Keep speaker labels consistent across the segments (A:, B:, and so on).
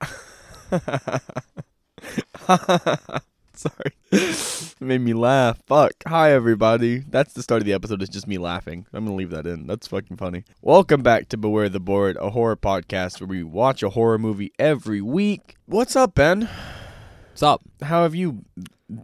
A: Sorry. made me laugh. Fuck. Hi, everybody. That's the start of the episode. It's just me laughing. I'm going to leave that in. That's fucking funny. Welcome back to Beware the Board, a horror podcast where we watch a horror movie every week. What's up, Ben?
B: What's up?
A: How have you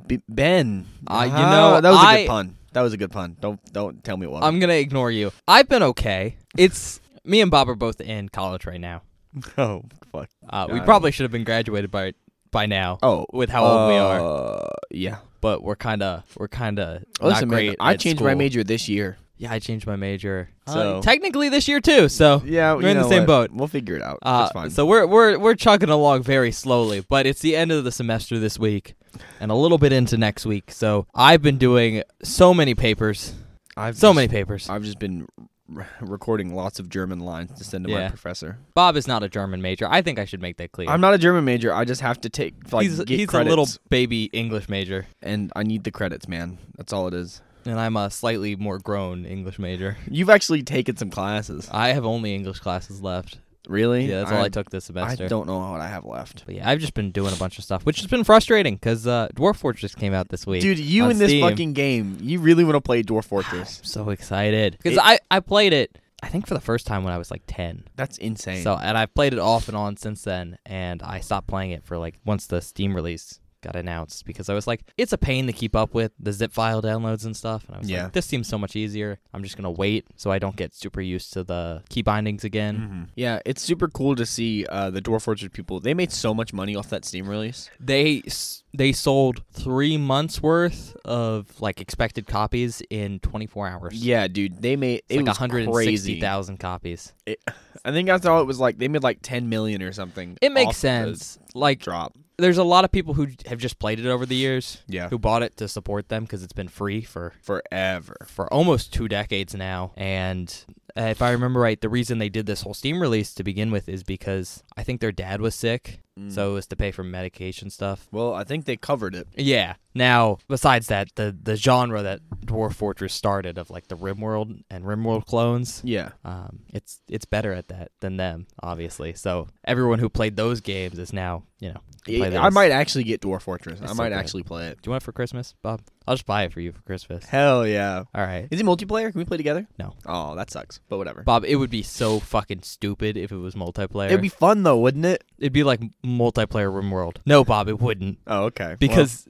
A: b- been?
B: Uh, you
A: How-
B: know,
A: that was a
B: I-
A: good pun. That was a good pun. Don't don't tell me what.
B: I'm gonna ignore you. I've been okay. It's me and Bob are both in college right now.
A: oh fuck.
B: Uh, we
A: Got it.
B: probably should have been graduated by by now.
A: Oh,
B: with how old we are,
A: uh, Yeah.
B: but we're kind of we're kind of
A: Listen,
B: not great.
A: man. I
B: at
A: changed my
B: school.
A: major this year.
B: Yeah, I changed my major. Uh,
A: So-
B: technically this year too. So
A: Yeah,
B: We're in the same boat.
A: We'll figure it out.
B: uh,
A: That's fine.
B: so we're we're we're chugging along very slowly, but it's the end of the semester this week, and a little bit into next week. So I've been doing so many papers,
A: I've
B: so
A: just-
B: many papers.
A: I've just been r- recording lots of German lines to send to my
B: Yeah.
A: professor.
B: Bob is not a German major. I think I should make that clear.
A: I'm not a German major. I just have to take like
B: he's
A: get
B: he's
A: credits,
B: a little baby English major,
A: and I need the credits, man. That's all it is.
B: and I'm a slightly more grown English major.
A: You've actually taken some classes,
B: I have only English classes left.
A: really?
B: Yeah, that's all I took
A: I
B: this semester.
A: don't know what I have left,
B: But yeah, I've just been doing a bunch of stuff, which has been frustrating because uh, Dwarf Fortress came out this week.
A: dude. You
B: on
A: in this
B: Steam.
A: fucking game, you really want to play Dwarf Fortress?
B: I'm so excited because
A: It-
B: I I played it. I think for the first time when I was like ten.
A: That's insane.
B: So and I've played it off and on since then, and I stopped playing it for like once the Steam release got announced because I was like, it's a pain to keep up with the zip file downloads and stuff. And I was
A: Yeah.
B: like, this seems so much easier. I'm just gonna wait so I don't get super used to the key bindings again.
A: Mm-hmm. yeah, it's super cool to see uh, the Dwarf Fortress people. They made so much money off that Steam release.
B: They s- they sold three months worth of like expected copies in 24 hours.
A: Yeah, dude, they made
B: It's
A: it
B: like
A: was crazy.
B: 160,000 copies.
A: It, I think that's all it was like. They made like 10 million or something.
B: It makes
A: off the
B: sense. Like
A: Drop.
B: there's a lot of people who have just played it over the years
A: Yeah.
B: who bought it to support them because it's been free for
A: Forever.
B: for almost two decades now. And uh, if I remember right, the reason they did this whole Steam release to begin with is because I think their dad was sick, so it was to pay for medication stuff.
A: Well, I think they covered it.
B: Yeah. Now, besides that, the the genre that Dwarf Fortress started of like the Rimworld and Rimworld clones,
A: Yeah.
B: um, it's it's better at that than them, obviously. So everyone who played those games is now, you know, can play
A: I
B: this.
A: might actually get Dwarf Fortress. I
B: It's so
A: might
B: good.
A: actually play it.
B: Do you want it for Christmas, Bob? I'll just buy it for you for Christmas.
A: Hell yeah.
B: All right.
A: Is it multiplayer? Can we play together?
B: No.
A: Oh, that sucks. But whatever.
B: Bob, it would be so fucking stupid if it was multiplayer.
A: It'd be fun though, wouldn't it?
B: It'd be like multiplayer RimWorld. No, Bob, it wouldn't
A: Oh, okay.
B: because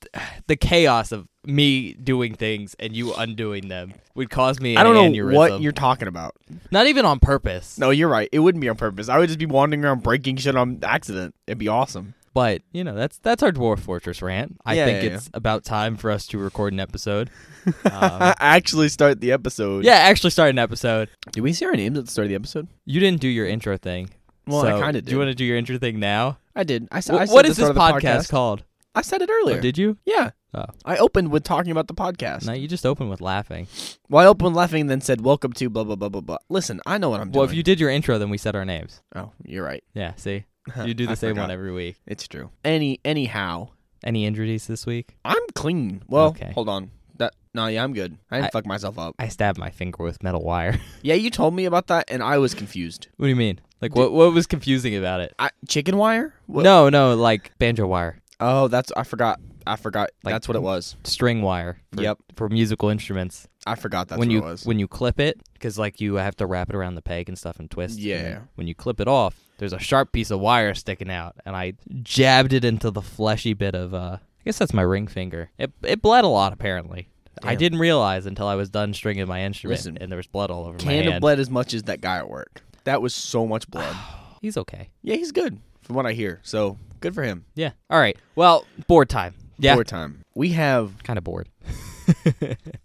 B: th- the chaos of me doing things and you undoing them would cause me.
A: I don't
B: an
A: know what
B: aneurysm.
A: you're talking about.
B: Not even on purpose.
A: No, you're right. It wouldn't be on purpose. I would just be wandering around breaking shit on accident. It'd be awesome.
B: But you know that's that's our Dwarf Fortress rant. I
A: Yeah,
B: think
A: yeah,
B: it's about time for us to record an episode.
A: I
B: Um,
A: actually start the episode.
B: yeah, actually start an episode.
A: Did we say our names at the start of the episode?
B: You didn't do your intro thing.
A: Well, I
B: so
A: kinda
B: Do you
A: did.
B: want to do your intro thing now?
A: I did. I,
B: Wh-
A: said. I said
B: what
A: the
B: is this
A: start of the
B: podcast,
A: podcast
B: called?
A: I said it
B: Oh,
A: earlier.
B: did you?
A: yeah.
B: Oh.
A: I opened with talking about the podcast.
B: No, you just opened with laughing.
A: Well, I opened laughing and then said, Welcome to blah, blah, blah, blah, blah. Listen, I know what I'm
B: Well,
A: doing.
B: if you did your intro, then we said our names.
A: Oh, you're right.
B: Yeah, see, you do
A: Uh, I
B: the same
A: forgot.
B: one every week.
A: It's true. Any Anyhow,
B: Any injuries this week?
A: I'm clean. Well,
B: Okay.
A: hold on. That No, yeah, I'm good. I didn't fuck myself up.
B: I stabbed my finger with metal wire.
A: Yeah, you told me about that and I was confused.
B: what do you mean? Like, what what was confusing about it?
A: I, chicken wire? What?
B: No, no, like banjo wire,
A: Oh, that's, I forgot. I forgot.
B: Like-
A: that's what it was.
B: string wire. For,
A: Yep.
B: For musical instruments,
A: I forgot that's
B: when
A: what
B: you
A: it was.
B: when you clip it, because like you have to wrap it around the peg and stuff and twist. and
A: Yeah.
B: then when you clip it off, there's a sharp piece of wire sticking out, and I jabbed it into the fleshy bit of. uh I guess that's my ring finger. It it bled a lot apparently. I
A: Damn.
B: didn't realize until I was done stringing my instrument,
A: Listen,
B: and there was blood all over my
A: Can
B: hand.
A: have bled as much as that guy at work. That was so much blood.
B: He's okay.
A: yeah, he's good from what I hear. So good for him.
B: Yeah. All right. Well, board time. Yeah.
A: More time. We have,
B: Kind of bored.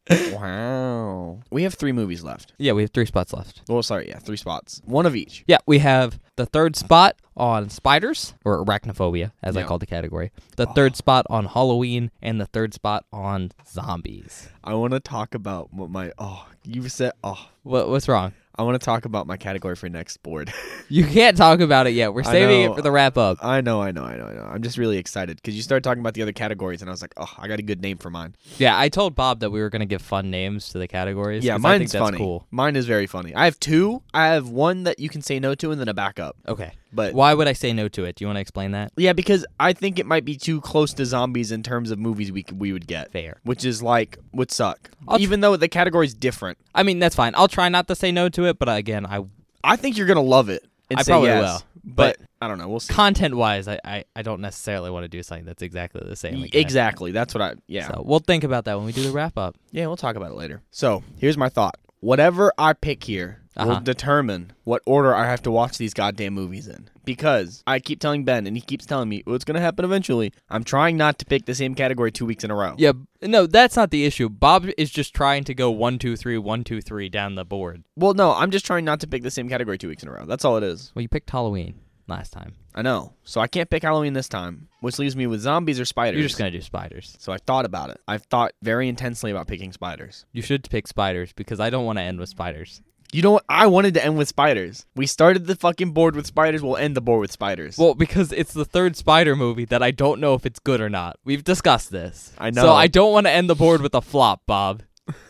A: wow. We have three movies left.
B: Yeah, we have three spots left.
A: Well, sorry, yeah, three spots, one of each.
B: Yeah, we have the third spot on spiders or arachnophobia, as I
A: Yeah.
B: call the category. The third spot on Halloween and the third spot on zombies.
A: I want to talk about what my oh you said oh
B: What what's wrong?
A: I want to talk about my category for next board.
B: You can't talk about it yet. We're
A: I
B: saving
A: know.
B: it for the wrap up.
A: I know, I know, I know, I know. I'm just really excited because you started talking about the other categories, and I was like, oh, I got a good name for mine.
B: Yeah, I told Bob that we were gonna give fun names to the categories.
A: Yeah,
B: 'cause I think
A: mine's
B: that's
A: funny.
B: cool.
A: Mine is very funny. I have two. I have one that you can say no to, and then a backup.
B: Okay.
A: But
B: Why would I say no to it? Do you want to explain that?
A: yeah, because I think it might be too close to zombies in terms of movies we c- we would get,
B: Fair.
A: which is like would suck.
B: I'll tr-
A: Even though the category's different,
B: I mean, that's fine. I'll try not to say no to it, but again, I
A: I think you're gonna love it. And
B: I
A: say
B: probably
A: yes,
B: will,
A: but, I don't know. We'll see.
B: content wise, I, I, I don't necessarily want to do something that's exactly the same.
A: Y-
B: again.
A: Exactly. That's what I. Yeah.
B: So we'll think about that when we do the wrap up.
A: Yeah, we'll talk about it later. So here's my thought. Whatever I pick here will
B: Uh-huh.
A: determine what order I have to watch these goddamn movies in. Because I keep telling Ben, and he keeps telling me "Well, it's going to happen eventually. I'm trying not to pick the same category two weeks in a row.
B: Yeah, no, that's not the issue. Bob is just trying to go one, two, three, one, two, three down the board.
A: Well, no, I'm just trying not to pick the same category two weeks in a row. That's all it is.
B: Well, you picked Halloween last time.
A: I know. So I can't pick Halloween this time, which leaves me with zombies or spiders.
B: You're just gonna do spiders.
A: So I thought about it. I've thought very intensely about picking spiders.
B: You should pick spiders because I don't want to end with spiders.
A: You know what? I wanted to end with spiders. We started the fucking board with spiders. We'll end the board with spiders.
B: Well, because it's the third spider movie that I don't know if it's good or not. We've discussed this.
A: I know.
B: So I don't want to end the board with a flop, Bob.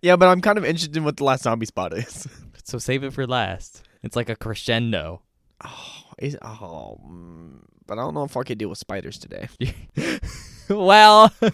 A: yeah, but I'm kind of interested in what the last zombie spot is.
B: So save it for last. It's like a crescendo.
A: is oh, mm, but I don't know if I could deal with spiders today.
B: well, you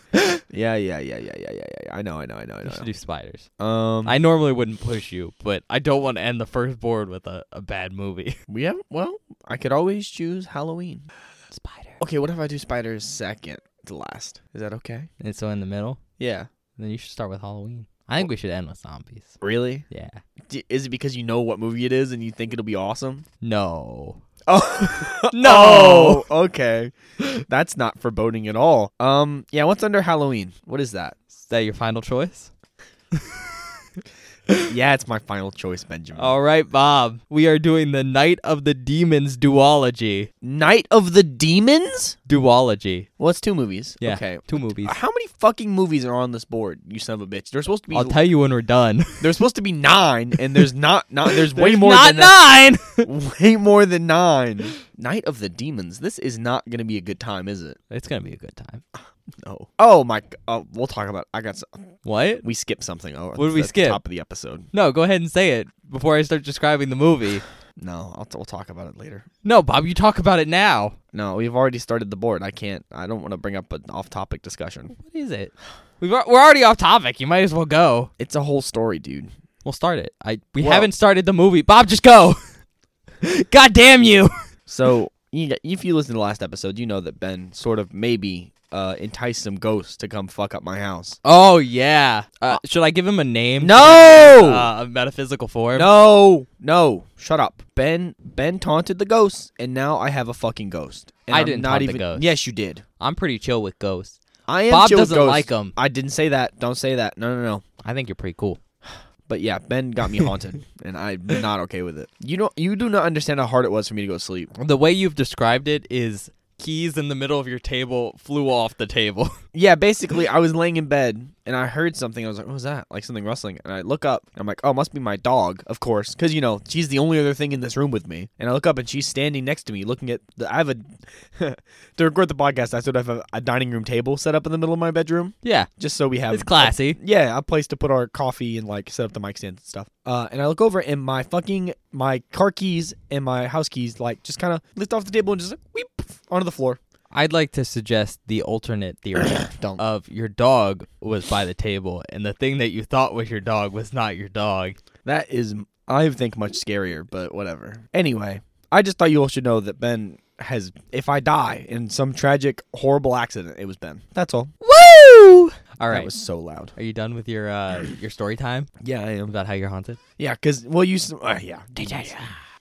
A: Yeah, yeah, yeah, yeah, yeah, yeah, yeah. I know, I know, I know, I
B: should
A: know.
B: do spiders.
A: Um,
B: I normally wouldn't push you, but I don't want to end the first board with a, a bad movie.
A: we have well, I could always choose Halloween.
B: Spider.
A: Okay, what if I do spiders second to last? Is that okay?
B: And so in the middle,
A: Yeah.
B: then you should start with Halloween. I think we should end with zombies.
A: Really?
B: Yeah.
A: D- is it because you know what movie it is and you think it'll be awesome?
B: No.
A: Oh
B: No.
A: Oh, okay, that's not foreboding at all. Um, yeah. What's under Halloween? What is that?
B: Is that your final choice?
A: Yeah, it's my final choice, Benjamin.
B: All right, Bob. We are doing the Night of the Demons duology.
A: Night of the Demons?
B: Duology.
A: Well, it's two movies.
B: Yeah.
A: Okay.
B: Two movies.
A: How many fucking movies are on this board, you son of a bitch? There's supposed to be
B: I'll tell you when we're done.
A: there's supposed to be nine, and there's not not there's, way
B: There's
A: more than
B: Not nine.
A: that- way more than nine. Night of the Demons. This is not gonna be a good time, is it?
B: it's gonna be a good time.
A: No. Oh my. g- Oh, we'll talk about. I got. s
B: What?
A: we skipped something. Oh,
B: What did we
A: it's at the
B: skip?
A: top of the episode.
B: No, go ahead and say it before I start describing the movie.
A: No, I'll t- we'll talk about it later.
B: No, Bob, you talk about it now.
A: No, we've already started the board. I can't. I don't want to bring up an off-topic discussion.
B: What is it? We've al- we're already off topic. You might as well go.
A: It's a whole story, dude.
B: We'll start it. I we
A: Well-
B: haven't started the movie. Bob, just go. God damn you.
A: So you, if you listen to the last episode, you know that Ben sort of maybe uh, enticed some ghosts to come fuck up my house.
B: Oh yeah. Uh, should I give him a name?
A: No,
B: Uh, a metaphysical form.
A: no, no! Shut up, Ben. Ben taunted the ghosts, and now I have a fucking ghost. And
B: I
A: I'm
B: didn't
A: not
B: taunt the
A: even,
B: ghost.
A: Yes, you did.
B: I'm pretty chill with ghosts.
A: I am.
B: Bob
A: chill with
B: doesn't
A: ghosts.
B: like 'em.
A: I didn't say that. Don't say that. No, no, no.
B: I think you're pretty cool.
A: But yeah, Ben got me haunted, and I'm not okay with it. You don't. You do not understand how hard it was for me to go to sleep.
B: The way you've described it is keys in the middle of your table flew off the table.
A: Yeah, basically, I was laying in bed and I heard something. I was like, "What was that?" Like something rustling, and I look up. And I'm like, "Oh, must be my dog, of course," because you know she's the only other thing in this room with me. And I look up, and she's standing next to me, looking at. The, I have a to record the podcast. I sort of have a, a dining room table set up in the middle of my bedroom,
B: yeah,
A: just so we have
B: it's classy.
A: yeah, a place to put our coffee and like set up the mic stands and stuff. Uh, and I look over and my fucking my car keys and my house keys like just kind of lift off the table and just like, weep onto the floor.
B: I'd like to suggest the alternate theory
A: Don't.
B: of your dog was by the table and the thing that you thought was your dog was not your dog.
A: That is, I think, much scarier, but whatever. Anyway, I just thought you all should know that Ben has, if I die in some tragic, horrible accident, it was Ben. That's all.
B: Woo! All right.
A: That was so loud.
B: Are you done with your uh, your story time
A: Yeah, I am.
B: about how you're haunted?
A: Yeah, because, well, you, s- uh, yeah.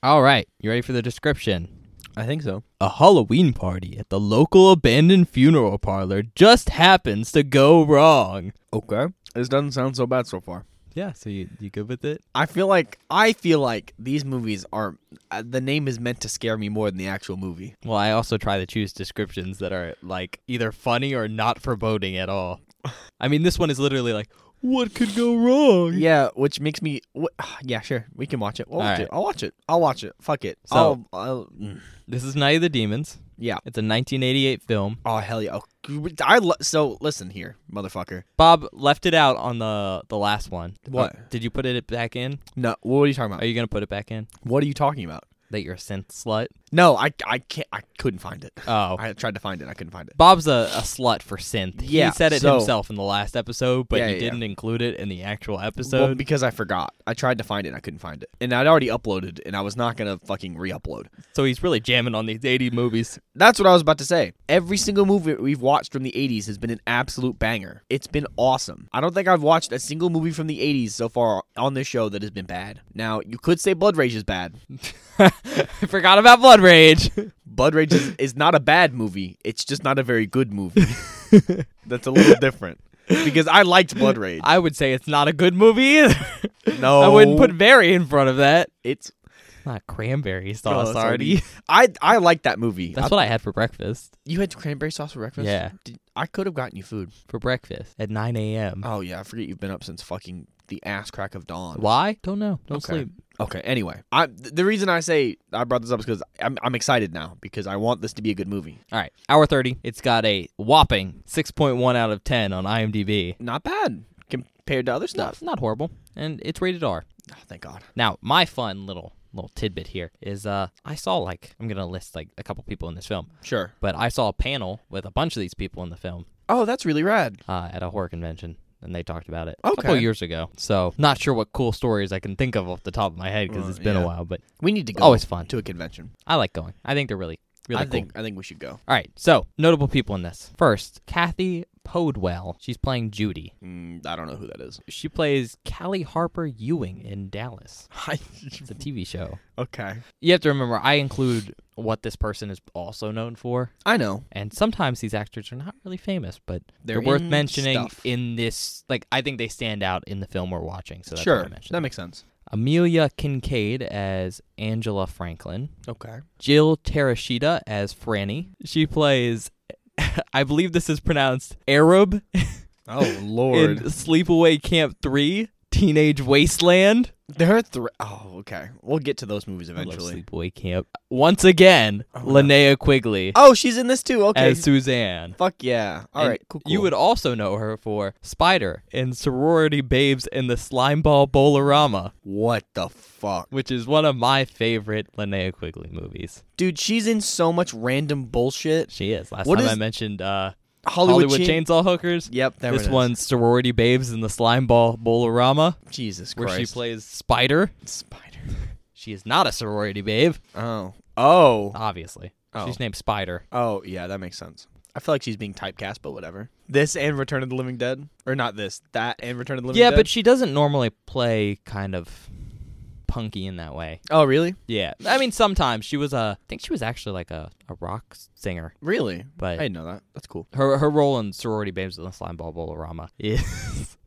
B: All right. You ready for the description?
A: I think so.
B: A Halloween party at the local abandoned funeral parlor just happens to go wrong.
A: Okay. This doesn't sound so bad so far.
B: Yeah, so you, you good with it?
A: I feel like I feel like these movies are uh, the name is meant to scare me more than the actual movie.
B: Well, I also try to choose descriptions that are like either funny or not foreboding at all. I mean, this one is literally like, what could go wrong?
A: Yeah, which makes me wh- yeah, sure. We can watch it. We'll watch
B: Hmm. All
A: it. I'll watch it. I'll watch it. Fuck it.
B: So- hmm.
A: I'll, I'll mm.
B: This is Night of the Demons.
A: yeah.
B: It's a 1988 film.
A: Oh hell yeah. Oh, I lo- so listen here, motherfucker.
B: Bob left it out on the the last one.
A: What?
B: Uh, did you put it back in?
A: No, what are you talking
B: Are
A: about?
B: you gonna put it back in?
A: What are you talking about?
B: that you're a synth slut.
A: No, I I can't. I couldn't find it.
B: Oh,
A: I tried to find it. I couldn't find it.
B: Bob's a, a slut for synth.
A: Yeah,
B: he said it
A: so-
B: himself in the last episode, but
A: Yeah,
B: he
A: yeah, yeah.
B: didn't include it in the actual
A: well,
B: episode.
A: because I forgot. I tried to find it. and I couldn't find it, and I'd already uploaded, and I was not gonna fucking re-upload.
B: so he's really jamming on these 80 movies.
A: That's what I was about to say. Every single movie we've watched from the 80s has been an absolute banger. It's been awesome. I don't think I've watched a single movie from the 80s so far on this show that has been bad. Now, you could say Blood Rage is bad.
B: I forgot about Blood Rage.
A: Blood Rage is, is not a bad movie. It's just not a very good movie. That's a little different. Because I liked Blood Rage.
B: I would say it's not a good movie either.
A: no.
B: I wouldn't put very in front of that.
A: it's
B: Not Oh. Ah, cranberry
A: oh,
B: sauce
A: sorry.
B: already.
A: I I like that movie.
B: That's
A: I-
B: what I had for breakfast.
A: you had cranberry sauce for breakfast?
B: Yeah,
A: Did- I could have gotten you food.
B: for breakfast at 9 a.m.
A: Oh yeah, I forget you've been up since fucking the ass crack of dawn.
B: Why? Don't know. Don't
A: Okay.
B: sleep.
A: Okay. Anyway, I th- the reason I say I brought this up is because I'm I'm excited now because I want this to be a good movie.
B: All right, hour 30. It's got a whopping 6.1 out of 10 on IMDb.
A: Not bad compared to other stuff.
B: Not, not horrible, and it's rated R.
A: Oh, thank God.
B: Now, my fun little little tidbit here is uh I saw like I'm going to list like a couple people in this film,
A: Sure.
B: but I saw a panel with a bunch of these people in the film
A: Oh, that's really rad.
B: uh, at a horror convention. And they talked about it a couple
A: Okay.
B: years ago. So, not sure what cool stories I can think of off the top of my head because
A: Uh,
B: it's been
A: yeah.
B: a while, but
A: We need to go
B: always fun.
A: to a convention.
B: I like going. I think they're really, really
A: I
B: cool.
A: think I think we should go.
B: All right. So, notable people in this. First, Kathy Podwell. She's playing Judy.
A: Mm, I don't know who that is.
B: She plays Callie Harper Ewing in Dallas.
A: I,
B: It's a TV show.
A: okay.
B: You have to remember, I include what this person is also known for.
A: I know.
B: And sometimes these actors are not really famous, but
A: They're
B: they're, worth
A: in
B: mentioning
A: stuff.
B: in this. Like, I think they stand out in the film we're watching. So that's why
A: sure.
B: I mentioned
A: That
B: them.
A: makes sense.
B: Amelia Kincaid as Angela Franklin.
A: Okay.
B: Jill Tereshita as Franny. She plays, I believe this is pronounced Arab
A: Oh
B: in
A: Lord.
B: Sleepaway Camp 3, Teenage Wasteland.
A: there are three. Oh, okay. We'll get to those movies
B: I love
A: eventually.
B: Sleepaway Camp. Once again,
A: Oh, no.
B: Linnea Quigley
A: Oh, she's in this too. Okay.
B: as Suzanne.
A: Fuck yeah. All right.
B: And
A: Cool,
B: You
A: cool.
B: would also know her for Spider and Sorority Babes in the Slimeball Bolorama,
A: What the fuck?
B: which is one of my favorite Linnea Quigley movies.
A: Dude, she's in so much random bullshit.
B: She is. Last
A: What
B: time I
A: is-
B: mentioned uh,
A: Hollywood,
B: Hollywood,
A: Chain-
B: Chainsaw Hookers.
A: Yep, there
B: this
A: it is.
B: one's Sorority Babes in the Slimeball Bolorama,
A: Jesus
B: where
A: Christ.
B: she plays Spider.
A: Spider.
B: She is not a sorority babe,
A: Oh. Oh.
B: obviously.
A: Oh.
B: She's named Spider.
A: Oh, yeah, that makes sense. I feel like she's being typecast, but whatever. This and Return of the Living Dead, or not this, that and Return of the Living
B: yeah,
A: Dead.
B: but she doesn't normally play kind of punky in that way.
A: oh, really?
B: Yeah. I mean, sometimes she was a. I think she was actually like a, a rock singer,
A: Really? I
B: but
A: didn't know that. That's cool.
B: her her role in Sorority Babes in the Slimeball Bolorama is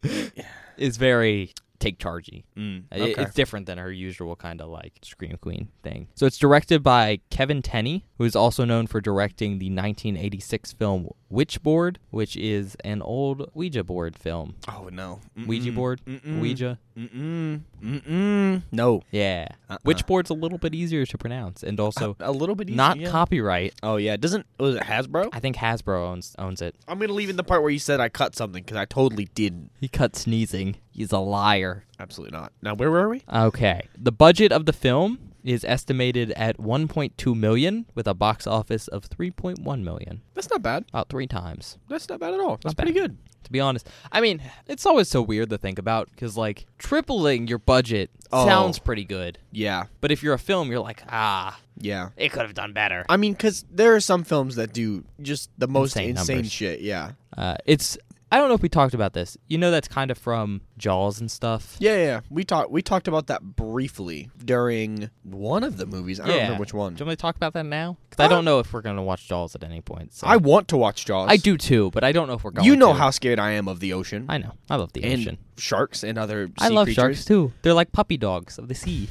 B: is very take chargey.
A: Mm,
B: I- It's different than her usual kind of like Scream Queen thing. So it's directed by Kevin Tenney, who is also known for directing the 1986 film Witchboard, which is an old Ouija board film.
A: oh no.
B: Ouija
A: Mm-mm.
B: board?
A: Mm-mm.
B: Ouija?
A: Mm-mm. Mm-mm. No.
B: Yeah.
A: Uh-uh.
B: Witchboard's a little bit easier to pronounce and also
A: a little bit easier.
B: not
A: yeah.
B: copyright.
A: Oh yeah. Doesn't was it Hasbro?
B: I think Hasbro owns owns it.
A: I'm gonna leave in the part where you said I cut something because I totally didn't.
B: He cut sneezing. He's a liar.
A: Absolutely not. Now where were we?
B: Okay. The budget of the film is estimated at 1.2 million with a box office of 3.1 million.
A: That's not bad.
B: About 3 times.
A: That's not bad at all. That's
B: bad.
A: pretty good.
B: to be honest. I mean, it's always so weird to think about because like tripling your budget
A: Oh.
B: sounds pretty good,
A: Yeah.
B: but if you're a film, you're like, ah,
A: Yeah.
B: it could have done better.
A: I mean, because there are some films that do just the most
B: Insane
A: insane,
B: numbers.
A: shit. Yeah.
B: Uh, it's I don't know if we talked about this. You know, that's kind of from Jaws and stuff.
A: Yeah, yeah, yeah. We talked we talked about that briefly during one of the movies. I don't remember which one.
B: Do you want me to talk about that now? Because I
A: Uh,
B: don't know if we're gonna watch Jaws at any point. So.
A: I want to watch Jaws.
B: I do too, but I don't know if we're going.
A: You know
B: to.
A: how scared I am of the ocean
B: I know. I love the
A: and
B: ocean.
A: sharks and other. Sea
B: I love
A: creatures.
B: sharks too. They're like puppy dogs of the sea.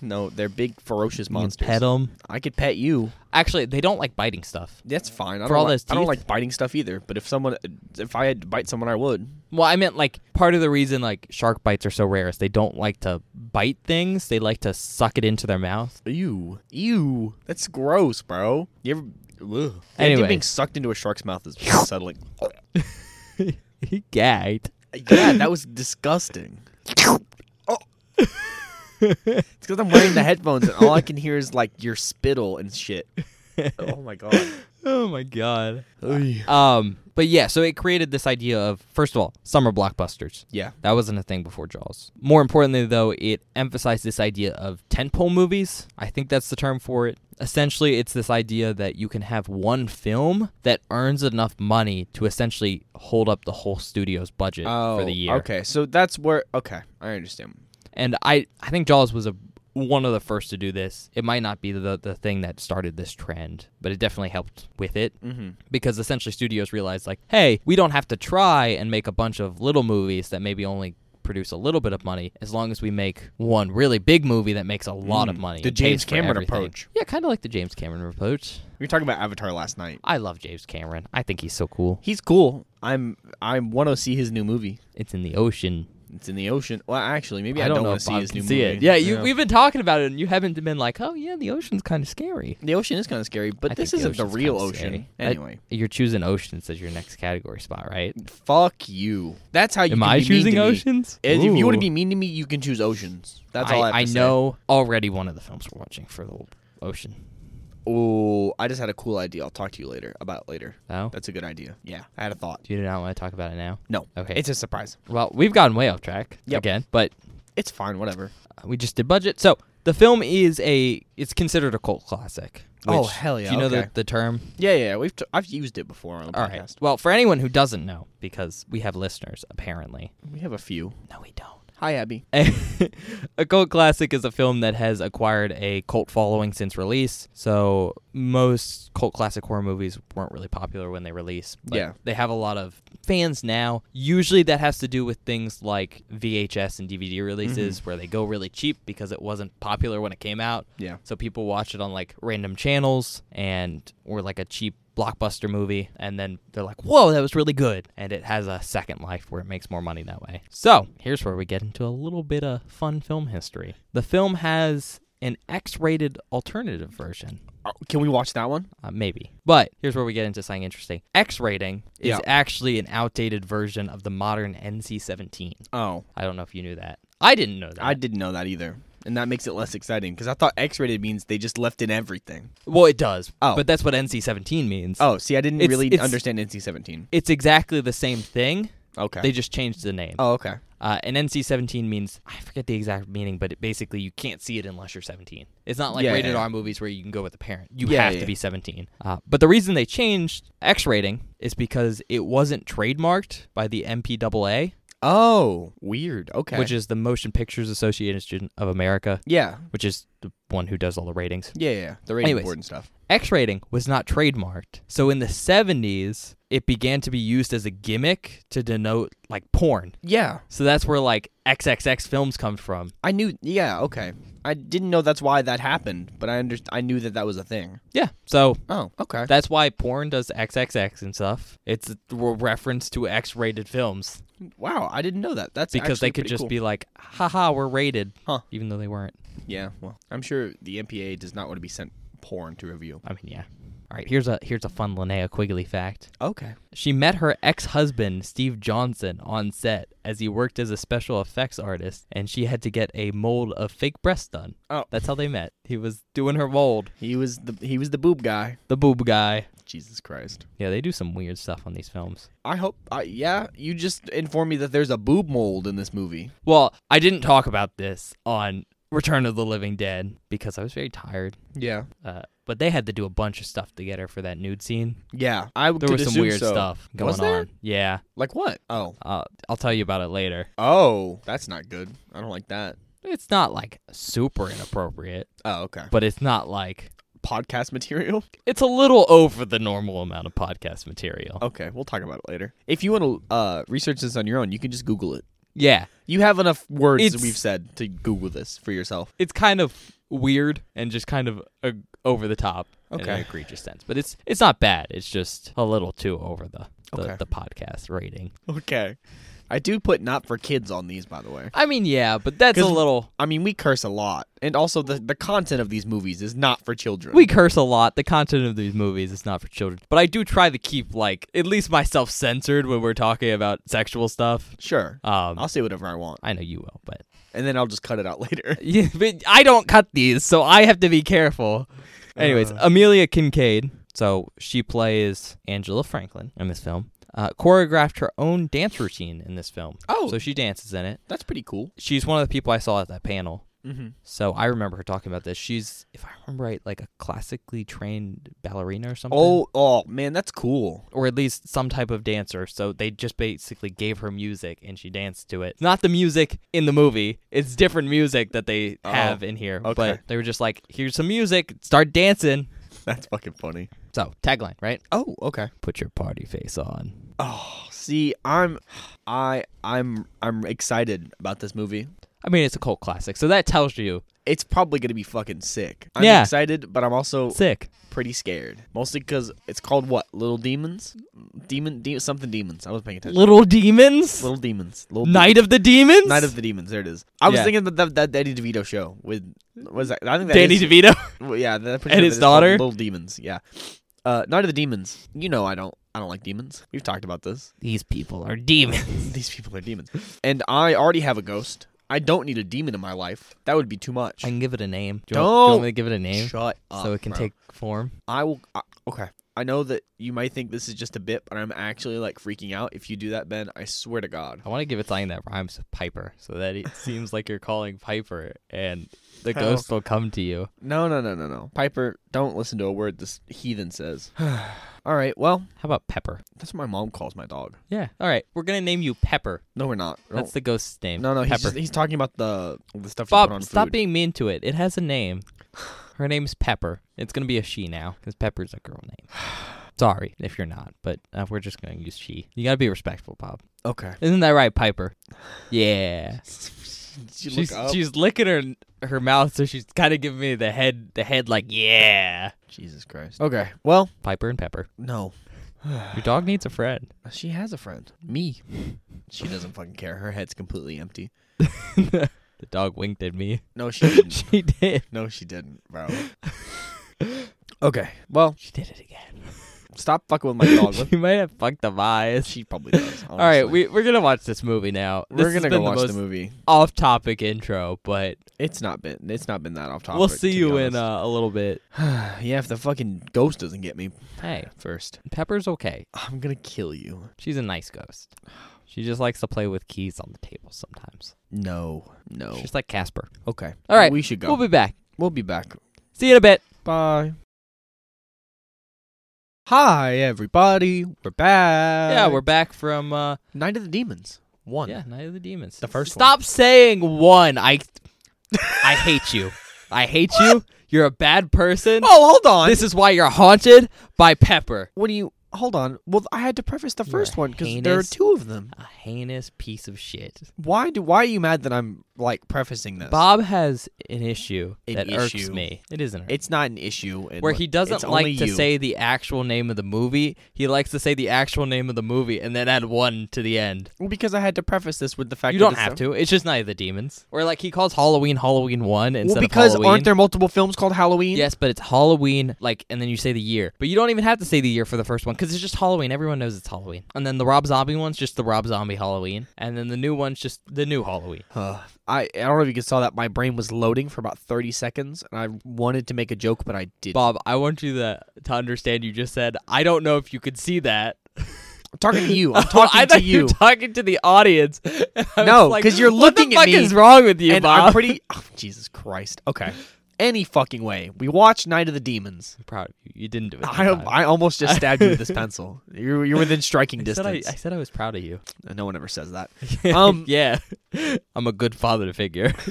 A: No, they're big ferocious
B: You can
A: monsters.
B: pet 'em.
A: I could pet you.
B: Actually, they don't like biting stuff.
A: That's fine. I
B: For
A: don't
B: all
A: like,
B: those
A: I don't
B: teeth?
A: like biting stuff either. But if someone, if I had to bite someone, I would.
B: Well, I meant like part of the reason like shark bites are so rare is they don't like to bite things. They like to suck it into their mouth.
A: Ew, ew. That's gross, bro. You ever? Ugh. The idea of
B: Anyway.
A: being sucked into a shark's mouth is unsettling.
B: he gagged.
A: yeah, that was disgusting. oh. It's because I'm wearing the headphones and all I can hear is like your spittle and shit. Oh my god.
B: oh my god. Um, but yeah, so it created this idea of first of all, summer blockbusters.
A: Yeah.
B: That wasn't a thing before Jaws. More importantly, though, it emphasized this idea of tentpole movies. I think that's the term for it. Essentially, it's this idea that you can have one film that earns enough money to essentially hold up the whole studio's budget for the year.
A: Oh, Okay, so that's where. Okay, I understand.
B: And I, I think Jaws was a one of the first to do this. It might not be the, the thing that started this trend, but it definitely helped with it
A: Mm-hmm.
B: because essentially studios realized like hey we don't have to try and make a bunch of little movies that maybe only produce a little bit of money as long as we make one really big movie that makes a lot of
A: Mm,
B: money
A: the
B: and pays
A: James
B: for
A: Cameron
B: everything.
A: approach.
B: yeah kind of like the james cameron approach
A: We were talking about Avatar last night.
B: i love james cameron i think he's so cool
A: He's cool. I'm. I want to see his new movie.
B: it's in the ocean
A: It's in the ocean. Well, actually, maybe I,
B: don't, know
A: want
B: if
A: to see
B: Bob
A: his
B: can
A: new
B: see
A: movie.
B: it yeah, you, we've been talking about it and you haven't been like oh yeah the ocean's kind of scary
A: the ocean is kind of scary, but
B: I
A: this
B: think the
A: isn't the
B: ocean's
A: real
B: kinda
A: ocean.
B: scary. That-
A: Anyway,
B: you're choosing oceans as your next category spot right
A: fuck you. That's how you.
B: am
A: can
B: i
A: be mean
B: choosing
A: to me.
B: oceans
A: If you want to
B: Ooh.
A: be mean to me, you can choose oceans. That's all I. Have to
B: I
A: say.
B: know already one of the films we're watching for the ocean.
A: Oh, I just had a cool idea. I'll talk to you later about it later.
B: Oh,
A: That's a good idea. Yeah, I had a thought.
B: do you not want to talk about it now?
A: No,
B: Okay.
A: it's a surprise.
B: Well, we've gotten way off track
A: Yep.
B: again, but uh,
A: It's fine. Whatever.
B: we just did budget. So the film is a it's considered a cult classic.
A: Oh,
B: which-
A: hell yeah,
B: Do you know
A: okay.
B: the, the term?
A: Yeah, yeah. We've t- I've used it before on the
B: All
A: podcast.
B: right. Well, for anyone who doesn't know, because we have listeners apparently.
A: We have a few.
B: No, we don't.
A: Hi, Abby.
B: a cult classic is a film that has acquired a cult following since release. So most cult classic horror movies weren't really popular when they released. But
A: Yeah.
B: They have a lot of fans now. Usually that has to do with things like VHS and DVD
A: Mm-hmm.
B: releases where they go really cheap because it wasn't popular when it came out.
A: Yeah.
B: So people watch it on like random channels and or like a cheap blockbuster movie and then they're like, "Whoa, that was really good." And it has a second life where it makes more money that way. So, here's where we get into a little bit of fun film history. The film has an X-rated alternative version.
A: Uh, Can we watch that one?
B: Uh, maybe. But here's where we get into something interesting. X rating is
A: Yeah.
B: actually an outdated version of the modern NC 17.
A: Oh,
B: I don't know if you knew that. I didn't know that.
A: I didn't know that either, and that makes it less exciting because I thought X-rated means they just left in everything.
B: well, it does.
A: Oh.
B: But that's what NC 17 means.
A: Oh, see, I didn't
B: It's-
A: really
B: it's-
A: understand NC-17.
B: It's exactly the same thing.
A: Oh, Okay.
B: They just changed the name.
A: oh, okay.
B: Uh, and NC 17 means, I forget the exact meaning, but it basically you can't see it unless you're 17. It's not like
A: Yeah,
B: rated
A: yeah.
B: R movies where you can go with a parent. You
A: Yeah,
B: have
A: yeah.
B: to be 17. Uh, but the reason they changed X rating is because it wasn't trademarked by the MPAA,
A: Oh, weird. Okay.
B: which is the Motion Pictures Association of America,
A: yeah,
B: which is the one who does all the ratings.
A: yeah, yeah. The rating
B: Anyways.
A: board and stuff.
B: X rating was not trademarked. So in the 70s, it began to be used as a gimmick to denote like porn.
A: Yeah,
B: So that's where like XXX films come from.
A: I knew. Yeah, okay. I didn't know that's why that happened, but I under- I knew that that was a thing.
B: Yeah. So
A: Oh, okay.
B: that's why porn does XXX and stuff. It's a re- reference to X rated films
A: wow, I didn't know that. That's
B: because they
A: actually
B: could
A: pretty
B: just
A: cool.
B: be like, haha, we're rated.
A: Huh.
B: Even though they weren't.
A: Yeah, well, I'm sure the MPA does not want to be sent porn to review.
B: I mean, yeah. All right, here's a here's a fun Linnea Quigley fact.
A: Okay.
B: She met her ex-husband Steve Johnson on set as he worked as a special effects artist, and she had to get a mold of fake breasts done.
A: Oh.
B: that's how they met. He was doing her mold,
A: He was the he was the boob guy.
B: the boob guy.
A: Jesus Christ.
B: Yeah, they do some weird stuff on these films.
A: I hope. I yeah, you just informed me that there's a boob mold in this movie.
B: Well, I didn't talk about this on Return of the Living Dead because I was very tired.
A: Yeah.
B: Uh, but they had to do a bunch of stuff to get her for that nude scene.
A: Yeah. I
B: There
A: could
B: was some
A: assume
B: weird
A: so.
B: stuff going
A: Was there?
B: on. Yeah,
A: Like what? Oh.
B: uh, I'll tell you about it later.
A: Oh, that's not good. I don't like that.
B: It's not like super inappropriate,
A: Oh, okay.
B: but it's not like
A: Podcast material.
B: it's a little over the normal amount of podcast material.
A: Okay, we'll talk about it later. If you want to uh, research this on your own, you can just Google it.
B: Yeah,
A: You have enough words
B: It's-
A: we've said to Google this for yourself.
B: it's kind of weird and just kind of uh, over the top in
A: Okay.
B: an egregious sense, but it's it's not bad. It's just a little too over the the,
A: Okay.
B: the podcast rating.
A: Okay. I do put not for kids on these, by the way.
B: I mean, yeah, but that's a
A: 'Cause-
B: little.
A: I mean, we curse a lot, and also the the content of these movies is not for children.
B: We curse a lot. The content of these movies is not for children, but I do try to keep like at least myself censored when we're talking about sexual stuff.
A: sure.
B: Um,
A: I'll say whatever I want.
B: I know you will, but
A: and then I'll just cut it out later.
B: Yeah, but I don't cut these, so I have to be careful. Anyways,
A: Uh.
B: Amelia Kincaid. So she plays Angela Franklin in this film. Uh, choreographed her own dance routine in this film.
A: Oh.
B: So she dances in it.
A: That's pretty cool.
B: She's one of the people I saw at that panel.
A: Mm-hmm.
B: So I remember her talking about this. She's, if I remember right, like a classically trained ballerina or something.
A: Oh, oh man, that's cool.
B: Or at least some type of dancer. So they just basically gave her music and she danced to it. Not the music in the movie. It's different music that they
A: Oh,
B: have in here.
A: okay.
B: But they were just like, here's some music, start dancing.
A: That's fucking funny.
B: So tagline, right?
A: Oh, okay.
B: Put your party face on.
A: Oh, see, I'm, I, I'm, I'm excited about this movie.
B: I mean, it's a cult classic, so that tells you.
A: It's probably gonna be fucking sick. I'm
B: Yeah.
A: excited, but I'm also
B: Sick.
A: pretty scared. Mostly because it's called what? Little demons, demon, de- something demons. I was paying attention.
B: Little demons?
A: Little demons. Little De-
B: Night of the demons?
A: Night of the Demons. There it is. I was
B: Yeah.
A: thinking about that, that Danny DeVito show with was that? I think that
B: Danny
A: is-
B: DeVito?
A: well, yeah, that, I'm pretty
B: and
A: sure
B: his
A: that is called
B: daughter?
A: Little Demons. Yeah, uh, Night of the Demons. You know, I don't, I don't like demons. We've talked about this.
B: These people are demons.
A: These people are demons, and I already have a ghost. I don't need a demon in my life. That would be too much.
B: I can give it a name. Do you, want, do you want me to give it a name?
A: Shut up.
B: so it can
A: bro.
B: take form.
A: I will. I, okay. I know that you might think this is just a bit, but I'm actually like freaking out if you do that, Ben. I swear to God.
B: I want to give it something that rhymes with Piper, so that it seems like you're calling Piper, and the
A: Hell.
B: ghost will come to you.
A: No, no, no, no, no. Piper, don't listen to a word this heathen says. All right. Well,
B: How about Pepper?
A: that's what my mom calls my dog.
B: Yeah. All right, we're gonna name you Pepper.
A: No, we're not. Don't-
B: That's the ghost's name.
A: no, no. He's,
B: Pepper.
A: just, he's talking about the the stuff you put on
B: Bob, stop
A: food.
B: being mean to it. It has a name. Her name's Pepper. It's gonna be a she now, because Pepper's a girl name. Sorry if you're not, but uh, we're just gonna use she. You gotta be respectful, Bob.
A: okay.
B: Isn't that right, Piper? Yeah.
A: Did you look
B: She's
A: up?
B: she's licking her her mouth, so she's kind of giving me the head the head like yeah.
A: Jesus Christ. Okay. Well,
B: Piper and Pepper.
A: no.
B: Your dog needs a friend.
A: She has a friend. Me. She doesn't fucking care. Her head's completely empty.
B: the dog winked at me.
A: No, she didn't.
B: She did.
A: no, she didn't, bro. Okay. Well,
B: She did it again.
A: stop fucking with my dog. Let-
B: she might have fucked up eyes.
A: she probably does. Honestly.
B: All right, we we're gonna watch this movie now. This
A: we're
B: has
A: gonna go
B: been
A: watch
B: the,
A: the,
B: most
A: movie.
B: Off-topic intro, but
A: It's not been. It's not been that off topic.
B: we'll
A: to
B: see
A: be
B: you
A: honest.
B: in uh, a little bit.
A: yeah, if the fucking ghost doesn't get me
B: Hey,
A: first,
B: Pepper's okay.
A: I'm gonna kill you.
B: She's a nice ghost. She just likes to play with keys on the table sometimes.
A: No, no.
B: She's like Casper.
A: Okay.
B: All right,
A: We should Oh. go.
B: We'll be back.
A: We'll be back.
B: See you in a bit.
A: Bye. Hi, everybody. We're back.
B: yeah, we're back from uh,
A: Night of the Demons. One.
B: Yeah, Night of the Demons.
A: The first one.
B: Stop saying one. I I hate you. I hate you. You're a bad person.
A: Oh, hold on.
B: This is why you're haunted by Pepper.
A: what do you? Hold on. Well, I had to preface the
B: You're
A: first
B: a
A: one because there are
B: heinous-
A: two of them.
B: A heinous piece of shit.
A: Why do? Why are you mad that I'm like prefacing this?
B: Bob has an issue
A: An
B: that irks
A: issue.
B: me. It isn't. Irk.
A: It's not an issue. and
B: where
A: look,
B: he
A: it's
B: doesn't
A: only
B: like to
A: you.
B: say the actual name of the movie. He likes to say the actual name of the movie and then add one to the end.
A: Well, because I had to preface this with the fact
B: You
A: that
B: don't
A: it's
B: have
A: a-
B: to. It's just Night of the Demons. Or like he calls Halloween Halloween 1 instead
A: Well,
B: of
A: because
B: Halloween.
A: aren't there multiple films called Halloween?
B: Yes, but it's Halloween, like, and then you say the year. But you don't even have to say the year for the first one because it's just Halloween. Everyone knows it's Halloween. And then the Rob Zombie one's just the Rob Zombie Halloween. And then the new one's just the new Halloween.
A: Uh, I, I don't know if you could saw that. My brain was loading for about 30 seconds, and I wanted to make a joke, but I didn't.
B: Bob, I want you to, to understand you just said, I don't know if you could see that.
A: I'm talking to you. I'm
B: I
A: talking
B: thought
A: to you.
B: were talking to the audience. I was
A: No,
B: like,
A: 'cause you're looking at
B: what the
A: me,
B: fuck is wrong with you,
A: and
B: Bob?
A: I'm pretty. Oh, Jesus Christ. Okay. Any fucking way. We watched Night of the Demons.
B: I'm proud of you. You didn't do it.
A: I,
B: that time.
A: I almost just stabbed you with this pencil. You're, you're within striking
B: I said I,
A: distance.
B: I said I was proud of you.
A: no one ever says that. Um,
B: yeah, I'm a good father figure.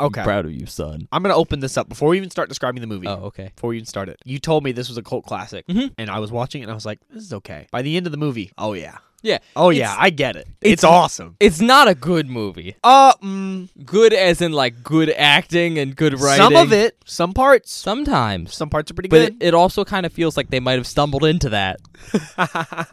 A: Okay.
B: I'm proud of you, son.
A: I'm going to open this up before we even start describing the movie.
B: Oh, okay.
A: Before we even start it, you told me this was a cult classic,
B: Mhm.
A: and I was watching it, and I was like, "This is okay." By the end of the movie, oh yeah,
B: Yeah.
A: oh
B: It's-
A: yeah, I get it. It's,
B: it's-
A: awesome.
B: It's not a good movie.
A: Uh, mm,
B: Good as in like good acting and good writing.
A: some of it, some parts,
B: sometimes,
A: some parts are pretty
B: but it,
A: good.
B: it also kind of feels like they might have stumbled into that. I'm,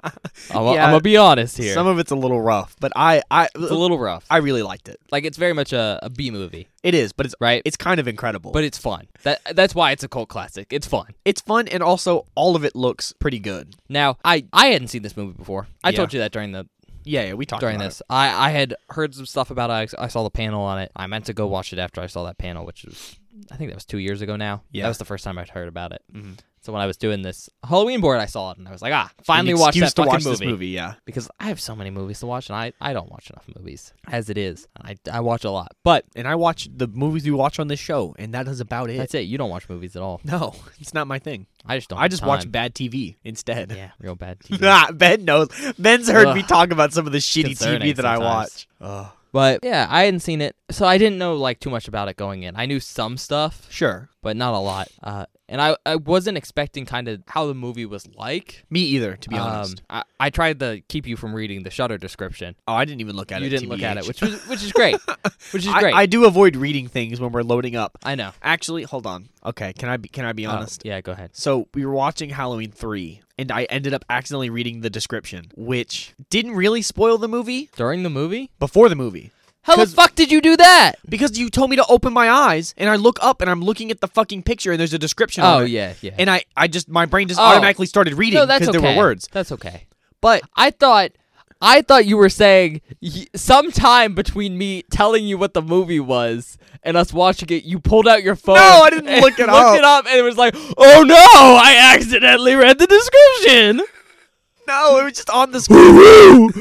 A: Yeah.
B: gonna be honest here.
A: some of it's a little rough, but I, I,
B: it's a little rough.
A: I really liked it.
B: like it's very much a, a B movie,
A: It is, but it's
B: right?
A: it's kind of incredible.
B: but it's fun. That that's why it's a cult classic. It's fun.
A: it's fun, and also all of it looks pretty good.
B: Now, I I hadn't seen this movie before. I
A: Yeah.
B: told you that during the
A: Yeah, yeah, we talked
B: during
A: about
B: this. I, I had heard some stuff about it. I saw the panel on it. I meant to go watch it after I saw that panel, which was I think that was two years ago now.
A: Yeah.
B: that was the first time I'd heard about it.
A: Mhm.
B: So when I was doing this Halloween board, I saw it and I was like, ah,
A: An
B: finally watched
A: excuse
B: that
A: to watch
B: fucking movie.
A: this movie. Yeah,
B: Because I have so many movies to watch, and I, I don't watch enough movies as it is. I, I watch a lot, but
A: and I watch the movies we watch on this show, and that is about it.
B: that's it. You don't watch movies at all.
A: no, it's not my thing.
B: I just don't.
A: I
B: have
A: just
B: time.
A: watch bad TV instead.
B: Yeah, real bad TV.
A: Ah, ben knows. Ben's heard me
B: Ugh.
A: talk about some of the shitty
B: Concerning
A: TV that I
B: sometimes.
A: watch. Ugh.
B: But yeah, I hadn't seen it, so I didn't know like too much about it going in. I knew some stuff,
A: Sure.
B: but not a lot. Uh, and I, I wasn't expecting kind of how the movie was like.
A: Me either, to be
B: Um,
A: honest.
B: I, I tried to keep you from reading the Shutter description.
A: Oh, I didn't even look at
B: You
A: it.
B: didn't look at it,
A: TBH.
B: which was which is great, which is great.
A: I, I do avoid reading things when we're loading up.
B: I know.
A: Actually, hold on. Okay, can I be can I be
B: Oh,
A: honest?
B: yeah, go ahead.
A: So we were watching Halloween three, and I ended up accidentally reading the description, which didn't really spoil the movie
B: During the movie,
A: before the movie.
B: how the
A: 'Cause-
B: fuck did you do that?
A: Because you told me to open my eyes, and I look up, and I'm looking at the fucking picture, and there's a description.
B: Oh
A: on it,
B: yeah, yeah.
A: And I, I just my brain just
B: Oh.
A: automatically started reading
B: no,
A: because
B: that's okay.
A: there were words.
B: That's okay.
A: But
B: I thought. I thought you were saying y- sometime between me telling you what the movie was and us watching it, you pulled out your phone.
A: No, I didn't
B: and
A: look it
B: looked
A: up.
B: it up, and it was like, "Oh no, I accidentally read the description."
A: no, it was just on the screen.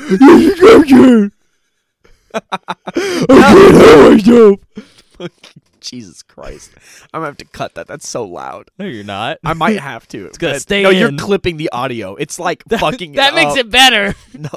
A: Jesus Christ, I'm gonna have to cut that. That's so loud.
B: No, you're not.
A: I might have to. It's
B: gonna stay
A: No, you're
B: in.
A: clipping the audio. It's like fucking.
B: that makes
A: up.
B: it better.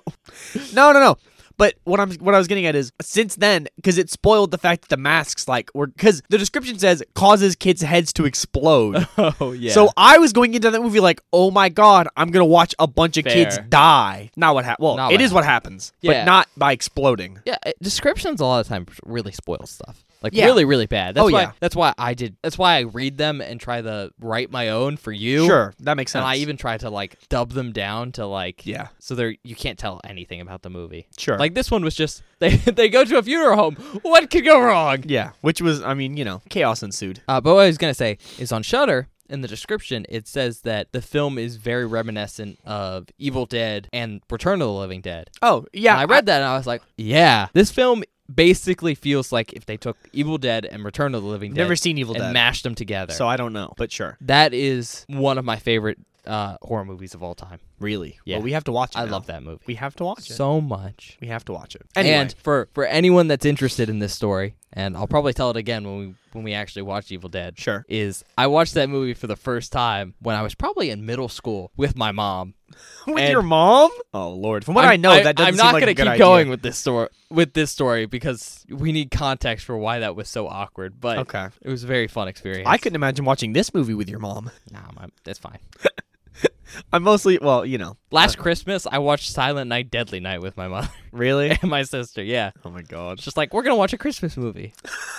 A: No, no, no, no. But what I'm what I was getting at is since then because it spoiled the fact that the masks like were because the description says causes kids' heads to explode.
B: Oh yeah.
A: So I was going into that movie like, oh my god, I'm gonna watch a bunch of kids
B: Fair.
A: die. Not what happened. Well,
B: Not
A: it
B: what
A: is what happens,
B: Yeah.
A: but not by exploding.
B: yeah, it- descriptions a lot of times really spoil stuff. Like
A: Yeah.
B: really, really bad. That's
A: Oh,
B: why.
A: yeah.
B: That's why I did. That's why I read them and try to write my own for you.
A: Sure, that makes sense.
B: And I even try to like dub them down to like
A: Yeah.
B: so there you can't tell anything about the movie.
A: Sure.
B: Like this one was just they they go to a funeral home. What could go wrong?
A: yeah, which was I mean you know chaos ensued.
B: Uh, but what I was gonna say is on Shutter in the description it says that the film is very reminiscent of Evil Dead and Return of the Living Dead.
A: Oh yeah,
B: And I read that and I was like, yeah, this film basically feels like if they took Evil Dead and Return of the Living
A: I've
B: Dead
A: never seen Evil
B: and
A: Dead,
B: mashed them together.
A: so I don't know. But sure,
B: that is one of my favorite uh, horror movies of all time.
A: really,
B: Yeah.
A: well we have to watch. it
B: I
A: now.
B: love that movie
A: We have to watch it.
B: so much.
A: we have to watch it. Anyway,
B: And for for anyone that's interested in this story, and I'll probably tell it again when we when we actually watch Evil Dead.
A: Sure.
B: Is I watched that movie for the first time when I was probably in middle school with my mom.
A: with
B: and-
A: your mom? Oh Lord! From what i
B: I'm-
A: know, that doesn't
B: I'm
A: seem
B: not
A: like
B: gonna
A: a good
B: keep
A: idea.
B: going with this story with this story because we need context for why that was so awkward. But
A: Okay,
B: it was a very fun experience.
A: I couldn't imagine watching this movie with your mom.
B: Nah, my, that's fine.
A: I'm mostly well, you know,
B: Last Christmas, I watched Silent Night, Deadly Night with my mother
A: really.
B: and my sister. Yeah,
A: Oh my God!
B: it's just like we're gonna watch a Christmas movie.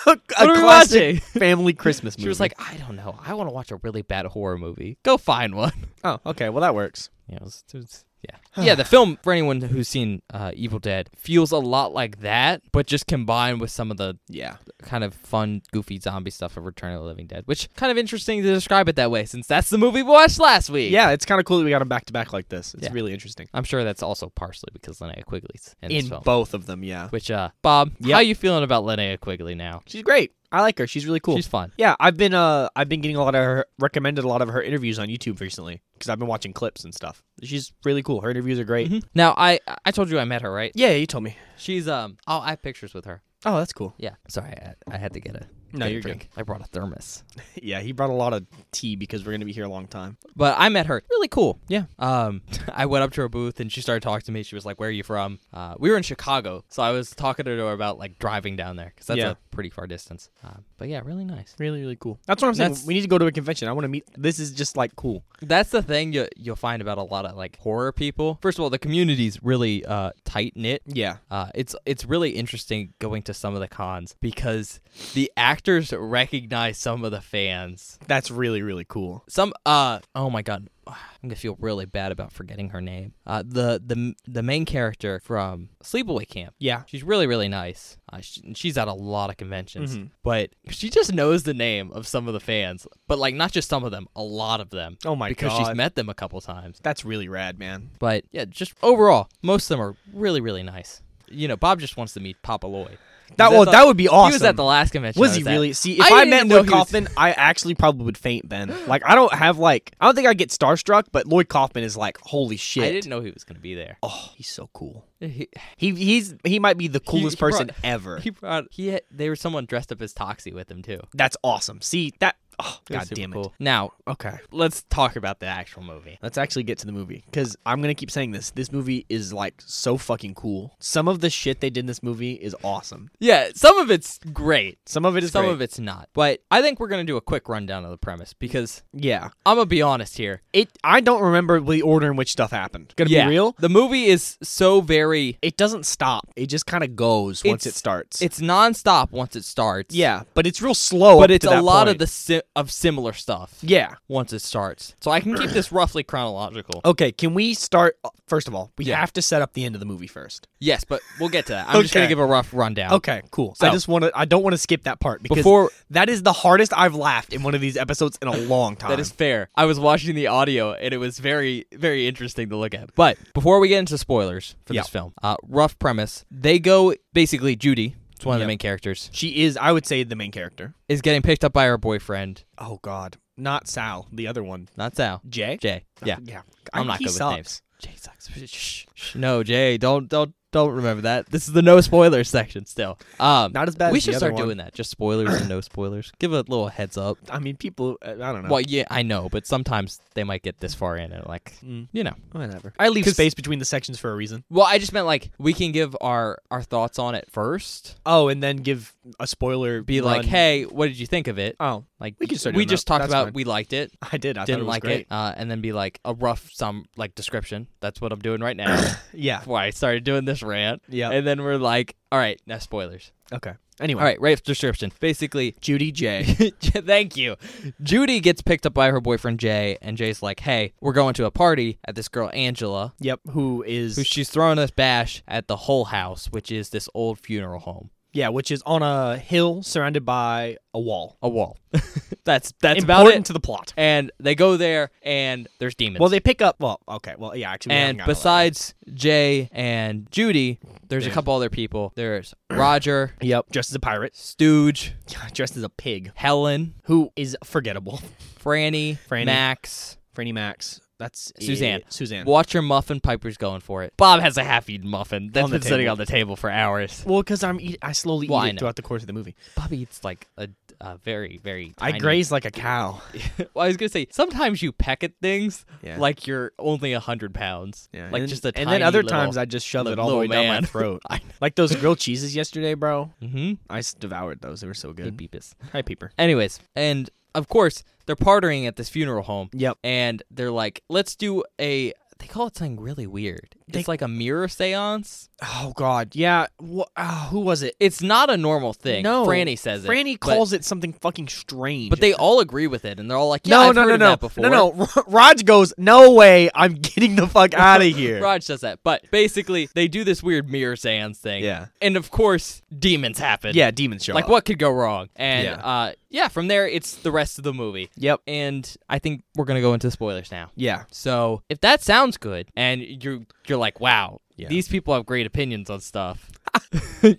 A: a
B: are we watching?
A: classic family Christmas movie.
B: She was like, I don't know. I want to watch a really bad horror movie. Go find one.
A: "Oh, okay. Well, that works."
B: Yeah, it was- it was- yeah. yeah, the film, for anyone who's seen uh, Evil Dead, feels a lot like that, but just combined with some of the
A: Yeah.
B: kind of fun, goofy zombie stuff of Return of the Living Dead, which kind of interesting to describe it that way since that's the movie we watched last week.
A: Yeah, it's kind of cool that we got them back to back like this. It's
B: Yeah.
A: really interesting.
B: I'm sure that's also partially because Linnea Quigley's in, this
A: In
B: film.
A: both of them, yeah.
B: which, uh, Bob,
A: Yep.
B: how you feeling about Linnea Quigley now?
A: She's great. I like her. She's really cool.
B: She's fun.
A: yeah, I've been uh I've been getting a lot of her recommended a lot of her interviews on YouTube recently because I've been watching clips and stuff. She's really cool. Her interviews are great.
B: Mhm. Now, I I told you I met her, right?
A: Yeah, you told me.
B: She's, um, I'll, I have pictures with her.
A: Oh, that's cool.
B: Yeah. Sorry, I, I had to get a.
A: No,
B: get a
A: you're
B: drink. I brought a thermos.
A: good. Yeah, he brought a lot of tea because we're gonna be here a long time.
B: But I met her. Really cool. Yeah. Um, I went up to her booth and she started talking to me. She was like, "Where are you from?" Uh, we were in Chicago, so I was talking to her about like driving down there because that's
A: Yeah.
B: a pretty far distance. Um, but yeah, really nice.
A: Really, really cool. That's what I'm saying.
B: That's-
A: We need to go to a convention. I want to meet. This is just like cool.
B: That's the thing you you'll find about a lot of like horror people. First of all, the community's really uh, tight knit.
A: Yeah.
B: Uh, it's it's really interesting going to some of the cons because the directors recognize some of the fans.
A: That's really really cool.
B: Some uh oh my god, I'm gonna feel really bad about forgetting her name. Uh, the the the main character from Sleepaway Camp.
A: Yeah.
B: She's really really nice. Uh, sh she's at a lot of conventions,
A: Mm-hmm.
B: but she just knows the name of some of the fans. But like not just some of them, a lot of them.
A: Oh my
B: because
A: god.
B: she's met them a couple times.
A: That's really rad, man.
B: But yeah, just overall, most of them are really really nice. You know, Bob just wants to meet Papa Lloyd. He
A: That
B: was at
A: well,
B: the-
A: that would be awesome.
B: He was at the last convention.
A: Was
B: I
A: he
B: at.
A: really? See, if
B: I
A: I,
B: didn't
A: met
B: even know
A: Lloyd
B: he was-
A: Kaufman, I actually probably would faint then. Like, I don't have like, I don't think I get starstruck, but Lloyd Kaufman is like, holy shit.
B: I didn't know he was gonna be there.
A: Oh, he's so cool.
B: He,
A: He he's he might be the coolest
B: he brought-
A: person ever.
B: he brought he had, there was someone dressed up as Toxie with him too.
A: That's awesome. See that? Oh,
B: It was
A: god
B: super
A: damn it.
B: cool. Now
A: Okay,
B: let's talk about the actual movie.
A: let's actually get to the movie because I'm gonna keep saying this. This movie is like so fucking cool. Some of the shit they did in this movie is awesome.
B: Yeah, some of it's great.
A: Some of it is
B: Some
A: great.
B: of it's not. But I think we're gonna do a quick rundown of the premise because
A: yeah.
B: I'm gonna be honest here.
A: It. I don't remember the order in which stuff happened. Gonna
B: yeah,
A: be real.
B: The movie is so very
A: It doesn't stop. It just kind of goes once it
B: It's-
A: starts.
B: it's nonstop once it starts.
A: yeah, but it's real slow. up
B: But
A: to
B: it's a
A: that
B: lot of
A: point.
B: the si- of similar stuff
A: Yeah.
B: once it starts. So I can keep this roughly chronological.
A: Okay. Can we start? uh, First of all, we
B: Yeah.
A: have to set up the end of the movie first.
B: Yes, but we'll get to that. I'm just
A: Okay.
B: gonna give a rough rundown.
A: Okay. Cool. I
B: So-
A: just want to. I don't want to skip that part because
B: Oh. Before
A: That is the hardest I've laughed in one of these episodes in a long time.
B: That is fair. I was watching the audio and it was very, very interesting to look at. But before we get into spoilers for
A: Yeah.
B: this film, uh, rough premise. They go basically Judy, it's one of
A: Yep.
B: the main characters,
A: she is, I would say, the main character.
B: is getting picked up by her boyfriend.
A: Oh God, not Sal, the other one,
B: Not Sal.
A: Jay. Uh,
B: Jay. Yeah.
A: yeah.
B: I'm not
A: he
B: good with
A: sucks.
B: names. Jay sucks. Shh, shh. No, Jay, don't don't don't remember that. This is the no spoilers section still. Um
A: Not as bad.
B: we
A: as the
B: should
A: other
B: start
A: one.
B: doing that. Just spoilers and no spoilers. Give a little heads up.
A: I mean, people. uh, I don't know.
B: Well, yeah, I know, but sometimes they might get this far in and like,
A: Mm.
B: you know.
A: Whatever. I leave
B: 'Cause-
A: space between the sections for a reason.
B: Well, I just meant like we can give our our thoughts on it first.
A: Oh, and then give a spoiler.
B: Be like,
A: run.
B: hey, what did you think of it?
A: Oh,
B: Like
A: We can start
B: we
A: doing
B: just
A: that.
B: talked
A: That's
B: about
A: fine.
B: we liked it,
A: I did. I
B: didn't
A: thought
B: like
A: it was great.
B: it, uh, and then be like a rough some like description. That's what I'm doing right now.
A: Yeah.
B: Why I started doing this rant,
A: Yeah.
B: and then we're like, all right, now spoilers.
A: okay. Anyway.
B: All right, rant description. Basically,
A: Judy J.
B: Thank you. Judy gets picked up by her boyfriend Jay, and Jay's like, "Hey, we're going to a party at this girl Angela,
A: yep. Who is?
B: who she's throwing this bash at the Hull House, which is this old funeral home."
A: yeah, which is on a hill surrounded by a wall.
B: a wall. that's that's about
A: Important
B: it.
A: to the plot.
B: And they go there, and there's demons.
A: Well, they pick up. Well, okay. Well, yeah. Actually, we haven't
B: and
A: gotten to that yet.
B: besides Jay and Judy, there's a
A: Yeah.
B: couple other people. There's Roger,
A: Yep. Dressed as a pirate.
B: Stooge,
A: Dressed as a pig.
B: Helen,
A: Who is forgettable.
B: Franny,
A: Franny.
B: Max.
A: Franny Max. That's it.
B: Suzanne.
A: Suzanne.
B: Watch your muffin. Piper's going for it. Bob has a half-eaten muffin that's
A: On the
B: been sitting
A: table.
B: on the table for hours.
A: Well, because I'm eat- I slowly
B: Well, I
A: eat
B: know.
A: it throughout the course of the movie.
B: Bob eats like a, a very, very.
A: I
B: tiny-
A: graze like a cow.
B: well, I was gonna say sometimes you peck at things
A: Yeah.
B: like you're only hundred pounds, like
A: and,
B: just a
A: and
B: tiny
A: then other
B: little-
A: times I just shove it
B: little-
A: all the way
B: little
A: down
B: man.
A: my throat.
B: I
A: like those grilled cheeses yesterday, bro.
B: Mm-hmm.
A: I s- devoured those. They were so good.
B: Beepus.
A: Hi, Peeper.
B: Anyways, and of course they're partying at this funeral home,
A: Yep.
B: and they're like, "Let's do a." They call it something really weird.
A: They-
B: It's like a mirror séance.
A: Oh God. Yeah. Wh- ah, who was it?
B: It's not a normal thing.
A: No.
B: Franny says it.
A: Franny
B: but-
A: calls it something fucking strange.
B: but, they all agree with it, and they're all like, "Yeah,
A: No,
B: I've
A: no,
B: heard
A: no,
B: of
A: no,
B: that before."
A: no, no. Raj goes, no way. I'm getting the fuck out of here.
B: Raj says that, but basically they do this weird mirror séance thing.
A: Yeah.
B: and of course demons happen.
A: Yeah, demons show
B: like
A: up.
B: what could go wrong? And
A: Yeah.
B: uh, yeah, from there it's the rest of the movie.
A: Yep.
B: And I think we're gonna go into spoilers now.
A: Yeah.
B: So if that sounds good, and you're you're like, wow,
A: Yeah.
B: these people have great opinions on stuff.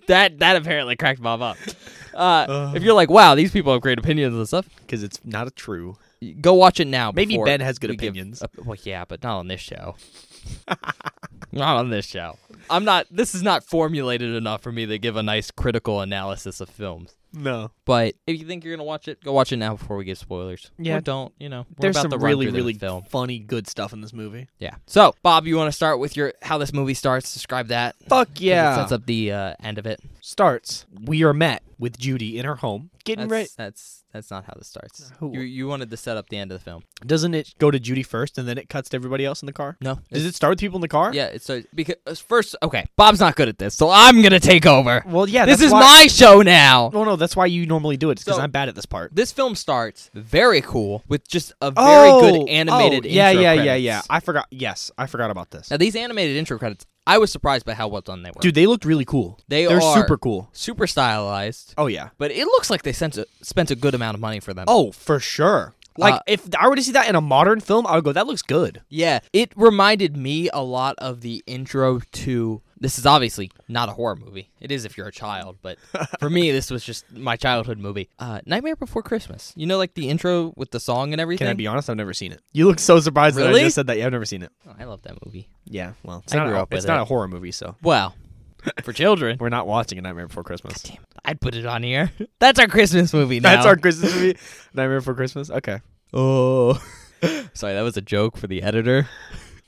B: that that apparently cracked Bob up. Uh, if you're like, wow, these people have great opinions on stuff,
A: Because it's not a true.
B: go watch it now.
A: Maybe
B: before
A: Ben has good
B: we give
A: opinions.
B: a- well, yeah, but not on this show. not on this show. I'm not. This is not formulated enough for me to give a nice critical analysis of films.
A: No.
B: But if you think you're gonna watch it, go watch it now before we give spoilers.
A: Yeah.
B: or don't. You know, we're
A: There's
B: about
A: some
B: to run
A: really,
B: through the
A: really
B: film.
A: funny, good stuff in this movie.
B: Yeah. So, Bob, you want to start with your how this movie starts? Describe that. 'Cause
A: Fuck
B: It sets up the uh, end of it.
A: Starts. We are met with Judy in her home, getting
B: That's,
A: ready.
B: that's that's not how this starts.
A: No.
B: You you wanted to set up the end of the film.
A: Doesn't it go to Judy first, and then it cuts to everybody else in the car?
B: No.
A: Does it start with people in the car?
B: Yeah, it's so because first okay, Bob's not good at this, so I'm gonna take over.
A: Well, yeah.
B: this
A: that's
B: is
A: why-
B: my show now.
A: No, no, that's why you normally do it. It's because
B: So-
A: I'm bad at this part.
B: This film starts very cool with just a very
A: Oh,
B: good animated
A: oh, yeah,
B: intro
A: yeah, yeah,
B: credits.
A: yeah. I forgot. Yes, I forgot about this.
B: Now these animated intro credits, I was surprised by how well done they were.
A: Dude, they looked really cool.
B: They
A: They're
B: are.
A: super cool.
B: super stylized.
A: Oh yeah.
B: But it looks like they sent a, spent a good amount of money for them.
A: Oh, for sure. Like
B: Uh,
A: if I were to see that in a modern film, I would go, "That looks good."
B: Yeah, it reminded me a lot of the intro to. This is obviously not a horror movie. It is if you're a child, but for me, this was just my childhood movie. Uh, Nightmare Before Christmas. You know, like the intro with the song and everything.
A: Can I be honest? I've never seen it. You look so surprised that I
B: Really?
A: just said that. Yeah, I've never seen it.
B: Oh, I love that movie.
A: Yeah, well, it's
B: I
A: not.
B: grew
A: a,
B: up
A: it's
B: with
A: not
B: it.
A: a horror movie, so
B: Well, for children.
A: we're not watching a Nightmare Before Christmas.
B: Damn, I'd put it on here. That's our Christmas movie now.
A: That's our Christmas movie, Nightmare Before Christmas. Okay,
B: Oh. Sorry, that was a joke for the editor.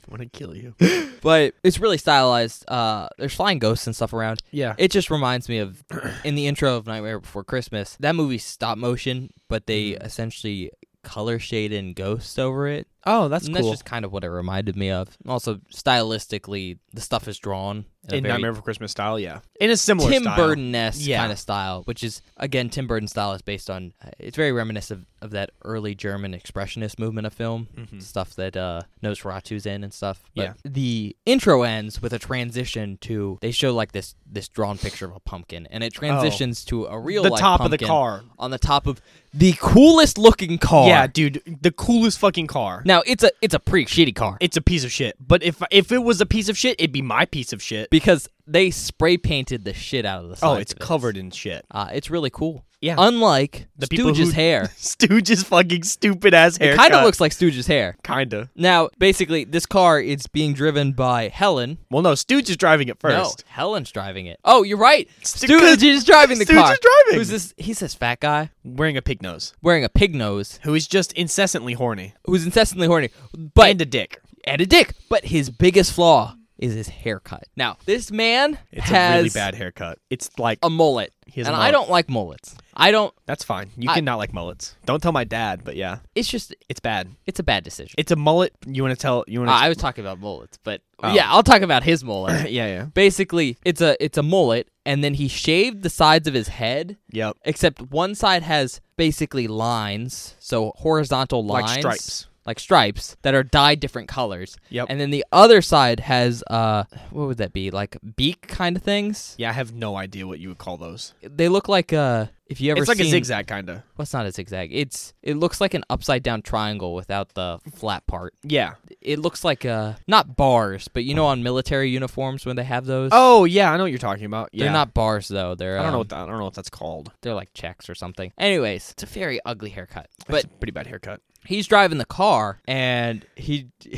A: I want to kill you.
B: But it's really stylized. Uh, there's flying ghosts and stuff around.
A: Yeah,
B: It just reminds me of in the intro of Nightmare Before Christmas. That movie's stop motion, but they
A: Mm-hmm.
B: essentially color shade in ghosts over it.
A: Oh, that's
B: and
A: cool.
B: that's just kind of what it reminded me of. Also, stylistically, the stuff is drawn in,
A: in
B: a very
A: Nightmare Before Christmas style, yeah. In a similar
B: Tim
A: style.
B: Burton esque
A: Yeah.
B: kind of style, which is again Tim Burton style is based on. uh, It's very reminiscent of, of that early German expressionist movement of film
A: Mm-hmm.
B: stuff that uh, Nosferatu's in and stuff. But
A: Hmm. Yeah.
B: the intro ends with a transition to they show like this this drawn picture of a pumpkin, and it transitions to a real
A: Oh. The
B: life
A: top of the
B: pumpkin
A: car.
B: on the top of the coolest looking car.
A: Yeah, dude, the coolest fucking car.
B: Now it's a it's a pretty shitty car
A: It's a piece of shit. But if if it was a piece of shit, it'd be my piece of shit.
B: because they spray painted the shit out of the.
A: Oh,
B: sides
A: it's
B: of it.
A: covered in shit.
B: Uh, it's really cool.
A: Yeah.
B: Unlike
A: The people
B: Stooge's
A: who-
B: hair.
A: Stooge's fucking stupid ass haircut.
B: Kind of looks like Stooge's hair.
A: kinda.
B: Now, basically, this car is being driven by Helen.
A: Well, no, Stooge is driving it first.
B: No, Helen's driving it. Oh, you're right.
A: Stu-
B: Stooge is driving the
A: Stooge
B: car.
A: is driving.
B: Who's this? He's this fat guy
A: Wearing a pig nose,
B: wearing a pig nose
A: who is just incessantly horny
B: who's incessantly horny, but
A: and a dick.
B: and a dick. But his biggest flaw is his haircut. Now, this man
A: It's
B: has
A: a really bad haircut. It's like
B: a mullet,
A: He has a
B: and I
A: mullet.
B: don't like mullets. I don't.
A: that's fine. You
B: I-
A: can not like mullets. Don't tell my dad, but yeah,
B: It's just
A: it's bad.
B: it's a bad decision.
A: It's a mullet. You want to tell? You want
B: Uh,
A: to?
B: I was talking about mullets, but
A: Oh.
B: yeah, I'll talk about his mullet.
A: yeah, yeah,
B: Basically, it's a it's a mullet, and then he shaved the sides of his head
A: yep.
B: except one side has basically lines, so horizontal
A: Like
B: lines,
A: stripes.
B: like stripes that are dyed different colors.
A: Yep.
B: And then the other side has uh, what would that be? Like beak kind of things.
A: Yeah, I have no idea what you would call those.
B: They look like uh, if you ever
A: It's like a
B: seen-
A: zigzag kind of.
B: Well, it's not a zigzag. It's it looks like an upside down triangle without the flat part.
A: Yeah.
B: It looks like uh, not bars, but you know on military uniforms when they have those.
A: Oh yeah, I know what you're talking about. Yeah.
B: They're not bars though. They're
A: I don't know
B: um,
A: what that, I don't know what that's called.
B: they're like checks or something. Anyways, it's a very ugly haircut. But
A: That's a pretty bad haircut.
B: he's driving the car and he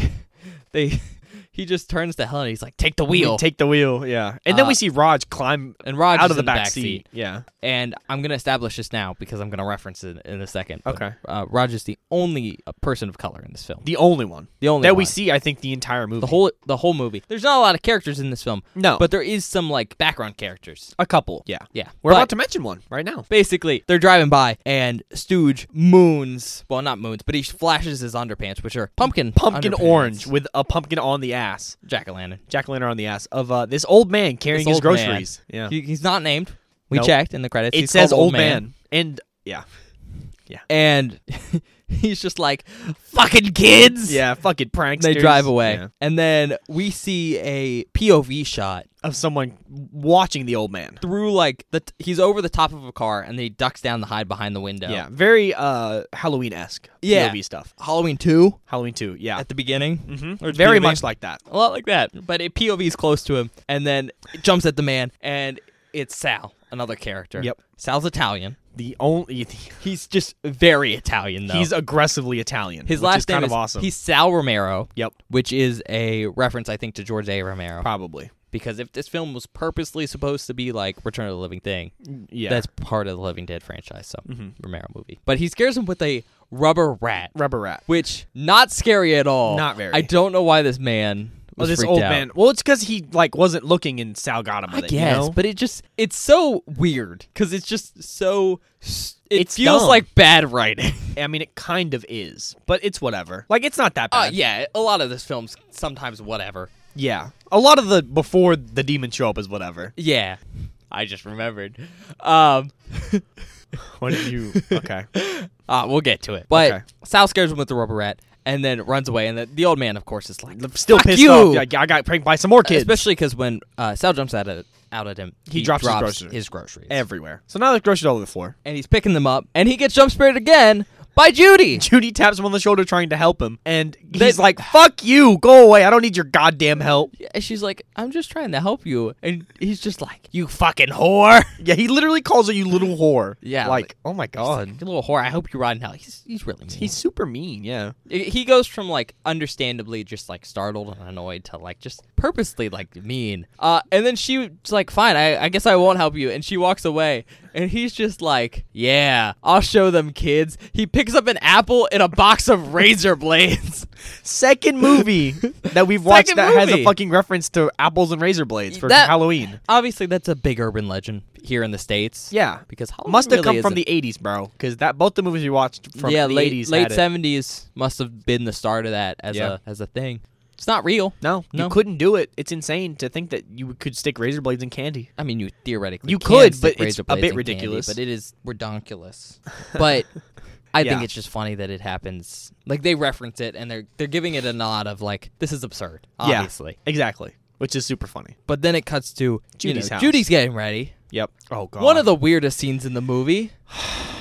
B: they he just turns to Helen and he's like take the wheel
A: We take the wheel. Yeah. And then
B: Uh,
A: we see Raj climb
B: and Raj
A: out
B: is
A: of the
B: in
A: back,
B: back
A: seat. Yeah.
B: and I'm going to establish this now because I'm going to reference it in a second but,
A: Okay.
B: uh, Raj is the only uh, person of color in this film
A: The only one
B: the only
A: that we
B: one.
A: see, I think, the entire movie.
B: the whole the whole movie there's not a lot of characters in this film
A: no,
B: but there is some like background characters
A: a couple. Yeah.
B: yeah
A: We're
B: But-
A: about to mention one right now.
B: Basically, they're driving by and Stooge moons. Well, not moons, but he flashes his underpants, which are pumpkin
A: Pumpkin
B: underpants.
A: orange with a pumpkin on the ass.
B: jack o' lantern.
A: Jack o' lantern on the ass of uh, this old man carrying
B: This
A: his
B: old man.
A: groceries. Yeah.
B: He, he's not named. We
A: Nope.
B: checked in the credits.
A: it
B: He's
A: says
B: called
A: old man. and yeah,
B: and he's just like, "Fucking kids!"
A: yeah, fucking pranks.
B: They drive away, and then we see a POV shot
A: of someone watching the old man.
B: through like the. T- he's over the top of a car, and then he ducks down to hide behind the window.
A: Yeah, very uh, Halloween esque.
B: Yeah.
A: POV stuff.
B: Halloween two
A: Halloween two. Yeah,
B: at the beginning,
A: Mhm.
B: Or
A: very
B: POV.
A: much like that.
B: a lot like that. But it POV's close to him, and then it jumps at the man, and it's Sal, another character.
A: Yep.
B: Sal's Italian.
A: The only
B: He's just very Italian though.
A: he's aggressively Italian.
B: his
A: which
B: last
A: is
B: name
A: kind
B: is
A: of awesome.
B: he's Sal Romero.
A: yep,
B: which is a reference, I think, to George A. Romero.
A: probably.
B: Because if this film was purposely supposed to be like Return of the Living Thing,
A: Yeah, Mm-hmm.
B: that's part of the Living Dead franchise, so Romero movie. But he scares him with a rubber rat,
A: rubber rat.
B: which not scary at all.
A: Not very.
B: I don't know why this man
A: Oh,
B: was
A: this
B: freaked
A: old
B: out.
A: man. Well, it's because he like wasn't looking and Sal got him
B: I
A: with it.
B: guess,
A: you know?
B: but it just it's so weird because it's just so s- it
A: It's
B: feels
A: dumb.
B: like bad writing.
A: I mean, it kind of is, but it's whatever. Like, it's not that
B: Uh,
A: bad.
B: yeah, a lot of this film's sometimes whatever.
A: yeah. A lot of the before the demons show up is whatever.
B: Yeah, I just remembered. Um,
A: What did you? Okay.
B: uh, we'll get to it. But
A: Okay.
B: Sal scares him with the rubber rat and then runs away. And the, the old man, of course, is like,
A: Still
B: "Fuck
A: pissed
B: you!"
A: off. Like, I got pranked by some more kids.
B: Especially because when uh, Sal jumps out at out at him,
A: He drops his groceries.
B: his groceries.
A: everywhere. So now there's groceries all over the floor.
B: and he's picking them up, and he gets jump scared again by Judy.
A: Judy taps him on the shoulder trying to help him, and he's
B: They-
A: like, "Fuck you, go away! I don't need your goddamn help."
B: And she's like, "I'm just trying to help you," and he's just like,
A: You fucking whore. Yeah, he literally calls her you little whore.
B: Yeah,
A: like, oh my god,
B: "You little whore, I hope you ride in hell." He's he's really mean.
A: he's super mean. Yeah,
B: he goes from like understandably just like startled and annoyed to like just purposely like mean. Uh, and then she's like, "Fine, I, I guess I won't help you," and she walks away. And he's just like, "Yeah, I'll show them kids." He picks up an apple and a box of razor blades.
A: second movie that we've watched
B: Second
A: that has
B: movie.
A: a fucking reference to apples and razor blades for
B: That-
A: Halloween.
B: Obviously, that's a big urban legend here in the states.
A: Yeah,
B: because Halloween
A: must have
B: really
A: come from
B: isn't-
A: the '80s, bro. Because that both the movies we watched from
B: yeah
A: the
B: late
A: 80s
B: late
A: had it.
B: seventies must have been the start of that as
A: Yeah.
B: a as a thing. It's not real.
A: No,
B: No.
A: you couldn't do it. It's insane to think that you could stick razor blades in candy.
B: I mean, you theoretically
A: You
B: can
A: could,
B: stick
A: but it's
B: razor
A: a
B: blades
A: bit
B: in candy,
A: ridiculous.
B: but it is redonkulous. But I think
A: Yeah.
B: it's just funny that it happens. Like they reference it and they're they're giving it a nod of like this is absurd,
A: Yeah.
B: obviously.
A: Exactly, which is super funny.
B: But then it cuts to Judy's
A: Judy's house.
B: Judy's getting ready.
A: Yep. Oh god.
B: One of the weirdest scenes in the movie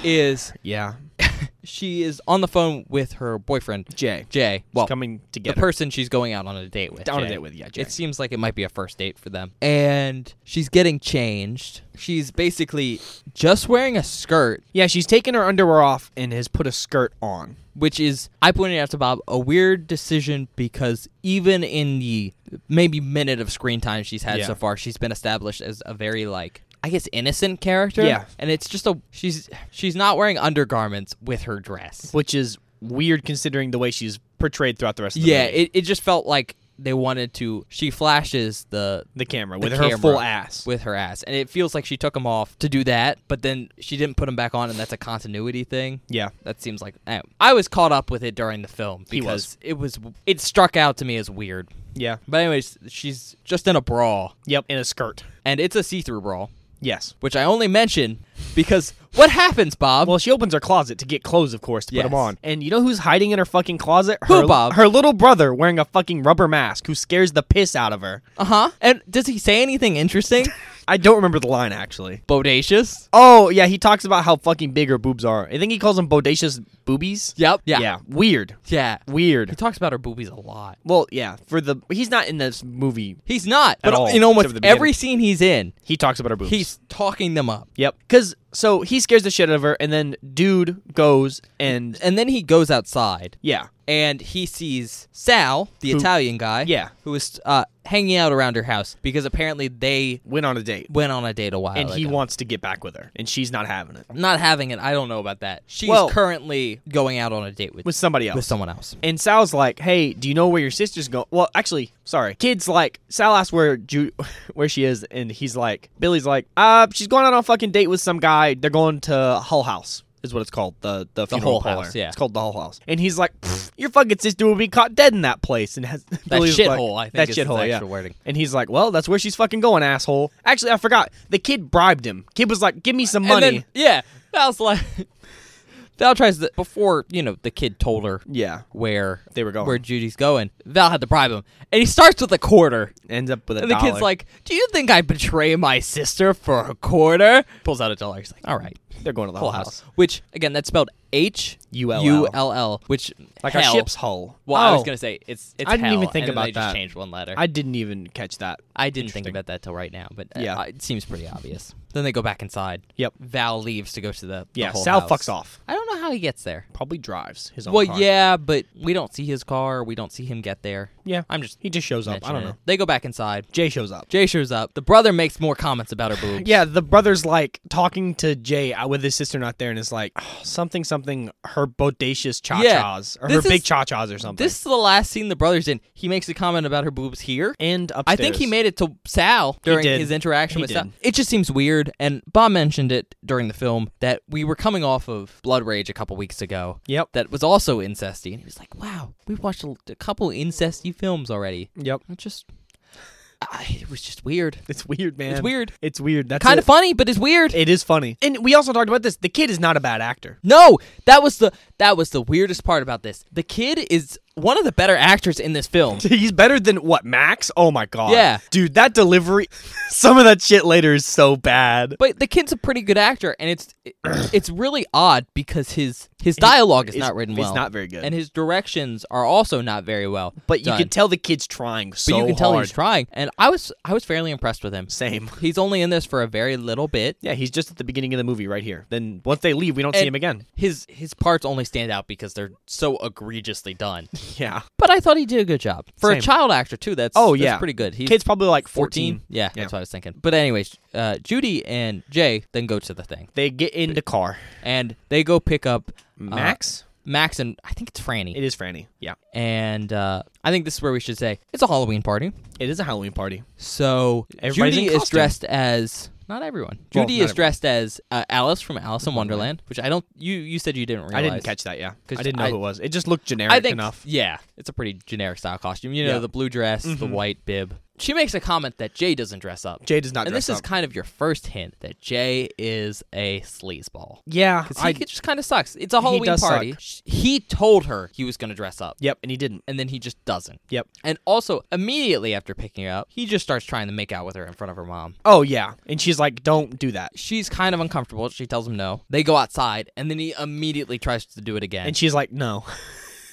B: is
A: yeah.
B: she is on the phone with her boyfriend
A: Jay.
B: Jay.
A: Well,
B: Well,
A: coming
B: the
A: together.
B: person she's going out on a date with.
A: Down a
B: Jay.
A: date with, yeah, Jay.
B: It seems like it might be a first date for them. And she's getting changed. She's basically just wearing a skirt,
A: yeah, she's taken her underwear off and has put a skirt on.
B: which is, I pointed out to Bob, a weird decision because even in the maybe minute of screen time she's had
A: Yeah.
B: so far, she's been established as a very, like, I guess innocent character.
A: Yeah.
B: And it's just a she's she's not wearing undergarments with her dress.
A: which is weird considering the way she's portrayed throughout the rest of the
B: Yeah,
A: movie.
B: it, it just felt like they wanted to she flashes the
A: the camera
B: the
A: with her full
B: camera
A: ass.
B: with her ass and it feels like she took him off to do that but then she didn't put him back on and that's a continuity thing
A: yeah,
B: that seems like eh. i was caught up with it during the film because
A: He was.
B: it was it struck out to me as weird
A: yeah,
B: but anyways she's just in a brawl
A: yep, in a skirt.
B: and it's a see-through brawl
A: Yes.
B: which i only mention because what happens bob
A: Well, she opens her closet to get clothes, of course, to put
B: Yes.
A: them on. And you know who's hiding in her fucking closet?
B: Who,
A: Her,
B: Bob?
A: Her little brother wearing a fucking rubber mask who scares the piss out of her.
B: uh-huh and does he say anything interesting
A: I don't remember the line, actually.
B: bodacious
A: Oh, yeah, he talks about how fucking big her boobs are. I think he calls them bodacious boobies.
B: yep yeah
A: Yeah, weird.
B: yeah he
A: Weird.
B: talks about her boobies a lot
A: Well, yeah, for the. He's not in this movie.
B: he's not but
A: all,
B: in
A: except
B: almost
A: for the
B: every scene he's in
A: He talks about her boobs.
B: he's talking them up
A: Yep. Cause so he scares the shit out of her, and then dude goes and
B: and then he goes outside
A: yeah,
B: and he sees Sal, the
A: Who-
B: Italian guy,
A: Yeah.
B: who is uh, hanging out around her house because apparently they
A: went on a date,
B: went on a date a while
A: and he
B: ago.
A: wants to get back with her, and she's not having it
B: Not having it, I don't know about that. She's
A: Well-
B: currently going out on a date with
A: with somebody else.
B: with someone else.
A: and Sal's like, "Hey, do you know where your sister's going?" Well, actually, sorry. Kids like Sal asks where Ju- where she is, and he's like, Billy's like, "Uh, she's going out on a fucking date with some guy. They're going to Hull House." Is what it's called the the, funeral
B: Hull
A: parlor.
B: House, yeah.
A: it's called the Hull House, and he's like, "Pfft, "Your fucking sister will be caught dead in that place." And has
B: That
A: Billy's like-
B: shithole, I
A: that
B: think is the
A: shithole, yeah.
B: extra wording.
A: And he's like, "Well, that's where she's fucking going, asshole." Actually, I forgot. The kid bribed him. Kid was like, "Give me some money."
B: And then, yeah, Sal's like, Val tries to before you know the kid told her
A: yeah,
B: where
A: They were going.
B: where Judy's going. Val had to bribe him, and he starts with a quarter.
A: ends up with a
B: And the kid's
A: dollar.
B: like, "Do you think I betray my sister for a quarter?" Pulls out a dollar. He's like, "All right,
A: "They're going to the
B: Hull
A: Hull
B: House, which again that's spelled H
A: ULL.
B: U L L, which
A: like
B: hell,
A: a ship's hull."
B: Well, I was
A: Oh.
B: gonna say it's. it's
A: I didn't
B: hell,
A: even think
B: and then
A: about
B: they Just
A: that.
B: changed one letter. I,
A: I didn't even catch that.
B: didn't think
A: Interesting.
B: about that till right now, but uh,
A: Yeah.
B: uh, it seems pretty obvious. Then they go back inside.
A: Yep.
B: Val leaves to go to the. the
A: Yeah,
B: whole
A: Sal
B: house.
A: fucks off.
B: I don't know how he gets there.
A: Probably drives his own
B: Well,
A: car.
B: yeah, but we don't see his car. We don't see him get there.
A: Yeah.
B: I'm just.
A: He just shows up. I
B: mentioning
A: don't
B: it.
A: know.
B: They go back inside.
A: Jay shows up.
B: Jay shows up. The brother makes more comments about her boobs.
A: Yeah, the brother's like talking to Jay uh, with his sister not there and is like, "Oh, something, something, something her bodacious cha
B: Yeah,
A: chas or her
B: this
A: big
B: is-
A: cha chas or something.
B: This is the last scene the brothers in. He makes a comment about her boobs here.
A: and upstairs.
B: I think he made it to Sal during
A: did.
B: his interaction
A: He
B: with Sal.
A: did.
B: It just seems weird. And Bob mentioned it during the film that we were coming off of Blood Rage a couple weeks ago.
A: Yep.
B: That was also incesty. And he was like, wow, we've watched a, a couple incesty films already.
A: Yep.
B: It just, I, it was just weird.
A: It's weird, man.
B: It's weird.
A: It's weird. That's
B: Kind
A: it.
B: of funny, but it's weird.
A: It is funny. And we also talked about this. The kid is not a bad actor.
B: No, that was the that was the weirdest part about this. The kid is one of the better actors in this film.
A: He's better than what Max? Oh my god.
B: Yeah.
A: Dude, that delivery some of that shit later is so bad.
B: But the kid's a pretty good actor, and it's it- it's really odd because his his dialogue is
A: It's-
B: not written
A: it's
B: well.
A: not very good.
B: and his directions are also not very well.
A: but you
B: done.
A: can tell the kid's trying so
B: but you can tell
A: hard.
B: he's trying. And I was I was fairly impressed with him.
A: Same.
B: He's only in this for a very little bit.
A: Yeah, he's just at the beginning of the movie right here. Then once they leave, we don't see
B: And-
A: him again.
B: His his parts only stand out because they're so egregiously done.
A: Yeah.
B: But I thought he did a good job for
A: Same.
B: a child actor too. That's
A: Oh,
B: that's
A: yeah.
B: pretty good. He's
A: Kid's probably like
B: 14?
A: 14.
B: Yeah,
A: Yeah.
B: that's what I was thinking. But anyways, uh, Judy and Jay then go to the thing,
A: They get in the car.
B: and they go pick up uh,
A: Max?
B: Max, and I think it's Franny.
A: it is Franny. Yeah.
B: and uh, I think this is where we should say it's a Halloween party.
A: It is a Halloween party.
B: So
A: Everybody's
B: Judy
A: in
B: is
A: costume.
B: dressed as not everyone.
A: Well,
B: Judy
A: not
B: is dressed as uh, Alice from Alice in Wonderland, which I don't. You you said you didn't realize.
A: I didn't catch that, yeah.
B: 'Cause
A: I didn't know
B: I-
A: who it was. It just looked generic
B: I think
A: enough.
B: yeah, it's a pretty generic style costume. You know,
A: Yeah. Mm-hmm.
B: the blue dress, the white bib. She makes a comment that Jay doesn't dress up.
A: Jay does not
B: and
A: dress
B: this is
A: up.
B: kind of your first hint that Jay is a sleazeball.
A: yeah.
B: 'Cause
A: I-
B: he just kind of sucks. It's a Halloween
A: does
B: party.
A: suck.
B: Sh- He told her he was going to dress up,
A: Yep, and he didn't.
B: and then he just doesn't.
A: Yep.
B: And also, immediately after picking her up, he just starts trying to make out with her in front of her mom.
A: Oh yeah, and she's like, "Don't do that."
B: She's kind of uncomfortable. She tells him no. They go outside, and then he immediately tries to do it again.
A: And she's like, "No."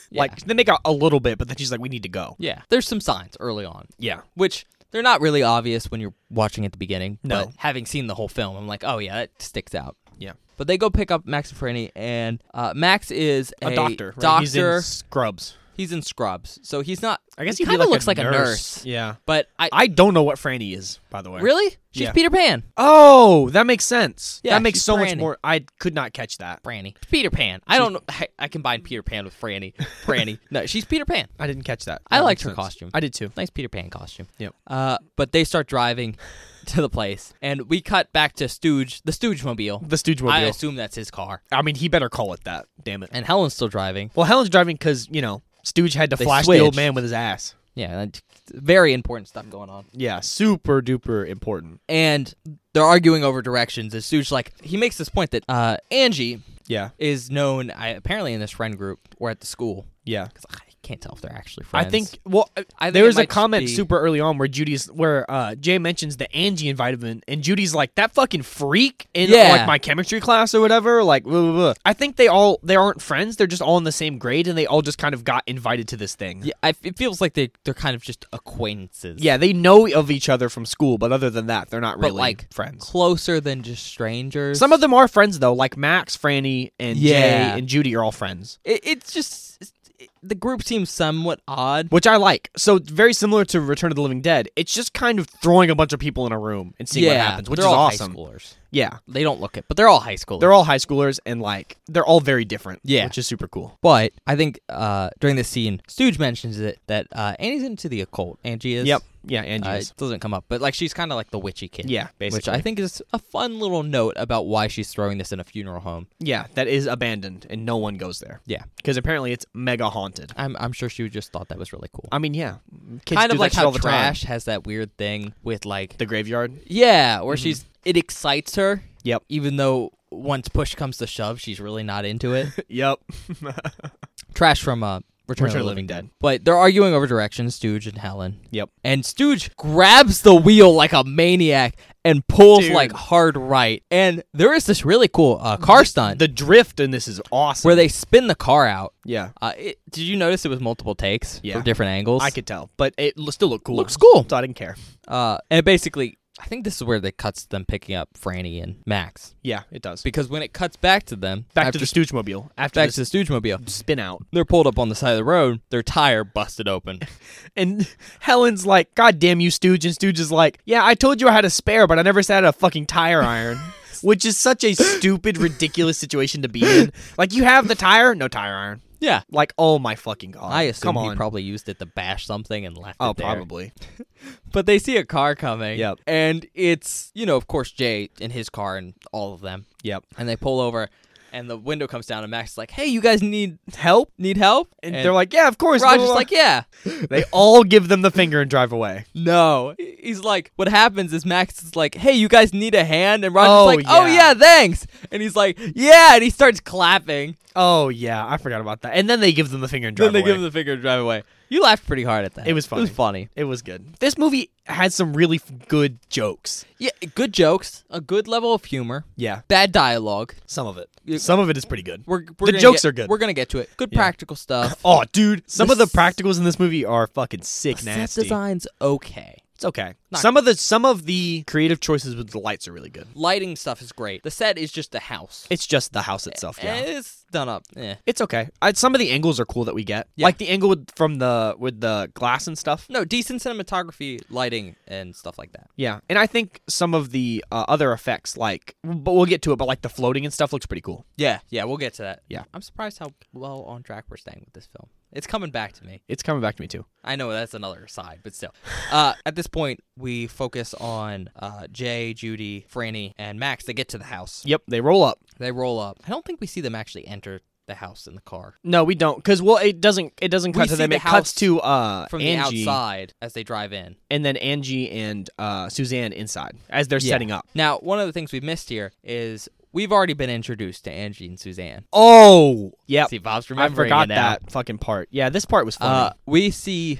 B: Yeah.
A: Like they make out a little bit, but then she's like, "We need to go."
B: yeah, there's some signs early on.
A: Yeah.
B: which they're not really obvious when you're watching at the beginning.
A: No.
B: But having seen the whole film, I'm like, oh yeah, that sticks out.
A: Yeah.
B: But they go pick up Max and Franny, and uh, Max is
A: A,
B: a,
A: doctor. right?
B: Doctor,
A: He's in scrubs.
B: he's in scrubs, so he's not.
A: I guess
B: he
A: he'd be
B: kind of looks like a nurse.
A: Yeah.
B: But I,
A: I don't know what Franny is, by the way.
B: really, she's
A: Yeah.
B: Peter Pan.
A: Oh, that makes sense.
B: Yeah,
A: that makes
B: she's
A: so much
B: Franny.
A: more. I could not catch that.
B: Franny, Peter Pan. I don't know. I, I combined Peter Pan with Franny. Franny. no, she's Peter Pan.
A: I didn't catch that.
B: I
A: That
B: liked
A: makes
B: her
A: sense.
B: costume.
A: I did too.
B: Nice Peter Pan costume.
A: Yep.
B: Uh, but they start driving to the place, and we cut back to Stooge, the Stooge mobile.
A: The Stooge
B: I
A: mobile.
B: assume that's his car.
A: I mean, he better call it that. Damn it.
B: And Helen's still driving.
A: Well, Helen's driving because you know Stooge had to
B: They
A: flash the old
B: switched.
A: man with his ass.
B: Yeah, that- very important stuff going on.
A: Yeah, super duper important.
B: And they're arguing over directions. And Suge, like, he makes this point that uh, Angie
A: Yeah,
B: is known, I, apparently, in this friend group or at the school.
A: yeah.
B: 'Cause I can't tell if they're actually
A: I
B: friends.
A: think well, uh,
B: I think
A: there
B: it
A: was
B: might
A: a
B: just
A: comment
B: be-
A: super early on where Judy's where uh, Jay mentions that Angie invited him, in, and Judy's like that fucking freak in
B: Yeah.
A: like my chemistry class or whatever. Like, blah, blah, blah. I think they all they aren't friends. They're just all in the same grade, and they all just kind of got invited to this thing.
B: Yeah, I, it feels like they, they're kind of just acquaintances.
A: Yeah, they know of each other from school, but other than that, they're not
B: But,
A: really
B: like,
A: friends.
B: closer than just strangers.
A: Some of them are friends though, like Max, Franny, and
B: Yeah.
A: Jay and Judy are all friends.
B: It, it's just. it- the group seems somewhat odd.
A: which I like. So very similar to Return of the Living Dead, it's just kind of throwing a bunch of people in a room and seeing
B: yeah,
A: what happens, which
B: they're
A: is
B: all
A: awesome.
B: High schoolers.
A: Yeah,
B: They don't look it, but they're all high schoolers.
A: they're all high schoolers and like they're all very different.
B: Yeah.
A: which is super cool.
B: But I think uh, during this scene, Stooge mentions it that uh, Annie's into the occult. Angie is.
A: Yep. Yeah, Angie.
B: Uh,
A: is.
B: it doesn't come up, but like she's kind of like the witchy kid.
A: Yeah,
B: Which
A: basically.
B: I think is a fun little note about why she's throwing this in a funeral home.
A: yeah, that is abandoned and no one goes there
B: Yeah,
A: because apparently it's mega haunted.
B: I'm I'm sure she just thought that was really cool.
A: I mean, yeah, kids
B: kind
A: do
B: of
A: that
B: like
A: shit
B: how
A: all the time.
B: Trash has that weird thing with like
A: the graveyard.
B: yeah, where
A: Mm-hmm.
B: she's it excites her.
A: Yep.
B: Even though once push comes to shove, she's really not into it.
A: Yep.
B: Trash from uh, Return, of the Living Dead. But they're arguing over directions, Stooge and Helen.
A: Yep.
B: And Stooge grabs the wheel like a maniac and pulls
A: Dude.
B: like hard right. And there is this really cool uh, car stunt
A: The drift in this is awesome.
B: where they spin the car out.
A: yeah,
B: Uh, it, did you notice it was multiple takes
A: Yeah.
B: from different angles?
A: I could tell, but it l- still looked cool.
B: Looks cool.
A: So I didn't care.
B: Uh, and basically, I think this is where they cuts to them picking up Franny and Max
A: Yeah, it does.
B: because when it cuts back to them,
A: back
B: after
A: to the
B: s-
A: Stooge mobile. After
B: back
A: this
B: to the Stooge mobile,
A: spin out.
B: they're pulled up on the side of the road. Their tire busted open.
A: And Helen's like, God damn you, Stooge. And Stooge is like, Yeah, I told you I had a spare, but I never said I had a fucking tire iron. which is such a stupid, ridiculous situation to be in. Like you have the tire, no tire iron.
B: Yeah.
A: Like oh my fucking god!
B: I assume
A: Come on.
B: he probably used it to bash something and left
A: oh
B: it there.
A: probably.
B: But they see a car coming.
A: Yep.
B: And it's, you know, of course, Jay in his car and all of them.
A: Yep.
B: And they pull over and the window comes down and Max is like, hey, you guys need help? Need help?
A: And, they're like, yeah, of course. blah,
B: Roger's
A: blah,
B: like, yeah.
A: blah." they all give them the finger and drive away.
B: No. He's like, what happens is Max is like, hey, you guys need a hand? And Roger's
A: Oh,
B: like, oh,
A: yeah.
B: yeah, thanks. And he's like, yeah. And he starts clapping.
A: Oh yeah, I forgot about that. And then they give them the finger and drive
B: Then they
A: away.
B: give him the finger and drive away. You laughed pretty hard at that.
A: It was
B: It was funny.
A: it was good. This movie had some really f- good jokes.
B: Yeah, good jokes, a good level of humor,
A: Yeah,
B: bad dialogue.
A: some of it.
B: You-
A: Some of it is pretty good.
B: We're, we're
A: The
B: gonna
A: jokes
B: get-
A: are good.
B: We're gonna get to it. Good
A: Yeah.
B: practical stuff.
A: Oh, dude, some of the
B: This-
A: practicals in this movie are fucking sick,
B: Set
A: nasty.
B: design's okay.
A: It's okay.
B: Not-
A: some of the some of the creative choices with the lights are really good.
B: Lighting stuff is great. The set is just a house.
A: It's just the house itself. Yeah,
B: Eh, It's done up. Eh.
A: it's okay. I, some of the angles are cool that we get,
B: Yeah.
A: like the angle with, from the with the glass and stuff.
B: No, decent cinematography, lighting, and stuff like that.
A: Yeah, and I think some of the uh, other effects, like, but we'll get to it. But like the floating and stuff looks pretty cool.
B: Yeah, yeah, we'll get to that.
A: Yeah.
B: I'm surprised how well on track we're staying with this film. It's coming back to me.
A: It's coming back to me too.
B: I know that's another side, but still. Uh, at this point, we focus on uh, Jay, Judy, Franny, and Max. They get to the house.
A: Yep, they roll up.
B: They roll up. I don't think we see them actually enter the house in the car
A: No, we don't, because well, it doesn't. It doesn't
B: We
A: cut to
B: see
A: them.
B: the
A: it cuts
B: house
A: to uh
B: from
A: Angie,
B: the outside as they drive in.
A: and then Angie and uh Suzanne inside as they're
B: Yeah.
A: setting up.
B: Now, one of the things we've missed here is we've already been introduced to Angie and Suzanne.
A: Oh, yep.
B: See, Bob's
A: I
B: remembering
A: forgot
B: it now.
A: that fucking part. Yeah, this part was funny.
B: Uh, we see,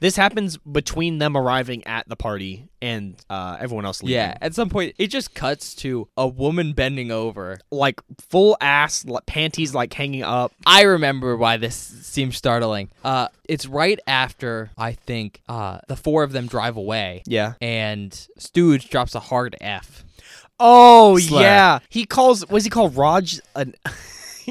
A: this happens between them arriving at the party and uh, everyone else leaving.
B: yeah, at some point, it just cuts to a woman bending over.
A: like full ass like, panties like hanging up.
B: I remember why this seems startling. Uh, it's right after, I think, uh, the four of them drive away.
A: Yeah.
B: And Stooge drops a hard F.
A: Oh
B: Slur.
A: yeah. He calls. Was he called Raj? An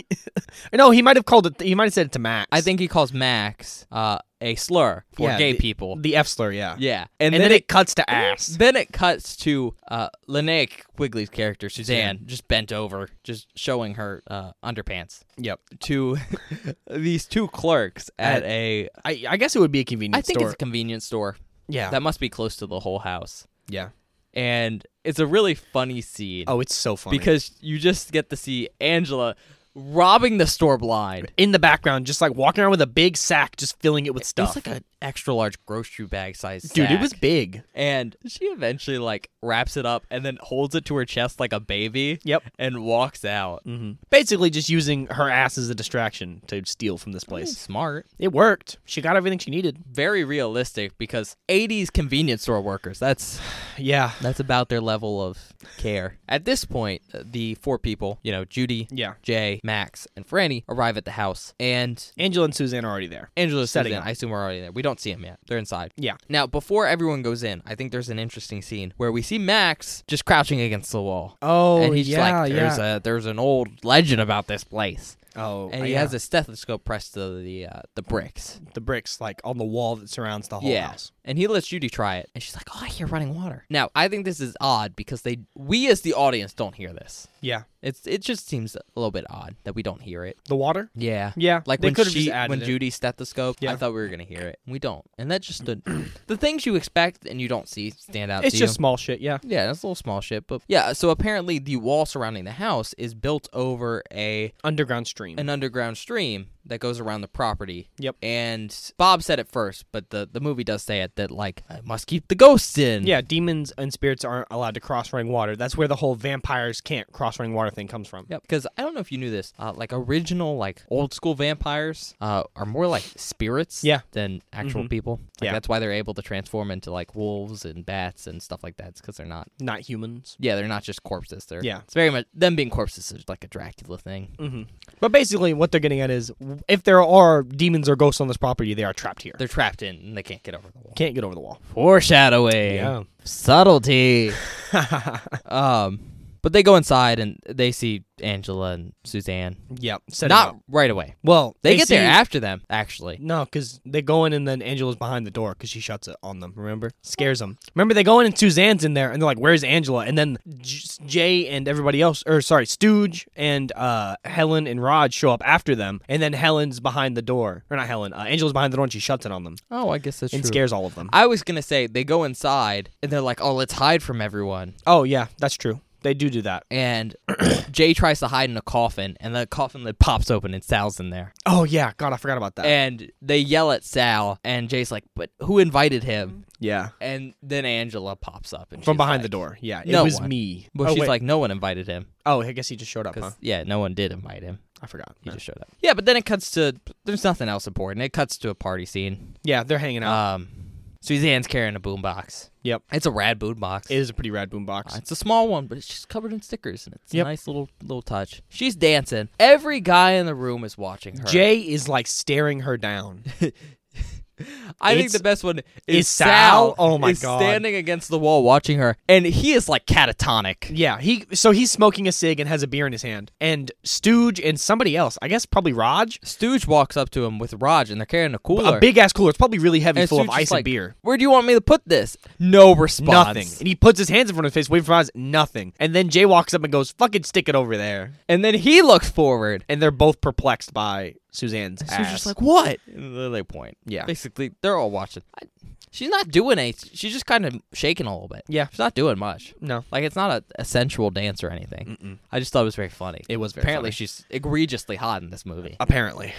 A: no, he might have called it. He might have said it to Max.
B: I think he calls Max uh, a slur for
A: Yeah,
B: gay
A: the-
B: people.
A: the F slur. Yeah.
B: yeah.
A: And, then, it cuts to ass.
B: Then it cuts to uh, Linnea Quigley's character, Suzanne, just bent over, just showing her uh, underpants
A: Yep.
B: to these two clerks at
A: At-
B: a.
A: I, I guess it would be a
B: I
A: convenience
B: think
A: store.
B: it's a convenience store.
A: yeah.
B: That must be close to the whole house.
A: yeah.
B: And it's a really funny scene
A: Oh, it's so funny.
B: because you just get to see Angela robbing the store blind.
A: in the background, just like walking around with a big sack, just filling it with stuff.
B: It's like an extra large grocery bag size.
A: Dude, it was
B: sack.
A: big.
B: And she eventually like wraps it up and then holds it to her chest like a baby.
A: Yep.
B: And walks out.
A: Basically, just using her ass as a distraction to steal from this
B: It's
A: place.
B: smart.
A: It worked. She got everything she needed.
B: Very realistic because 80s convenience store workers, that's
A: Yeah.
B: that's about their level of care. At this point, uh, the four people, you know, Judy,
A: Yeah.
B: Jay, Max, and Franny arrive at the house and
A: Angela and Suzanne are already there.
B: Angela's
A: Setting
B: setting.
A: up.
B: I assume we're already there. We don't see him yet. They're inside.
A: Yeah.
B: Now, before everyone goes in, I think there's an interesting scene where we see Max just crouching against the wall.
A: Oh,
B: and he's like, there's a there's an old legend about this place,
A: oh,
B: and he has a stethoscope pressed to the uh, the bricks.
A: the bricks like on the wall that surrounds the whole house.
B: and he lets Judy try it, and she's like, "Oh, I hear running water." Now, I think this is odd because they we as the audience don't hear this.
A: Yeah.
B: It's it just seems a little bit odd that we don't hear it.
A: The water?
B: Yeah.
A: Yeah.
B: Like
A: they
B: when
A: could have
B: she,
A: just added
B: when
A: it.
B: Judy stethoscope, I
A: Yeah.
B: thought we were gonna hear it. We don't, and that just stood. the things you expect and you don't see stand out.
A: It's
B: to
A: just
B: you.
A: small shit, yeah.
B: yeah, that's a little small shit, but yeah. So apparently, the wall surrounding the house is built over a
A: Underground stream.
B: an underground stream that goes around the property.
A: Yep.
B: And Bob said it first, but the the movie does say it that like I must keep the ghosts in.
A: yeah, demons and spirits aren't allowed to cross running water. That's where the whole vampires can't cross running water thing comes from.
B: Yep. Because I don't know if you knew this, uh, like original, like old school vampires uh, are more like spirits
A: Yeah. Mm-hmm.
B: than actual people. Like,
A: Yeah.
B: That's why they're able to transform into like wolves and bats and stuff like that. It's because they're not.
A: Not humans.
B: Yeah, they're not just corpses. They're
A: Yeah. Mm.
B: It's very much them being corpses is like a Dracula thing.
A: Mm-hmm. But basically, what they're getting at is if there are demons or ghosts on this property, they are trapped here.
B: They're trapped in and they can't get over the wall.
A: can't get over the wall.
B: Foreshadowing.
A: Yeah.
B: Subtlety. um. But they go inside and they see Angela and Suzanne.
A: Yeah, set it
B: Not
A: up.
B: right away.
A: well.
B: They, get there
A: see-
B: after them, actually.
A: No, because they go in and then Angela's behind the door because she shuts it on them. Remember, scares them. Remember, they go in and Suzanne's in there, and they're like, "Where's Angela?" And then J- Jay and everybody else, or sorry, Stooge and uh, Helen and Rod show up after them, and then Helen's behind the door, or not Helen, uh, Angela's behind the door, and she shuts it on them
B: Oh, I guess that's
A: and
B: true.
A: scares all of them.
B: I was gonna say they go inside and they're like, "Oh, let's hide from everyone."
A: oh yeah, that's true. They do do that.
B: And Jay tries to hide in a coffin, and the coffin lid pops open, and Sal's in there.
A: Oh yeah, God, I forgot about that.
B: And they yell at Sal, and Jay's like, "But who invited him?"
A: yeah,
B: And then Angela pops up and
A: Mm-hmm. from
B: she's
A: behind the
B: like-
A: door. Yeah, it
B: No
A: was
B: one.
A: me. oh,
B: But she's
A: wait.
B: like, "No one invited him."
A: oh, I guess he just showed up,
B: 'Cause,
A: huh?
B: yeah, no one did invite him.
A: I forgot.
B: He
A: No.
B: just showed up. Yeah, but then it cuts to there's nothing else important. It cuts to a party scene.
A: Yeah, they're hanging out.
B: Um, Suzanne's carrying a boombox.
A: yep,
B: It's a rad boombox.
A: it is a pretty rad boombox.
B: Uh, It's a small one, but it's just covered in stickers, and it's
A: Yep.
B: a nice little little touch. She's dancing. Every guy in the room is watching her.
A: Jay is like staring her down.
B: I think
A: it's-
B: the best one is,
A: is Sal? Oh my
B: is
A: God.
B: standing against the wall watching her, and he is like catatonic.
A: yeah, he so he's smoking a cig and has a beer in his hand. And Stooge and somebody else, I guess probably Raj,
B: Stooge walks up to him with Raj, and they're carrying a cooler.
A: a big ass cooler. It's probably really heavy,
B: and
A: full of
B: Stooge is
A: ice
B: like,
A: and beer.
B: Where do you want me to put this? No response.
A: Nothing. And he puts his hands in front of his face, waiting for Raj. Nothing. And then Jay walks up and goes, "Fucking stick it over there."
B: And then he looks forward.
A: And they're both perplexed by Suzanne's
B: And
A: ass.
B: Stooge is like, "What?" And they- they point.
A: yeah,
B: Basically, they're all watching. I, she's not doing anything. She's just kind of shaking a little bit.
A: Yeah.
B: she's not doing much.
A: no,
B: Like it's not a, a sensual dance or anything. I just thought it was very funny.
A: it was very
B: Apparently,
A: funny.
B: she's egregiously hot in this movie.
A: apparently,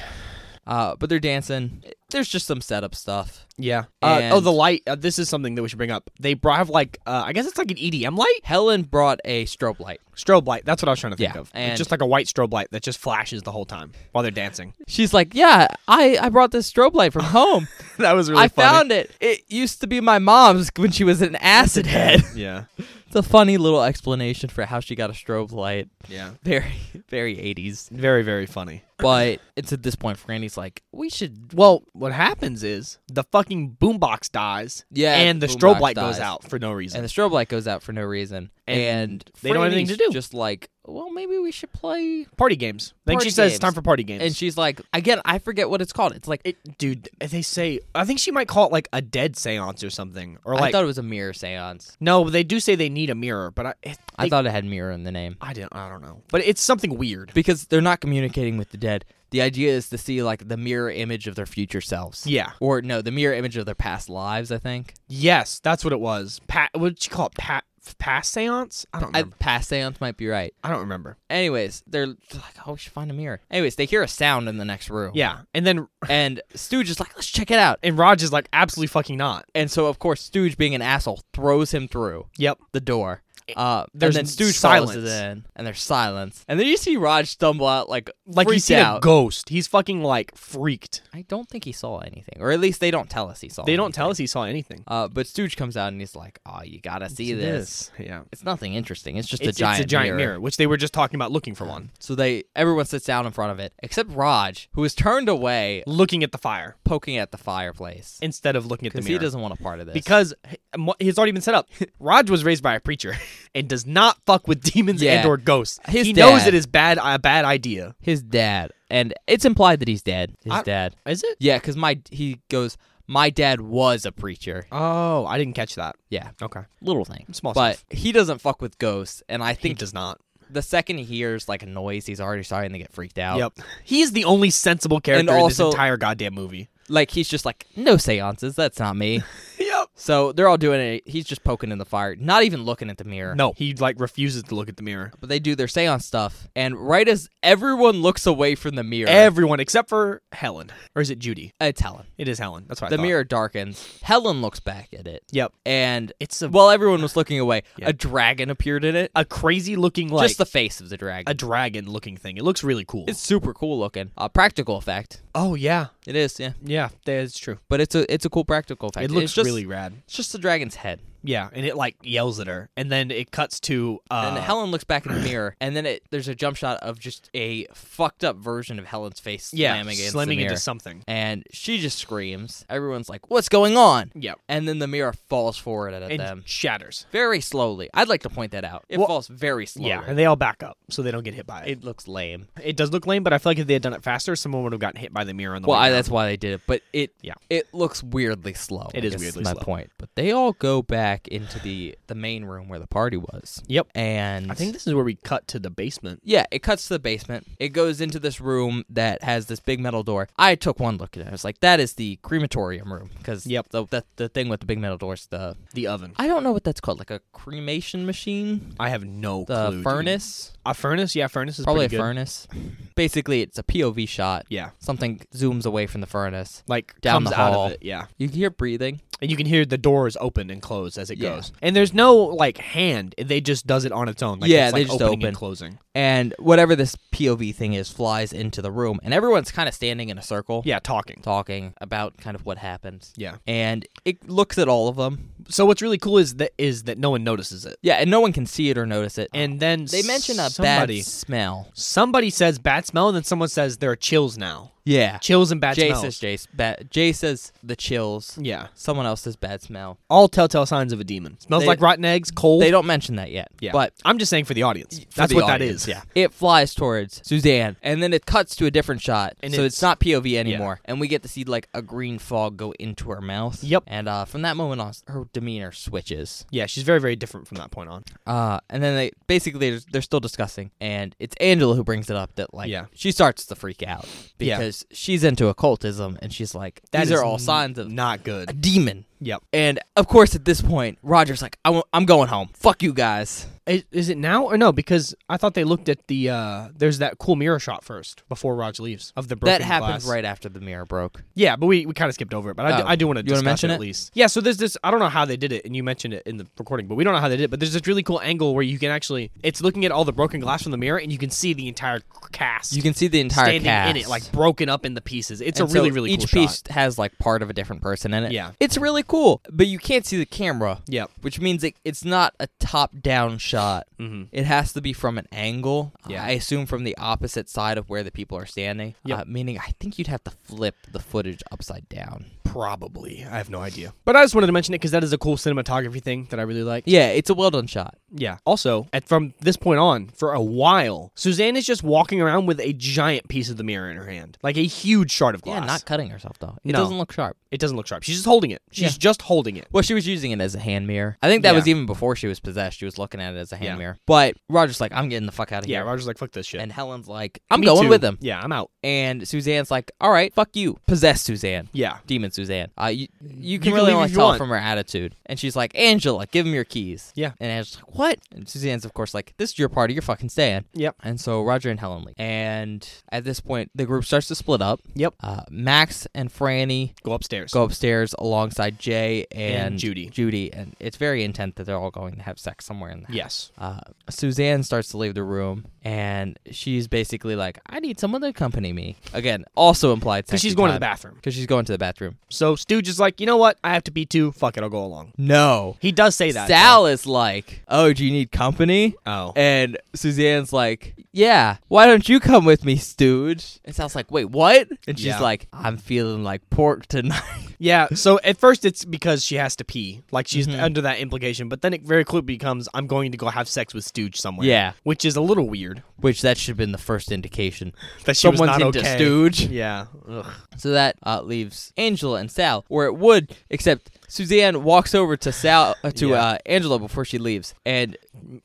B: Uh, but they're dancing. There's just some setup stuff.
A: yeah. Uh, oh,
B: And-
A: the light. Uh, this is something that we should bring up. They brought have like, uh, I guess it's like an EDM light.
B: Helen brought a strobe light.
A: Strobe light. That's what I was trying to think
B: Yeah,
A: of.
B: and-
A: It's just like a white strobe light that just flashes the whole time while they're dancing.
B: She's like, "Yeah, I I brought this strobe light from home.
A: that was really
B: I found it. It used to be my mom's when she was an acid head."
A: Yeah.
B: it's a funny little explanation for how she got a strobe light.
A: Yeah.
B: Very very 80s.
A: Very, very funny.
B: But it's at this point Franny's like, "We should
A: Well, what happens is the fucking boombox dies.
B: Yeah,
A: And the
B: boombox
A: strobe light goes
B: dies.
A: out for no reason.
B: and the strobe light goes out for no reason. And,
A: they don't have anything
B: Franny's
A: to do.
B: Just like, well, maybe we should play.
A: party games. Then
B: Party
A: she says
B: games.
A: it's time for party games.
B: And she's like, again, I forget what it's called. It's like,
A: it, dude, they say, I think she might call it like a dead seance or something. Or like,
B: I thought it was a mirror seance.
A: no, they do say they need a mirror, but I, it,
B: I thought it had mirror in the name
A: I didn't, I don't know. But it's something weird.
B: because they're not communicating with the dead. The idea is to see like the mirror image of their future selves.
A: Yeah.
B: Or no, the mirror image of their past lives. I think.
A: Yes, that's what it was. Pat, what did she call it? Pat, past seance? I don't
B: I,
A: remember.
B: past seance might be right.
A: I don't remember.
B: Anyways, they're like, oh, we should find a mirror. Anyways, they hear a sound in the next room.
A: Yeah, and then
B: And Stooge is like, let's check it out.
A: and Raj is like, absolutely fucking not.
B: And so, of course, Stooge, being an asshole, throws him through.
A: Yep.
B: the door. Uh,
A: there's
B: and then Stooge
A: Eh, silence.
B: follows it in, and there's silence. And then you see Raj stumble out, like
A: Like
B: freaked
A: he's seen
B: out.
A: a ghost. He's fucking like freaked.
B: I don't think he saw anything, or at least they don't tell us he saw.
A: They don't
B: anything.
A: tell us he saw anything.
B: Uh, but Stooge comes out and he's like, "Oh, you gotta see this.
A: Yeah.
B: It's nothing interesting. It's just
A: It's,
B: a giant,
A: it's a giant mirror. which they were just talking about looking for one,
B: So they everyone sits down in front of it except Raj, who is turned away,
A: looking at the fire
B: poking at the fireplace
A: instead of looking at the
B: because
A: mirror.
B: he doesn't want a part of this.
A: because h- m- he's already been set up. Raj was raised by a preacher and does not fuck with demons
B: Yeah.
A: and or ghosts.
B: His
A: he knows
B: dad-
A: it is bad a bad idea.
B: his dad, and it's implied that he's dead. His
A: I-
B: dad,
A: Is it?
B: yeah, because my he goes, my dad was a preacher.
A: Oh, I didn't catch that.
B: Yeah,
A: Okay.
B: little thing,
A: Small
B: but
A: stuff.
B: he doesn't fuck with ghosts. And
A: He
B: I think
A: does not.
B: the second he hears like a noise, he's already starting to get freaked out.
A: Yep. He is the only sensible character in
B: also-
A: this entire goddamn movie.
B: Like he's just like, no seances, that's not me.
A: Yep.
B: so they're all doing it. He's just poking in the fire, not even looking at the mirror.
A: No, he like refuses to look at the mirror.
B: But they do their seance stuff, and right as everyone looks away from the
A: Uh.
B: mirror,
A: Everyone except for Helen, or is it Judy?
B: it's Helen.
A: It is Helen. That's right.
B: The mirror darkens. Helen looks back at it,
A: Yep.
B: and
A: It's a
B: while everyone was looking away,
A: Yeah.
B: a dragon appeared in it.
A: a crazy looking like
B: just the face of the dragon.
A: a dragon looking thing. It looks really cool.
B: it's super cool looking. A practical effect.
A: oh yeah,
B: It is, yeah.
A: yeah. That's true.
B: but it's a it's a cool practical effect.
A: It looks
B: it's just,
A: really rad.
B: it's just the dragon's head.
A: Yeah, and it like yells at her, and then it cuts to uh,
B: and Helen looks back in the mirror, and then it, there's a jump shot of just a fucked up version of Helen's face
A: yeah,
B: slamming against
A: slamming
B: the mirror.
A: into something.
B: and she just screams. Everyone's like, "What's going on?"
A: Yeah,
B: And then the mirror falls forward at
A: and
B: them
A: shatters.
B: very slowly. I'd like to point that out. It
A: Well,
B: falls very slowly.
A: Yeah, and they all back up so they don't get hit by it.
B: it looks lame.
A: It, does look lame, but I feel like if they had done it faster, someone would have gotten hit by the mirror on the
B: Well,
A: way.
B: I,
A: down.
B: that's why they did it, but it
A: Yeah.
B: it looks weirdly slow.
A: It
B: I
A: is
B: guess
A: weirdly
B: my
A: slow.
B: point. But they all go back into the the main room where the party was.
A: Yep.
B: And
A: I think this is where we cut to the basement.
B: Yeah, it cuts to the basement. It goes into this room that has this big metal door. I took one look at it. I was like, that is the crematorium room. Because
A: Yep.
B: the, the, the thing with the big metal doors, the.
A: The oven.
B: I don't know what that's called. Like a cremation machine?
A: I have no
B: The
A: clue. dude.
B: furnace?
A: A furnace? Yeah, furnace is
B: Probably a
A: pretty good.
B: furnace. Basically, it's a POV shot.
A: Yeah,
B: Something zooms away from the furnace.
A: like
B: Down
A: comes
B: the
A: out
B: hall.
A: of it. Yeah,
B: You can hear breathing.
A: and you can hear the doors open and close as it
B: Yeah.
A: goes. And there's no like hand; they just does it on its own. Like,
B: Yeah,
A: it's,
B: they
A: like,
B: just
A: opening
B: open.
A: and closing.
B: And whatever this POV thing is flies into the room. And everyone's kind of standing in a circle.
A: Yeah, talking.
B: Talking about kind of what happened.
A: Yeah.
B: And it looks at all of them.
A: So what's really cool is that is that no one notices it.
B: Yeah, and no one can see it or notice it.
A: And then
B: they mention a
A: Uh, somebody,
B: bad smell.
A: Somebody says bad smell, and then someone says there are chills now.
B: Yeah.
A: Chills and bad
B: Jay
A: smells.
B: says Jace. Ba- Jay says the chills.
A: Yeah,
B: Someone else says bad smell.
A: all telltale signs of a demon. Smells
B: They-
A: like rotten eggs, cold.
B: They don't mention that yet.
A: yeah,
B: But
A: I'm just saying for the audience.
B: for
A: That's
B: the
A: what
B: audience,
A: that is. Yeah,
B: It flies towards Suzanne, and then it cuts to a different shot.
A: And
B: so it's,
A: it's-
B: not POV anymore, and we get to see like a green fog go into her mouth.
A: Yep.
B: And uh, from that moment on, her demeanor switches.
A: yeah. She's very very different from that point on.
B: Uh, and then they basically they're, they're still discussing, and it's Angela who brings it up that like
A: Yeah.
B: she starts to freak out
A: Yeah.
B: because she's into occultism and she's like
A: That
B: these
A: is
B: are all signs of
A: not
B: a
A: good.
B: demon.
A: Yep.
B: And of course, at this point, Roger's like, I w- I'm going home. Fuck you guys.
A: Is, is it now or no? Because I thought they looked at the uh there's that cool mirror shot first before Raj leaves of the broken
B: that happened
A: glass.
B: right after the mirror broke.
A: Yeah, but we, we kind of skipped over it. But I, do,
B: Oh.
A: I do want to
B: You wanna
A: discuss
B: mention
A: it
B: it?
A: at least. Yeah. So there's this. I don't know how they did it, and you mentioned it in the recording, but we don't know how they did it. But there's this really cool angle where you can actually it's looking at all the broken glass from the mirror, and you can see the entire cast.
B: You can see the entire
A: standing
B: cast
A: in it, like broken up into pieces. It's
B: And
A: a
B: so
A: really really
B: each
A: cool
B: piece
A: Shot.
B: has like part of a different person in it.
A: Yeah.
B: it's really cool, but you can't see the camera.
A: Yep.
B: which means it, it's not a top-down shot.
A: Mm-hmm.
B: It has to be from an angle.
A: Yeah.
B: I assume from the opposite side of where the people are standing.
A: Yep.
B: Uh, meaning, I think you'd have to flip the footage upside down.
A: Probably. I have no idea. But I just wanted to mention it because that is a cool cinematography thing that I really like.
B: Yeah, it's a well done shot.
A: Yeah. Also, at from this point on, for a while, Suzanne is just walking around with a giant piece of the mirror in her hand, like a huge shard of glass.
B: Yeah, not cutting herself though. It
A: No.
B: doesn't look sharp.
A: It doesn't look sharp. She's just holding it. She's
B: Yeah.
A: just holding it.
B: Well, she was using it as a hand mirror. I think that
A: Yeah.
B: was even before she was possessed. She was looking at it as a hand
A: Yeah.
B: mirror. But Roger's like, I'm getting the fuck out of
A: Yeah.
B: here.
A: Roger's like, "Fuck this shit."
B: And Helen's like, I'm
A: Me
B: going
A: too.
B: with him.
A: Yeah, I'm out.
B: And Suzanne's like, all right, fuck you. Possess Suzanne.
A: Yeah.
B: Demon Suzanne. Uh, you, you
A: can
B: can really
A: leave
B: only
A: if you
B: tell
A: want.
B: from her attitude. And she's like, Angela, give him your keys.
A: Yeah.
B: And Angela's like, what? And Suzanne's, of course, like, this is your party. You're fucking staying.
A: Yep.
B: And so Roger and Helen leave. And at this point, the group starts to split up.
A: Yep.
B: Uh, Max and Franny
A: Go upstairs.
B: go upstairs alongside Jay and,
A: And Judy.
B: Judy. And it's very intent that they're all going to have sex somewhere in the house.
A: Yes.
B: Uh, Suzanne starts to leave the room, and she's basically like, "I need someone to accompany me." Again, also implied
A: Because she's going to the bathroom.
B: Because she's going to the bathroom.
A: So Stooge is like, you know what? I have to pee too. Fuck it, I'll go along.
B: No,
A: He does say that.
B: Sal is like, "Oh, do you need company?"
A: though. Oh.
B: And Suzanne's like, "Yeah, why don't you come with me, Stooge?" And Sal's like, "Wait, what?" And she's
A: Yeah.
B: like, "I'm feeling like pork tonight."
A: Yeah. So at first it's because she has to pee, like she's
B: Mhm.
A: under that implication. But then it very quickly becomes, I'm going to go have sex with Stooge somewhere.
B: Yeah.
A: Which is a little weird.
B: Which that should have been the first indication
A: That she was
B: someone's
A: not
B: into
A: okay.
B: Stooge.
A: Yeah. Ugh.
B: So that uh, leaves Angela and Sal, or it would, except Suzanne walks over to Sal uh, to
A: Yeah.
B: uh, Angela before she leaves and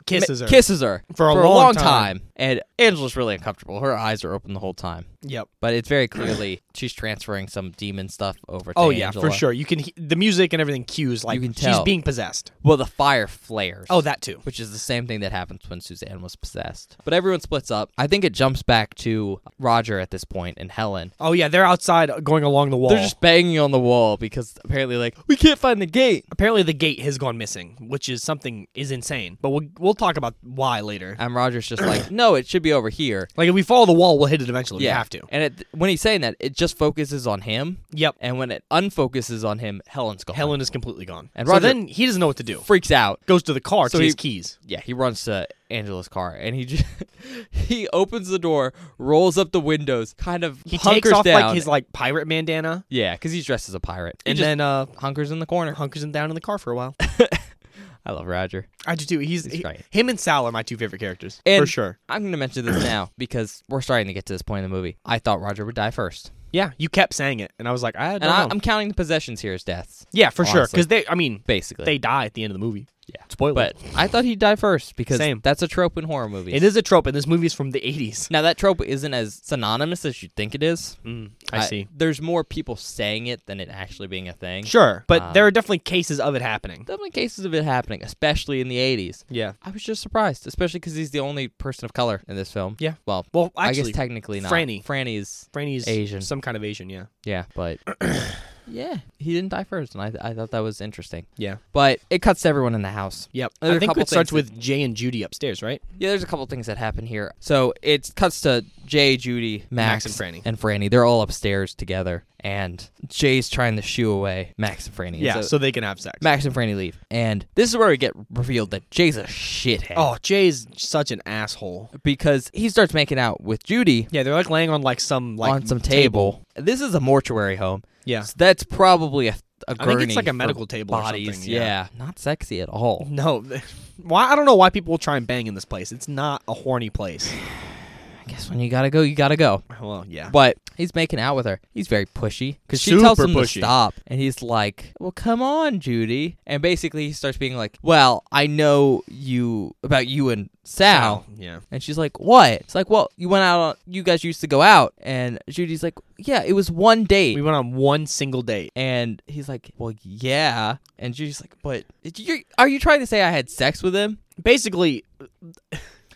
A: Kisses
B: ma-
A: her.
B: kisses her
A: For a long time.
B: And Angela's really uncomfortable. Her eyes are open the whole time,
A: Yep.
B: but it's very clearly she's transferring some demon stuff over. to
A: Oh yeah,
B: Angela.
A: for sure. You can he- the music and everything cues like
B: You can
A: she's
B: tell.
A: being possessed.
B: Well, the fire flares.
A: Oh, that too.
B: Which is the same thing that happens when Suzanne was possessed. But everyone splits up. I think it jumps back to Roger at this point and Helen.
A: Oh yeah, they're outside uh, going along the wall.
B: They're just banging on the wall because apparently, like, we can't find the gate.
A: apparently the gate has gone missing, which is something is insane. But we'll we'll talk about why later.
B: And Roger's just like, no, oh, it should be over here.
A: Like if we follow the wall, we'll hit it eventually.
B: yeah,
A: We have to.
B: And it, when he's saying that, it just focuses on him.
A: Yep.
B: And when it unfocuses on him, Helen's gone.
A: Helen is completely gone.
B: And
A: so
B: Roger-
A: then he doesn't know what to do.
B: freaks out.
A: Goes to the car
B: So
A: to
B: he-
A: his keys.
B: Yeah, he runs to Angela's car and he just, he opens the door, rolls up the windows, kind of
A: He
B: hunkers
A: takes off
B: down.
A: like his like pirate bandana
B: yeah, because he's dressed as a pirate. He
A: and
B: just
A: then uh
B: hunkers in the corner.
A: hunkers him down in the car for a while.
B: I love Roger.
A: I do too. He's, he-
B: great.
A: him and Sal are my two favorite characters for
B: And-
A: sure.
B: I'm going to mention this now because we're starting to get to this point in the movie. I thought Roger would die first,
A: Yeah, you kept saying it, and I was like, I don't
B: and I,
A: know.
B: I'm counting the possessions here as deaths,
A: yeah, for sure,
B: honestly.
A: because they. I mean,
B: basically.
A: they die at the end of the movie.
B: Yeah.
A: spoiler.
B: but I thought he'd die first because
A: Same.
B: that's a trope in horror movies.
A: it is a trope, and this movie is from the '80s.
B: Now that trope isn't as synonymous as you'd think it is.
A: Mm, I, see.
B: There's more people saying it than it actually being a thing.
A: Sure, but
B: Uh,
A: there are definitely cases of it happening.
B: Definitely cases of it happening, especially in the 80s.
A: Yeah.
B: I was just surprised, especially because he's the only person of color in this film.
A: Yeah.
B: Well,
A: Well,
B: I
A: actually,
B: guess technically not.
A: Franny.
B: Franny's.
A: Franny's
B: Asian.
A: some kind of Asian. Yeah.
B: Yeah, but. yeah, he didn't die first, and I, I thought that was interesting.
A: Yeah.
B: But it cuts to everyone in the house.
A: Yep.
B: There are a
A: I think
B: couple
A: it starts
B: things
A: with Jay and Judy upstairs, right?
B: Yeah, there's a couple things that happen here. So it cuts to Jay, Judy,
A: Max
B: Max,
A: and Franny.
B: And Franny. They're all upstairs together, and Jay's trying to shoo away Max and Franny. And
A: Yeah. So,
B: so
A: they can have sex.
B: Max and Franny leave, and this is where we get revealed that Jay's a shithead.
A: oh, Jay's such an asshole.
B: because he starts making out with Judy
A: Yeah, they're like laying on like some like
B: on some table. This is a mortuary home.
A: Yeah.
B: So that's probably a, a
A: I think
B: gurney
A: it's like a
B: for
A: medical table or
B: Bodies.
A: something, yeah.
B: not sexy at all.
A: No. Why I don't know why people will try and bang in this place. It's not a horny place.
B: I guess when you gotta go, you gotta go.
A: Well, yeah.
B: But he's making out with her. He's very pushy because she
A: Super
B: tells him
A: pushy.
B: to stop, and he's like, "Well, come on, Judy." And basically, he starts being like, "Well, I know you about you and Sal."
A: Yeah.
B: And she's like, "What?" It's like, "Well, you went out. On, you guys used to go out." And Judy's like, "Yeah, it was one date."
A: We went on one single date.
B: and he's like, "Well, yeah." And Judy's like, "But you are you trying to say I had sex with him?"
A: Basically,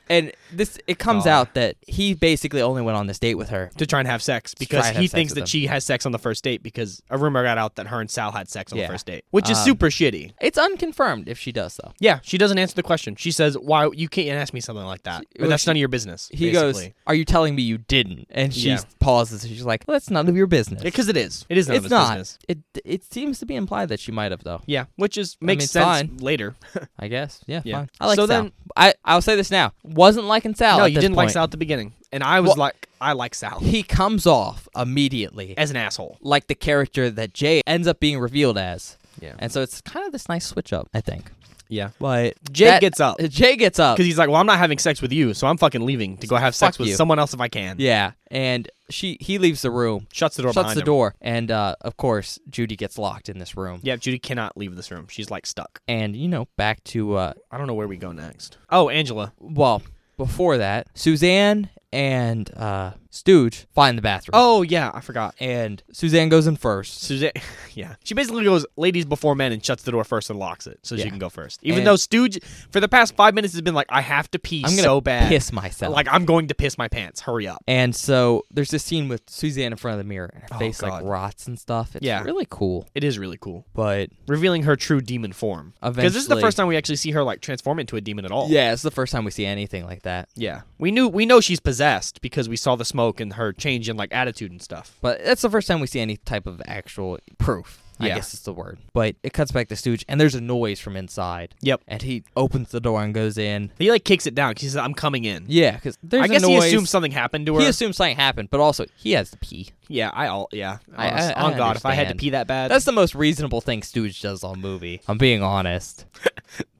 B: And this it comes
A: God.
B: out that he basically only went on this date with her.
A: to try and have sex because
B: try and
A: he
B: have sex
A: thinks
B: with
A: that
B: them.
A: she has sex on the first date because a rumor got out that her and Sal had sex on
B: Yeah.
A: the first date, which is
B: Um,
A: super shitty.
B: It's unconfirmed if she does though.
A: Yeah, she doesn't answer the question. She says, "Why you can't ask me something like that?
B: well,
A: But that's
B: she-
A: none of your business."
B: He
A: basically.
B: goes, "Are you telling me you didn't?" And she
A: Yeah.
B: pauses. She's like, "Well, that's none of your business."
A: because it is. It is none of
B: it's
A: his
B: not.
A: business.
B: It it seems to be implied that she might have though.
A: Yeah, which is makes
B: it's
A: sense
B: fine.
A: later.
B: I guess. Yeah.
A: Yeah.
B: Fine. I like
A: So
B: Sal.
A: then-
B: I I'll say this now. Wasn't liking Sal.
A: no,
B: at
A: you
B: this
A: didn't like
B: point.
A: Sal at the beginning, and I was
B: Well-
A: like, "I like Sal
B: He comes off immediately
A: as an asshole."
B: like the character that Jay ends up being revealed as.
A: Yeah.
B: And so it's kind of this nice switch up, I think.
A: Yeah,
B: But
A: Jay gets up.
B: Jay gets up.
A: because Uh, he's like, "Well, I'm not having sex with you, so I'm fucking leaving to go have sex
B: Fuck
A: with
B: you."
A: someone else if I can."
B: Yeah, and she he leaves the room,
A: Shuts the door.
B: shuts
A: behind
B: the
A: him.
B: door, and uh, of course Judy gets locked in this room.
A: Yeah, Judy cannot leave this room. She's like stuck.
B: And you know, back to uh,
A: I don't know where we go next. Oh, Angela.
B: well before that, Suzanne and uh, Stooge find the bathroom.
A: Oh yeah, I forgot.
B: and Suzanne goes in first.
A: Suzanne, yeah, she basically goes ladies before men and shuts the door first and locks it so
B: Yeah.
A: she can go first. Even
B: And-
A: though Stooge for the past five minutes has been like, I have to pee
B: I'm gonna
A: so bad,
B: piss myself.
A: like I'm going to piss my pants. Hurry up.
B: and so there's this scene with Suzanne in front of the mirror, and her
A: Oh,
B: face like
A: God.
B: rots and stuff. It's
A: Yeah.
B: really cool.
A: It is really cool,
B: But
A: revealing her true demon form. Because this is the
B: Eventually-
A: first time we actually see her like transform into a demon at all.
B: yeah, it's the first time we see anything like that.
A: yeah. We knew we know she's possessed because we saw the smoke and her change in like attitude and stuff.
B: But that's the first time we see any type of actual proof. I
A: Yeah.
B: guess is the word. But it cuts back to Stooge, and there's a noise from inside.
A: Yep.
B: And he opens the door and goes in.
A: He like kicks it down because he says, "I'm coming in."
B: Yeah, because there's
A: I guess
B: a noise.
A: he assumes something happened to her.
B: He assumes something happened, but also he has to pee.
A: yeah, I all yeah.
B: I-
A: Honest-
B: I- I
A: on God, if I had to
B: understand.
A: pee that bad,
B: That's the most reasonable thing Stooge does all movie. I'm being honest.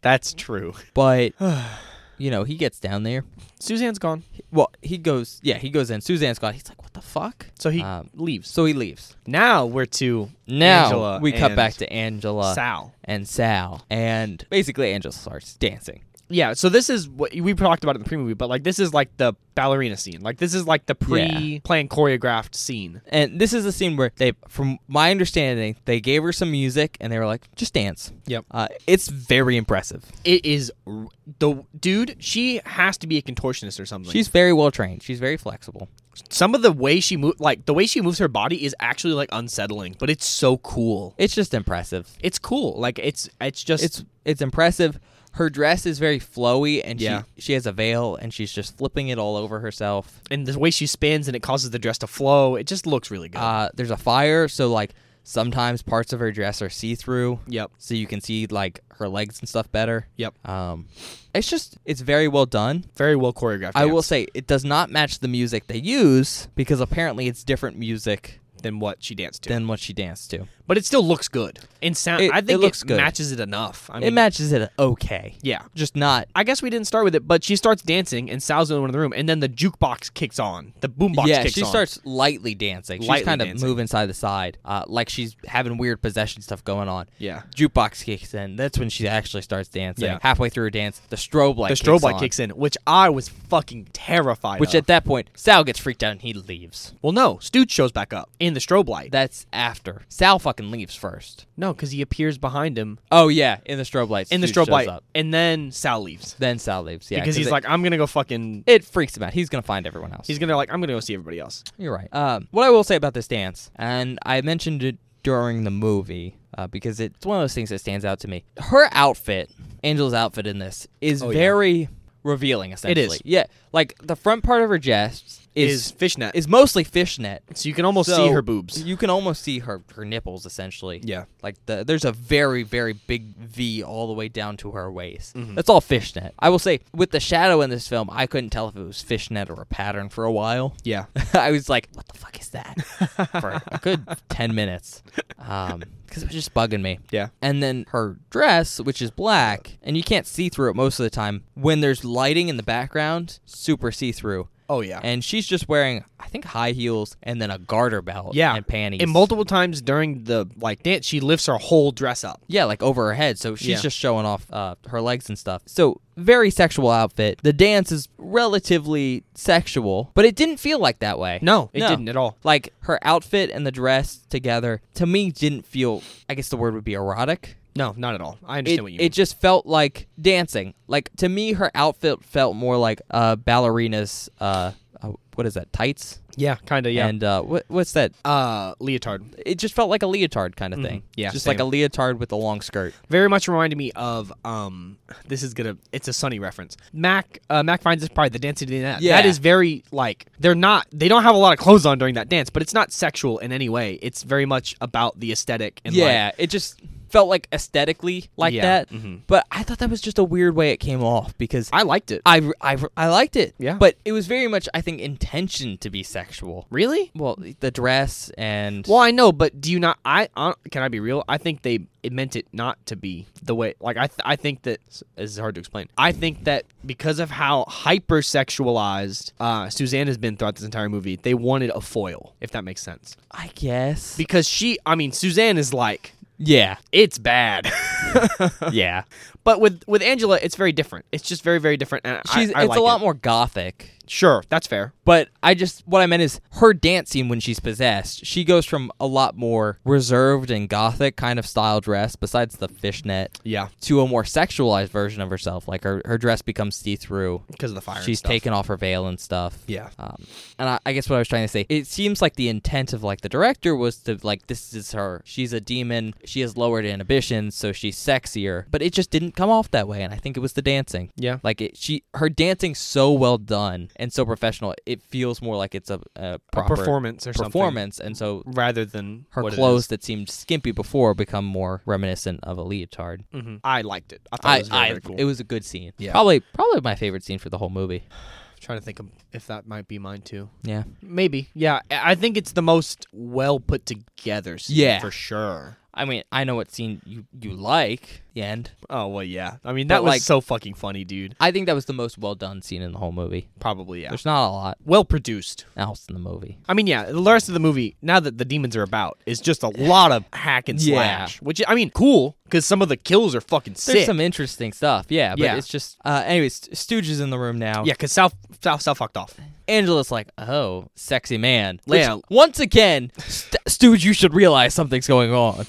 A: that's true.
B: But you know, he gets down there.
A: Suzanne's gone.
B: Well, he goes. Yeah, he goes in. Suzanne's gone. He's like, "What the fuck?"
A: So he
B: Um,
A: leaves.
B: So he leaves.
A: Now we're to
B: Now
A: Angela
B: we cut
A: and
B: back to Angela
A: Sal.
B: and Sal, and basically Angela starts dancing.
A: Yeah, so this is what we talked about it in the pre-movie, but like this is like the ballerina scene. Like this is like the pre-planned choreographed scene.
B: And this is the scene where they, from my understanding, they gave her some music and they were like, just dance.
A: Yep.
B: Uh, it's very impressive.
A: It is r- the dude. She has to be a contortionist or something.
B: She's very well trained. She's very flexible.
A: some of the way she move, like the way she moves her body, is actually like unsettling, but it's so cool.
B: It's just impressive.
A: It's cool. Like it's it's just
B: It's it's impressive. Her dress is very flowy, and
A: Yeah.
B: she she has a veil, and she's just flipping it all over herself.
A: and the way she spins and it causes the dress to flow. It just looks really good.
B: Uh, there's a fire, so like sometimes parts of her dress are see through,
A: yep.
B: so you can see like her legs and stuff better.
A: Yep.
B: Um, it's just it's very well done.
A: Very well choreographed.
B: I will
A: dance
B: say it does not match the music they use because apparently it's different music
A: than what she danced to,
B: than what she danced to.
A: but it still looks good. And sound,
B: It-
A: I think
B: it looks good.
A: matches it enough. I mean,
B: It matches it okay,
A: yeah.
B: just not.
A: I guess we didn't start with it, but she starts dancing, and Sal's the only one in the room, and then the jukebox kicks on. The boombox
B: yeah,
A: kicks
B: she
A: on.
B: starts lightly dancing.
A: Lightly
B: she's kind of
A: dancing.
B: moving side to side, uh, like she's having weird possession stuff going on.
A: Yeah.
B: Jukebox kicks in. That's when she actually starts dancing.
A: Yeah.
B: Halfway through her dance, the strobe light.
A: The strobe light
B: on,
A: kicks in, which I was fucking terrified
B: Which
A: of.
B: at that point, Sal gets freaked out and he leaves.
A: well, no, Stooge shows back up in the strobe light.
B: That's after Sal fucking leaves first.
A: no, because he appears behind him
B: Oh yeah, in the strobe lights.
A: in the
B: Stooge
A: strobe
B: shows
A: light,
B: up.
A: and then Sal leaves
B: Then Sal leaves. Yeah,
A: because he's
B: it,
A: like, I'm gonna go fucking.
B: it freaks him out. He's gonna find everyone else.
A: He's gonna like, I'm gonna go see everybody else.
B: You're right. Um, what I will say about this dance, and I mentioned it during the movie uh, because it's one of those things that stands out to me. Her outfit, Angela's outfit in this, is
A: Oh, yeah.
B: very revealing. Essentially, Yeah, like the front part of her dress
A: Is,
B: is is,
A: fishnet,
B: mostly fishnet.
A: so you can almost
B: So
A: see her boobs.
B: You can almost see her her nipples essentially.
A: Yeah.
B: Like the there's a very very big V all the way down to her waist.
A: Mm-hmm.
B: That's all fishnet. I will say with the shadow in this film, I couldn't tell if it was fishnet or a pattern for a while.
A: Yeah,
B: I was like, "What the fuck is that?" for a good ten minutes, because it was just bugging me.
A: yeah.
B: And then her dress, which is black, and you can't see through it most of the time. When there's lighting in the background, super see through.
A: Oh yeah.
B: And she's just wearing, I think, high heels and then a garter belt.
A: yeah,
B: and panties.
A: And multiple times during the like dance, she lifts her whole dress up.
B: Yeah, like over her head. So she's
A: Yeah.
B: just showing off uh, her legs and stuff. So very sexual outfit. The dance is relatively sexual, but it didn't feel like that way.
A: No, it didn't at all.
B: Like her outfit and the dress together to me didn't feel. I guess the word would be erotic.
A: No, not at all. I understand
B: It,
A: what you mean.
B: it just felt like dancing. Like to me, her outfit felt more like uh, ballerina's. Uh, uh, what is that? Tights.
A: yeah, kind of. Yeah.
B: And uh, what what's that?
A: uh, leotard.
B: It just felt like a leotard kind of thing.
A: Mm-hmm. Yeah,
B: just
A: same.
B: like a leotard with a long skirt.
A: very much reminded me of um this is gonna it's a sunny reference mac uh, mac finds this probably the dancing in that
B: Yeah.
A: that is very like they're not they don't have a lot of clothes on during that dance but it's not sexual in any way it's very much about the aesthetic and
B: yeah, it just felt like aesthetically like
A: Yeah,
B: that.
A: mhm.
B: But I thought that was just a weird way it came off because
A: like, i liked it
B: I, I, I liked it.
A: Yeah.
B: But it was very much, I think, intention to be sexual.
A: really
B: Well, the dress and.
A: well i know but do you not i uh, can i be real i think they it meant it not to be the way like i th- i think that this is hard to explain i think that because of how hypersexualized uh suzanne has been throughout this entire movie they wanted a foil if that makes sense
B: I guess.
A: because she i mean suzanne is like
B: yeah.
A: it's bad
B: Yeah.
A: but with with angela it's very different it's just very very different and I-
B: She's,
A: I
B: it's
A: like
B: a lot
A: it.
B: more gothic.
A: sure that's fair
B: But I just, what I meant is her dancing when she's possessed, she goes from a lot more reserved and gothic kind of style dress, besides the fishnet,
A: yeah
B: to a more sexualized version of herself. Like her, her dress becomes see through.
A: because of the fire and
B: she's
A: stuff.
B: taken off her veil and stuff.
A: Yeah.
B: Um, and I, I guess what I was trying to say, it seems like the intent of like the director was to like this is her. She's a demon. She has lowered inhibitions, so she's sexier. But it just didn't come off that way, and I think it was the dancing.
A: Yeah.
B: Like it, she her dancing's so well done and so professional, it feels more like it's a, a
A: a
B: proper
A: performance or
B: performance, and so.
A: something rather than
B: Her
A: what it
B: clothes
A: is.
B: that seemed skimpy before become more reminiscent of a leotard.
A: Mhm. i liked it i thought it
B: I,
A: was very,
B: I,
A: very cool
B: it was a good scene.
A: Yeah.
B: Probably, probably my favorite scene for the whole movie.
A: I'm trying to think of if that might be mine too
B: Yeah.
A: maybe yeah i I think it's the most well put together scene
B: Yeah.
A: for sure
B: I mean, I know what scene you you like. The end.
A: oh well yeah i mean
B: But,
A: that was
B: like-
A: so fucking funny dude
B: I think that was the most well done scene in the whole movie.
A: probably yeah
B: There's not a lot
A: well produced
B: else in the movie.
A: I mean, yeah, the rest of the movie, now that the demons are about, is just a lot of hack and
B: Yeah.
A: slash. Which, I mean, cool, because some of the kills are fucking
B: There's
A: sick.
B: some interesting stuff, yeah, but
A: Yeah.
B: it's just. Uh, anyways, Stooge is in the room now.
A: yeah, because South, South, South fucked off.
B: Angela's like, "Oh, sexy man." Which,
A: Yeah.
B: Once again, St- Stooge, you should realize something's going on.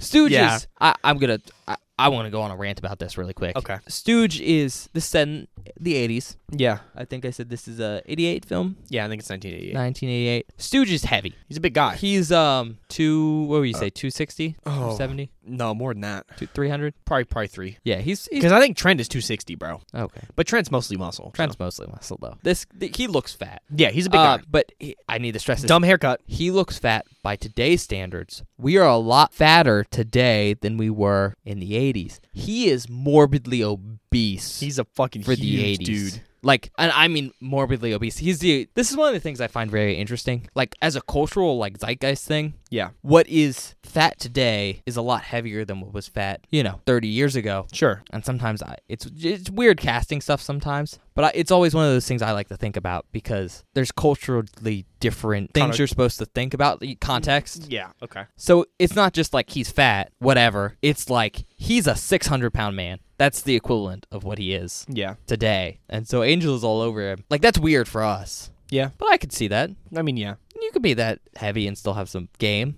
B: Stooge
A: Yeah.
B: is. I, I'm gonna. I, I want to go on a rant about this really quick.
A: Okay.
B: Stooge is this set in the 80s.
A: Yeah.
B: I think I said this is a 88 film,
A: Yeah, I think it's 1988.
B: 1988. Stooge is heavy.
A: He's a big guy.
B: He's um two. What would you say? 260,
A: Oh.
B: 70,
A: No, more than that.
B: 300.
A: Probably, probably three.
B: Yeah, he's, he's
A: Because I think Trent is 260, bro.
B: okay.
A: But Trent's mostly muscle. so-
B: Trent's mostly muscle though. This th- he looks fat.
A: Yeah, he's a big
B: Uh,
A: guy.
B: but he, I need to stress this.
A: Dumb haircut.
B: He looks fat by today's standards. We are a lot fatter today than we were in the 80s. He is morbidly obese
A: He's a fucking
B: for
A: huge
B: the 80s.
A: dude.
B: Like, and I mean morbidly obese. He's the. This is one of the things I find very interesting. Like, as a cultural like zeitgeist thing,
A: Yeah.
B: what is fat today is a lot heavier than what was fat, you know, 30 years ago.
A: Sure.
B: And sometimes I, it's it's weird casting stuff sometimes, but I, it's always one of those things I like to think about because there's culturally different things
A: Conno-
B: you're supposed to think about the context.
A: Mm, Yeah. Okay.
B: So it's not just like he's fat, whatever. It's like he's a 600 pound man. That's the equivalent of what he is
A: Yeah.
B: today. And so Angel is all over him. Like that's weird for us,
A: Yeah.
B: but I could see that.
A: I mean, yeah.
B: You could be that heavy and still have some game,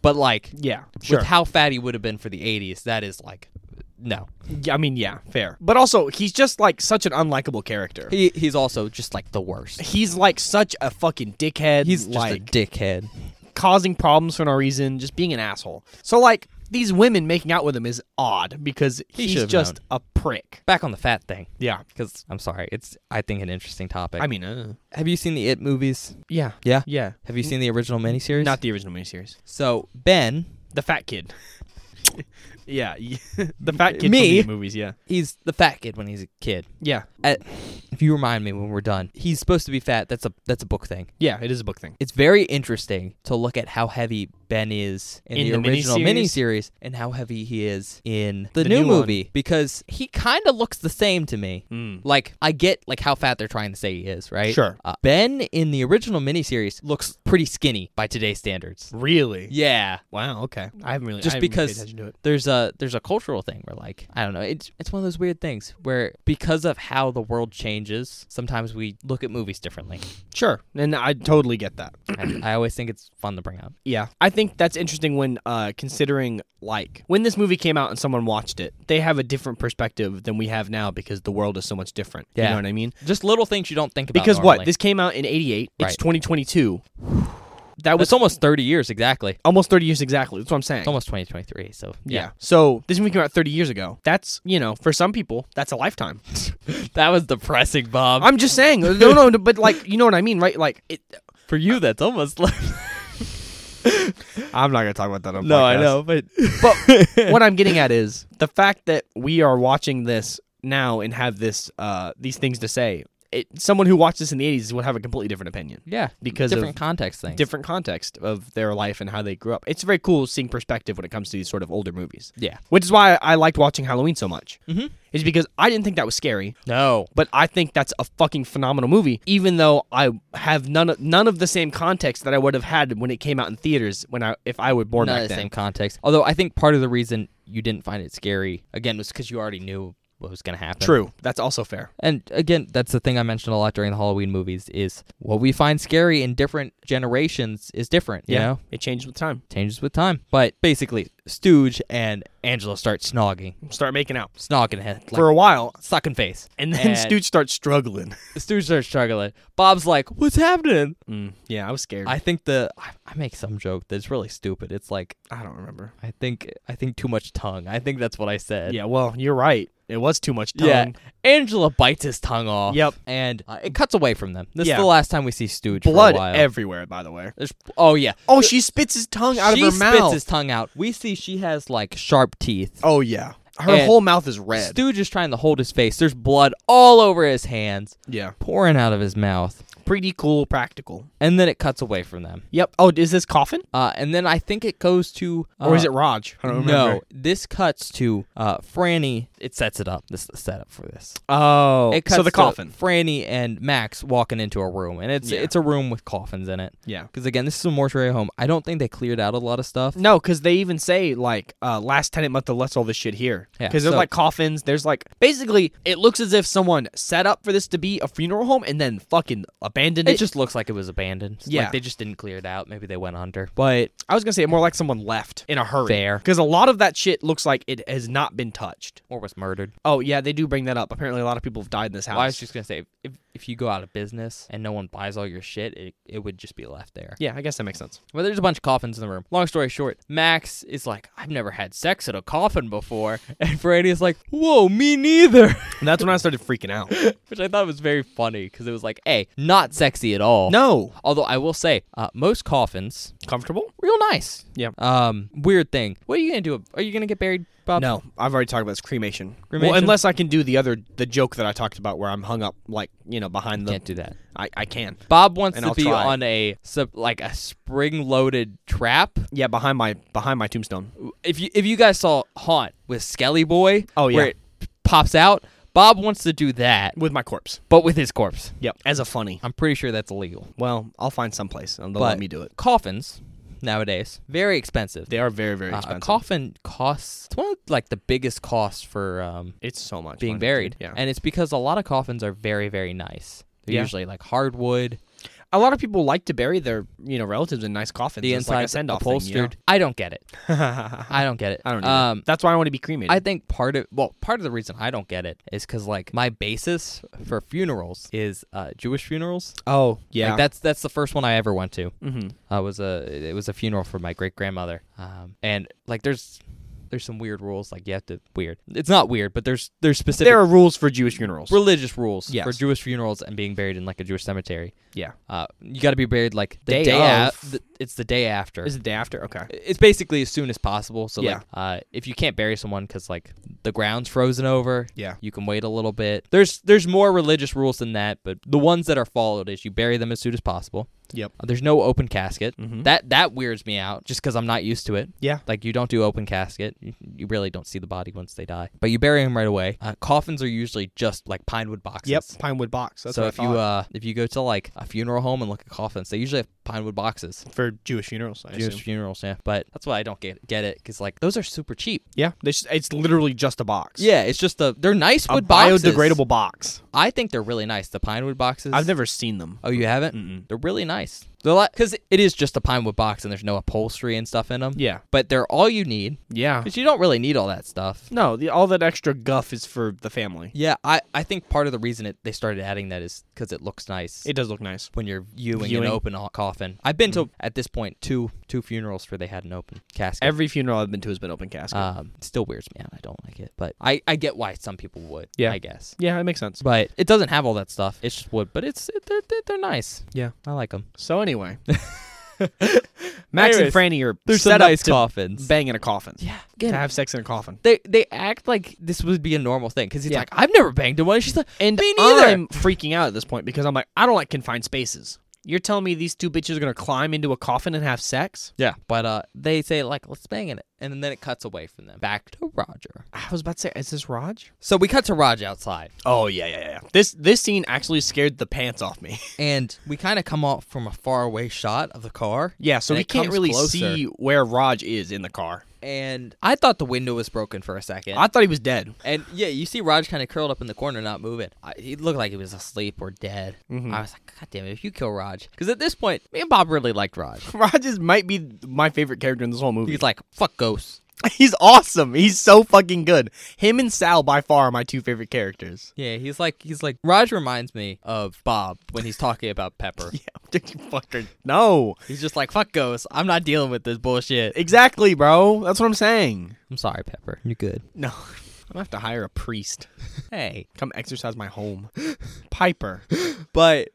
B: but like
A: Yeah. Sure.
B: with how fat he would have been for the 80s, that is like no.
A: Yeah, I mean, yeah. Fair. But also, he's just like such an unlikable character.
B: He, he's also just like the worst.
A: He's like such a fucking dickhead.
B: He's just
A: like
B: a dickhead.
A: causing problems for no reason, just being an asshole. So like these women making out with him is odd because he's
B: should've
A: just a prick.
B: Back on the fat thing,
A: Yeah.
B: because I'm sorry, it's I think an interesting topic.
A: I mean, uh,
B: have you seen the It movies?
A: yeah.
B: Yeah.
A: Yeah.
B: Have you seen the original miniseries?
A: Not the original miniseries.
B: so Ben,
A: The fat kid. yeah. y- the fat kid
B: Me?
A: from the movies, yeah.
B: he's the fat kid when he's a kid.
A: Yeah.
B: At, if you remind me when we're done, he's supposed to be fat. That's a that's a book thing.
A: Yeah, it is a book thing.
B: It's very interesting to look at how heavy Ben is in,
A: In
B: the,
A: the
B: original
A: miniseries?
B: miniseries and how heavy he is in the,
A: The
B: new,
A: new one.
B: movie because he kind of looks the same to me.
A: Mm.
B: Like I get like how fat they're trying to say he is, right?
A: Sure.
B: Uh, ben in the original miniseries looks pretty skinny by today's standards.
A: Really?
B: Yeah.
A: Wow, okay. I haven't really I
B: Just
A: haven't really paid
B: because-
A: attention to it.
B: There's a there's a cultural thing where like I don't know it's it's one of those weird things where because of how the world changes sometimes we look at movies differently.
A: Sure. And I totally get that.
B: I, I always think it's fun to bring up.
A: Yeah. I think that's interesting when uh considering like when this movie came out and someone watched it, they have a different perspective than we have now because the world is so much different. You
B: Yeah.
A: know what I mean?
B: Just little things you don't think about.
A: Because
B: normally.
A: what? This came out in 88. It's
B: Right.
A: 2022. That was
B: It's almost 30 years exactly.
A: almost 30 years exactly. That's what I'm saying.
B: It's almost 2023. So
A: yeah.
B: yeah,
A: So this movie came out 30 years ago. That's, you know, for some people, that's a lifetime.
B: that was depressing, Bob.
A: I'm just saying. No, no, no, but like, you know what I mean, right? Like, it,
B: For you, that's almost like
A: I'm not going to talk about that on
B: no, I know, but
A: But what I'm getting at is the fact that we are watching this now and have this, uh, these things to say. It, someone who watched this in the 80s would have a completely different opinion
B: yeah,
A: because of
B: different context things.
A: different context of their life and how they grew up. It's very cool seeing perspective when it comes to these sort of older movies.
B: Yeah.
A: Which is why I liked watching Halloween so much.
B: Mhm.
A: Is because I didn't think that was scary,
B: No.
A: but I think that's a fucking phenomenal movie even though I have none of, none of the same context that I would have had when it came out in theaters when I if I were born
B: Not
A: back
B: the
A: then.
B: same context. Although I think part of the reason you didn't find it scary again was because you already knew what was going to happen.
A: True. That's also fair.
B: And again, that's the thing I mentioned a lot during the Halloween movies is what we find scary in different generations is different. You know,
A: It changed with time.
B: changes with time. But basically, Stooge and Angela start snogging,
A: Start making out
B: snogging head like,
A: for a while
B: sucking face,
A: and then
B: and-
A: Stooge starts struggling.
B: Stooge starts struggling. Bob's like, "What's happening?"
A: Mm, yeah, I was scared. I,
B: I think the I, I make some joke that's really stupid. It's like
A: I don't remember.
B: I think I think too much tongue. I think that's what I said.
A: Yeah, well, you're right. It was too much tongue.
B: Yeah. Angela bites his tongue off.
A: Yep.
B: And uh, it cuts away from them. This
A: Yeah.
B: is the last time we see Stooge
A: Blood
B: for a while.
A: everywhere, by the way.
B: There's, oh yeah.
A: Oh, she spits his tongue out
B: she
A: of her
B: spits
A: mouth.
B: his tongue out. We see she has like sharp teeth.
A: oh yeah, her
B: And-
A: whole mouth is red.
B: Stooge is trying to hold his face. There's blood all over his hands,
A: yeah,
B: pouring out of his mouth.
A: pretty cool, practical.
B: And then it cuts away from them.
A: Yep. Oh, is this coffin
B: Uh, and then I think it goes to uh,
A: or is it Raj? I
B: No, this cuts to uh, Franny. It sets it up. This is the setup for this.
A: Oh,
B: It cuts
A: so the
B: to
A: coffin.
B: Franny and Max walking into a room, and it's
A: Yeah.
B: it's a room with coffins in it.
A: Yeah.
B: Because again, this is a mortuary home. I don't think they cleared out a lot of stuff.
A: No, because they even say like uh, last tenant must have left all this shit here.
B: Yeah,
A: Because there's
B: so-
A: like coffins. There's like basically it looks as if someone set up for this to be a funeral home and then fucking abandoned
B: It,
A: it.
B: just looks like it was abandoned.
A: Yeah.
B: Like they just didn't clear it out. Maybe they went under. But
A: I was gonna say it more like someone left in a hurry.
B: Fair.
A: Because a lot of that shit looks like it has not been touched.
B: or was murdered.
A: Oh yeah, they do bring that up. Apparently, a lot of people have died in this house.
B: Well, I was just gonna say if if you go out of business and no one buys all your shit, it, it would just be left there.
A: yeah, I guess that makes sense.
B: Well, there's a bunch of coffins in the room. Long story short, Max is like, I've never had sex in a coffin before. And Brady's like, Whoa, me neither.
A: And that's when I started freaking out.
B: Which I thought was very funny because it was like, Hey, not sexy at all.
A: No,
B: Although I will say, uh, most coffins,
A: comfortable?
B: real nice.
A: Yeah.
B: Um, weird thing. What are you gonna do? Are you gonna get buried, Bob?
A: No, I've already talked about this cremation.
B: Cremation?
A: Well, unless I can do the other the joke that I talked about where I'm hung up like you know behind the.
B: Can't do that.
A: I I can.
B: Bob wants
A: And
B: to
A: I'll
B: be
A: try.
B: on a sub, like a spring-loaded trap.
A: Yeah, behind my behind my tombstone.
B: If you if you guys saw Haunt with Skelly Boy,
A: Oh, yeah.
B: where it pops out. Bob wants to do that,
A: with my corpse.
B: but with his corpse.
A: Yep. As a funny.
B: I'm pretty sure that's illegal.
A: Well, I'll find someplace and they'll
B: But
A: let me do it.
B: Coffins nowadays very expensive.
A: They are very very
B: Uh,
A: expensive.
B: a coffin costs it's one of like the biggest costs for um,
A: It's so much.
B: being
A: money,
B: buried,
A: dude. Yeah.
B: and it's because a lot of coffins are very very nice. They're
A: Yeah.
B: usually like hardwood,
A: a lot of people like to bury their you know relatives in nice coffins.
B: the
A: it's like a
B: inside's
A: send off
B: upholstered. I don't get it. I don't get it.
A: I don't. Know
B: Um,
A: That's why I want to be cremated.
B: I think part of well, part of the reason I don't get it is because like my basis for funerals is uh, Jewish funerals.
A: oh yeah.
B: Like, that's that's the first one I ever went to.
A: Mhm.
B: I Uh, was a it was a funeral for my great grandmother, um, and like there's there's some weird rules like you have to weird. It's not weird, but there's there's specific
A: There are rules for Jewish funerals.
B: religious rules
A: Yes.
B: for Jewish funerals and being buried in like a Jewish cemetery.
A: yeah.
B: Uh, you got to be buried like the
A: Day
B: day, af-
A: of.
B: the- it's the day after.
A: Is it the day after? Okay.
B: it's basically as soon as possible. So
A: Yeah.
B: like, uh, if you can't bury someone because like the ground's frozen over,
A: Yeah.
B: you can wait a little bit. There's there's more religious rules than that, but the ones that are followed is you bury them as soon as possible.
A: Yep.
B: Uh, There's no open casket.
A: Mhm.
B: That that weirds me out just because I'm not used to it.
A: Yeah.
B: Like you don't do open casket. You, you really don't see the body once they die, but you bury them right away. Uh, coffins are usually just like pine wood boxes.
A: Yep. Pine wood box. That's
B: so
A: what
B: if
A: I
B: you
A: thought.
B: uh, if you go to like a funeral home and look at coffins, they usually have pine wood boxes.
A: for uh, Jewish funerals, I
B: Jewish
A: assume.
B: funerals, yeah. But that's why I don't get get it because like those are super cheap.
A: Yeah. They just, it's literally just a box.
B: Yeah, it's just the they're nice
A: A
B: wood boxes.
A: biodegradable box.
B: I think they're really nice. The pine wood boxes.
A: I've never seen them.
B: Oh, you haven't?
A: Mm-mm.
B: They're really nice. They're like because it is just a pine wood box and there's no upholstery and stuff in them.
A: Yeah.
B: But they're all you need
A: Yeah.
B: because you don't really need all that stuff.
A: No, the, all that extra guff is for the family.
B: Yeah, I, I think part of the reason it, they started adding that is because it looks nice.
A: It does look nice.
B: when you're viewing, Mm.
A: Viewing.
B: an open o- coffin, I've been to at this point two two funerals where they had an open casket.
A: Every funeral I've been to has been open casket.
B: Um, it still weirds me out. I don't like it, but I, I get why some people would.
A: Yeah.
B: I guess.
A: yeah, it makes sense.
B: But it doesn't have all that stuff. It's just wood, but it's it, they're, they're they're nice.
A: Yeah.
B: I like them.
A: So anyway, Max
B: Anyways,
A: and Franny are
B: They're
A: set
B: set
A: up
B: nice
A: to
B: coffins.
A: bang in a coffin.
B: yeah,
A: To
B: again,
A: have sex in a coffin.
B: they they act like this would be a normal thing because he's
A: Yeah.
B: like, I've never banged in one. And she's like,
A: And
B: Me neither.
A: I'm freaking out at this point because I'm like, I don't like confined spaces. You're telling me these two bitches are gonna climb into a coffin and have sex?
B: yeah, but uh, they say like, let's bang in it, and then it cuts away from them back to Roger.
A: I was about to say, is this Raj?
B: So we cut to Roger outside,
A: Oh yeah, yeah, yeah. This this scene actually scared the pants off me.
B: and we kind of come off from a faraway shot of the car.
A: Yeah, so
B: And
A: we
B: it
A: can't
B: comes
A: really
B: closer.
A: see where Raj is in the car.
B: and I thought the window was broken for a second.
A: I thought he was dead.
B: And yeah, you see Raj kind of curled up in the corner, not moving. I, he looked like he was asleep or dead. I was like, God damn it, if you kill Raj. Because at this point, me and Bob really liked Raj.
A: Raj is might be my favorite character in this whole movie.
B: He's like, fuck ghosts.
A: He's awesome. He's so fucking good. Him and Sal by far are my two favorite characters.
B: Yeah, he's like, he's like, Raj reminds me of Bob when he's talking about Pepper.
A: Yeah, you fucker. No,
B: He's just like, fuck ghosts. I'm not dealing with this bullshit.
A: exactly, bro. That's what I'm saying.
B: I'm sorry, Pepper. You're good.
A: No, I'm gonna have to hire a priest.
B: Hey.
A: Come exercise my home. Piper.
B: But.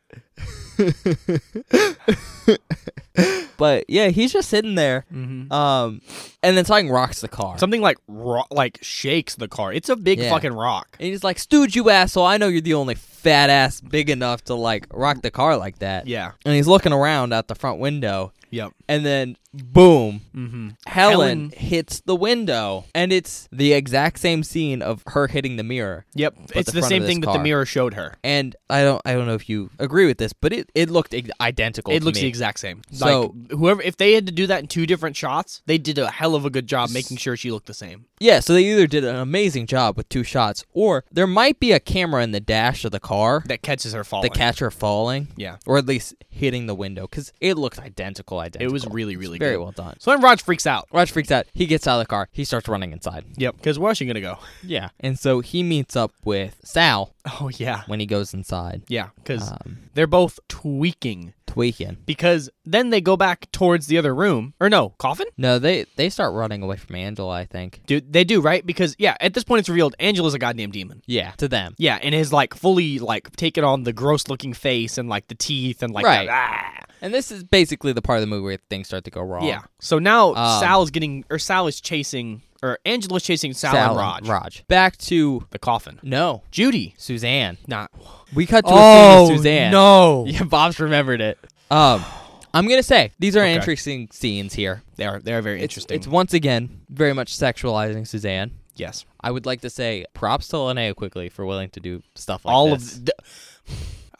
B: but yeah, he's just sitting there.
A: Mm-hmm.
B: Um, and then something rocks the car.
A: Something like ro- like shakes the car. It's a big
B: Yeah.
A: fucking rock.
B: And he's like, Stooge, you asshole, I know you're the only fat ass big enough to like rock the car like that.
A: Yeah.
B: And he's looking around out the front window.
A: Yep.
B: And then boom.
A: Mm-hmm.
B: Helen,
A: Helen-
B: hits the window, and it's the exact same scene of her hitting the mirror.
A: Yep, it's the,
B: the front of
A: same
B: this
A: thing that
B: car.
A: the mirror showed her.
B: And I don't, I don't know if you agree with this, but it, it looked ig- identical.
A: It
B: to
A: looks
B: me.
A: the exact same.
B: So-
A: like whoever, if they had to do that in two different shots, they did a hell of a good job making sure she looked the same.
B: Yeah, so they either did an amazing job with two shots, or there might be a camera in the dash of the car
A: That catches her falling.
B: that catch her falling,
A: yeah,
B: or at least hitting the window, because it looked identical. Identical.
A: it was really, really
B: very
A: good.
B: well done.
A: So when Raj freaks out,
B: Raj freaks out. He gets out of the car. He starts running inside.
A: yep, because where's she gonna go?
B: Yeah, and so he meets up with Sal
A: Oh yeah,
B: when he goes inside,
A: yeah, because
B: um,
A: they're both tweaking.
B: tweaking.
A: Because then they go back towards the other room, or no, coffin?
B: No, they they start running away from Angela. I think.
A: Dude, they do right because yeah, at this point it's revealed Angela's a goddamn demon.
B: Yeah, to them.
A: Yeah, and his like fully like taking on the gross looking face and like the teeth and like
B: Right.
A: that- ah.
B: And this is basically the part of the movie where things start to go wrong.
A: Yeah. So now
B: Um,
A: Sal is getting or Sal is chasing or Angela's chasing Sal,
B: Sal
A: and Raj.
B: Raj. Back to
A: The coffin.
B: no
A: Judy.
B: Suzanne.
A: Not
B: We cut to a scene with Suzanne.
A: Oh, No.
B: Yeah, Bob's remembered it. Oh, Um, I'm gonna say these are
A: Okay.
B: interesting scenes here.
A: They are they are very
B: It's-
A: interesting.
B: It's, once again very much sexualizing Suzanne.
A: yes.
B: I would like to say props to Linnea quickly for willing to do stuff like
A: All
B: this.
A: of the,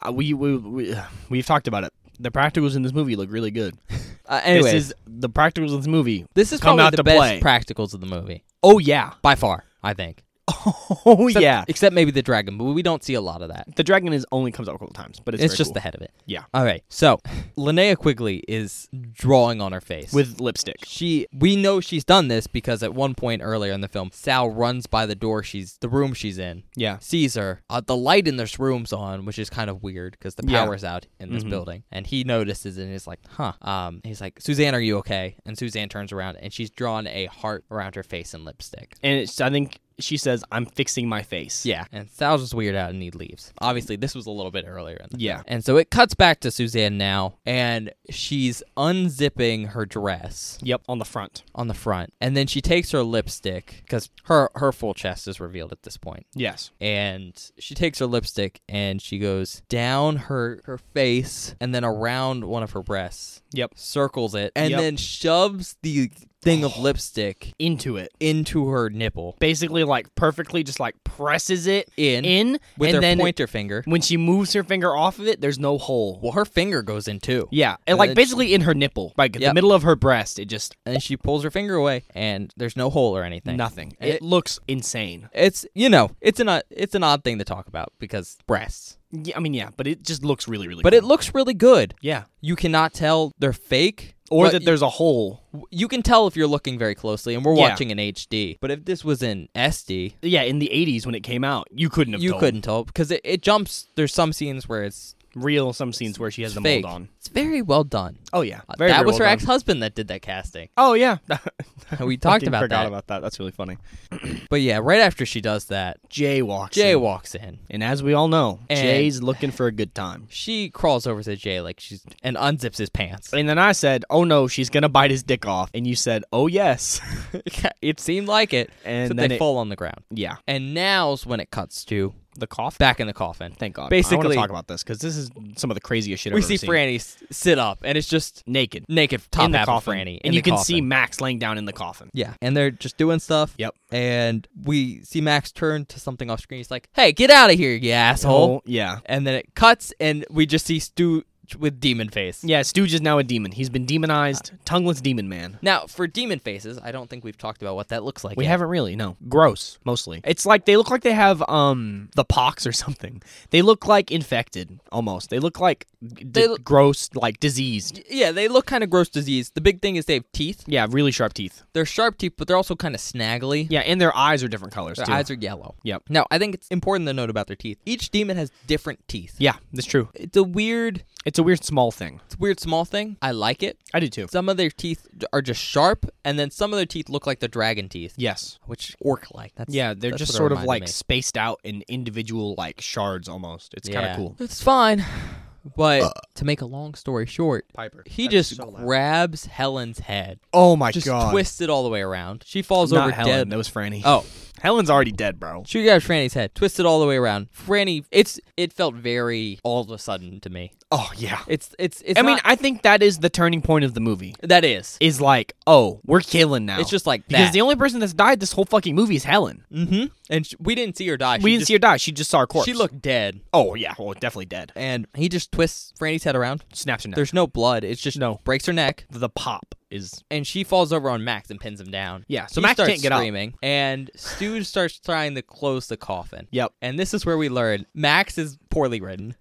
A: uh, we, we we we've talked about it. The practicals in this movie look really good.
B: Uh, anyways,
A: This is the practicals in this movie.
B: this is
A: come
B: probably
A: out
B: the
A: to
B: best
A: play.
B: practicals of the movie
A: Oh yeah.
B: by far. I think.
A: Oh
B: Except,
A: yeah.
B: Except maybe the dragon, but we don't see a lot of that.
A: The dragon is only comes out a couple times, but it's,
B: It's,
A: very
B: just
A: cool.
B: the head of it.
A: Yeah.
B: All right. So Linnea Quigley is drawing on her face
A: with lipstick.
B: She, we know she's done this because at one point earlier in the film, Sal runs by the door she's the room she's in,
A: Yeah.
B: sees her. Uh, the light in this room's on, which is kind of weird because the
A: Yeah.
B: power's out in this
A: Mhm.
B: building, and he notices it and is like, "Huh." Um, he's like, "Suzanne, are you okay?" And Suzanne turns around and she's drawn a heart around her face in lipstick.
A: and it's, I think she says, "I'm fixing my face."
B: Yeah, and Sal's just weird out and he leaves. Obviously, this was a little bit earlier. In the
A: Yeah.
B: film. and so it cuts back to Suzanne now, and she's unzipping her dress.
A: Yep, on the front.
B: on the front, and then she takes her lipstick because her her full chest is revealed at this point,
A: Yes.
B: and she takes her lipstick and she goes down her her face and then around one of her breasts,
A: Yep.
B: circles it, and
A: Yep. Oh.
B: then shoves the thing of lipstick
A: Into it.
B: into her nipple
A: Basically, like perfectly, just like presses it
B: in,
A: in,
B: with
A: and
B: her
A: then
B: pointer finger.
A: when she moves her finger off of it, there's no hole.
B: Well, her finger goes in too.
A: Yeah, and
B: And
A: like
B: then-
A: basically in her nipple, like
B: Yep.
A: the middle of her breast. It just
B: And she pulls her finger away, and there's no hole or anything.
A: nothing.
B: It-
A: It, looks insane.
B: It's you know, it's an o- it's an odd thing to talk about because breasts,
A: Yeah, I mean, yeah, but it just looks really, really.
B: but
A: cool.
B: it looks really good.
A: yeah,
B: you cannot tell they're fake
A: or
B: but
A: that there's a hole.
B: y- you can tell if you're looking very closely and we're
A: Yeah.
B: watching in HD but if this was in SD
A: Yeah, in the '80s when it came out, you couldn't have.
B: you
A: told.
B: couldn't tell because it, it jumps there's some scenes where it's
A: real some scenes where she has the
B: fake
A: mold on.
B: it's very well done
A: Oh yeah,
B: Uh,
A: very,
B: that
A: very
B: was
A: well
B: her
A: done.
B: ex-husband that did that casting
A: Oh yeah,
B: we talked about
A: forgot
B: that
A: about that. That's really funny.
B: but yeah right after she does that
A: Jay walks.
B: Jay
A: in.
B: walks in
A: and as we all know,
B: And-
A: Jay's looking for a good time.
B: she crawls over to Jay like she's and unzips his pants
A: And then I said, "Oh no, she's gonna bite his dick off." And you said, "Oh yes."
B: it seemed like it
A: And
B: so
A: then
B: they
A: it-
B: fall on the ground
A: yeah,
B: and now's when it cuts to
A: the cough.
B: back in the coffin
A: Thank God. I want
B: Basically-
A: to talk about this because this is some of the craziest shit
B: we
A: I've
B: see
A: ever seen.
B: Franny s- sit up, and it's just
A: naked
B: naked top
A: in the
B: half
A: coffin,
B: of Franny, in
A: and you
B: the
A: can see
B: coffin.
A: Max laying down in the coffin.
B: Yeah, and they're just doing stuff.
A: Yep.
B: And we see Max turn to something off screen. He's like, "Hey, get out of here, you asshole!"
A: Oh yeah,
B: And then it cuts, and we just see Stu with demon face.
A: yeah. Stooge is now a demon. He's been
B: Uh,
A: demonized, tongueless demon man.
B: Now for demon faces, I don't think we've talked about what that looks like.
A: We
B: yet.
A: haven't really, no. Gross, mostly. It's like they look like they have um the pox or something. They look like infected almost. They look like d-
B: They look-
A: gross, like diseased.
B: Yeah, they look kind of gross disease. The big thing is they have teeth.
A: Yeah, really sharp teeth.
B: They're sharp teeth, but they're also kind of snaggly.
A: Yeah, and their eyes are different colors
B: Their
A: too.
B: eyes are yellow.
A: Yep.
B: Now, I think it's important to note about their teeth. Each demon has different teeth.
A: yeah, that's true.
B: It's a weird
A: It's a weird small thing.
B: It's a weird small thing. I like it.
A: I do too.
B: Some of their teeth are just sharp, and then some of their teeth look like the dragon teeth,
A: Yes.
B: which orc like. That's
A: Yeah, they're
B: that's
A: just
B: what it
A: sort of
B: reminded
A: like
B: me.
A: spaced out in individual like shards almost. It's kind
B: Yeah.
A: of cool.
B: It's fine, but to make a long story short,
A: Piper.
B: he
A: That's
B: just
A: so loud.
B: grabs Helen's head,
A: Oh my
B: just
A: god.
B: twists it all the way around. She falls
A: Not
B: over
A: Helen,
B: dead.
A: That was Franny.
B: Oh,
A: Helen's already dead, bro.
B: She grabbed Franny's head, twisted all the way around. Franny, it's it felt very all of a sudden to me.
A: Oh yeah.
B: It's it's it's.
A: I mean,
B: not-
A: I think that is the turning point of the movie.
B: that is.
A: Is like, oh, we're killing now.
B: It's just like
A: because
B: that.
A: the only person that's died this whole fucking movie is Helen.
B: mm-hmm. And sh- we didn't see her die.
A: we didn't see her die. She just saw her corpse.
B: She looked dead,
A: Oh yeah. Well, definitely dead.
B: and he just twists Franny's head around.
A: Snaps her neck.
B: There's no blood. It's just
A: No.
B: breaks her neck,
A: the pop is.
B: and she falls over on Max and pins him down.
A: Yeah. So
B: he
A: Max
B: starts
A: can't get up.
B: screaming, and Stu starts trying to close the coffin.
A: Yep.
B: And this is where we learn Max is poorly written.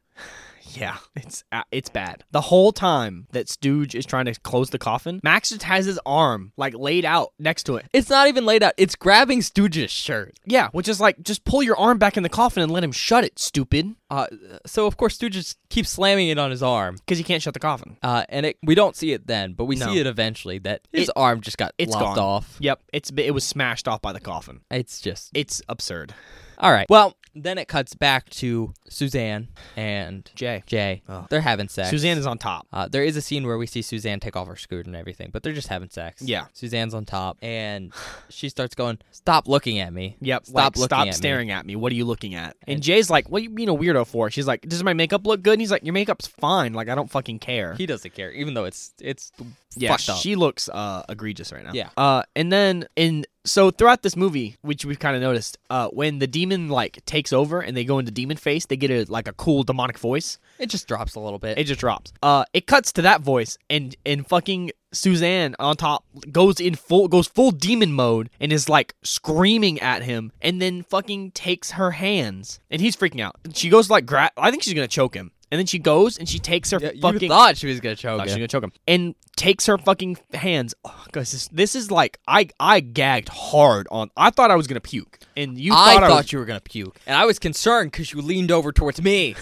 A: Yeah. It's uh, it's bad. The whole time that Stooge is trying to close the coffin, Max just has his arm like laid out next to it.
B: It's not even laid out. It's grabbing Stooge's shirt.
A: Yeah, which is like, just pull your arm back in the coffin and let him shut it, stupid.
B: Uh, so of course Stooge just keeps slamming it on his arm.
A: Because he can't shut the coffin.
B: Uh, and it, we don't see it then, but we
A: No.
B: see it eventually that his
A: It-
B: arm just got
A: it's
B: lopped
A: gone.
B: off.
A: Yep, it's it was smashed off by the coffin.
B: It's just
A: It's absurd.
B: all right. Well, then it cuts back to Suzanne and
A: Jay.
B: Jay.
A: Oh.
B: They're having sex.
A: Suzanne is on top.
B: Uh, there is a scene where we see Suzanne take off her skirt and everything, but they're just having sex.
A: Yeah.
B: Suzanne's on top, and she starts going, "Stop looking at me.
A: Yep,
B: Stop
A: like,
B: looking
A: stop
B: at me."
A: staring at me. What are you looking at? And Jay's like, "What are you being a weirdo for?" She's like, "Does my makeup look good?" And he's like, "Your makeup's fine. Like I don't fucking care."
B: He doesn't care, even though it's it's
A: yeah,
B: fucked up.
A: she looks uh, egregious right now.
B: Yeah.
A: Uh, and then in so throughout this movie, which we've kind of noticed, uh, when the demon like takes over and they go into demon face, they get a like a cool demonic voice.
B: it just drops a little bit.
A: It just drops. Uh, it cuts to that voice, and and fucking Suzanne on top goes in full goes full demon mode and is like screaming at him, and then fucking takes her hands, and he's freaking out. She goes like gra- I think she's gonna choke him, and then she goes and she takes her
B: Yeah,
A: fucking.
B: you thought she was gonna choke
A: Thought she was
B: him.
A: gonna choke him, and takes her fucking hands. Oh, guys, this, this is like I I gagged hard on. I thought I was gonna puke, and you
B: I
A: thought I
B: thought
A: was
B: you were gonna puke, and I was concerned because you leaned over towards me.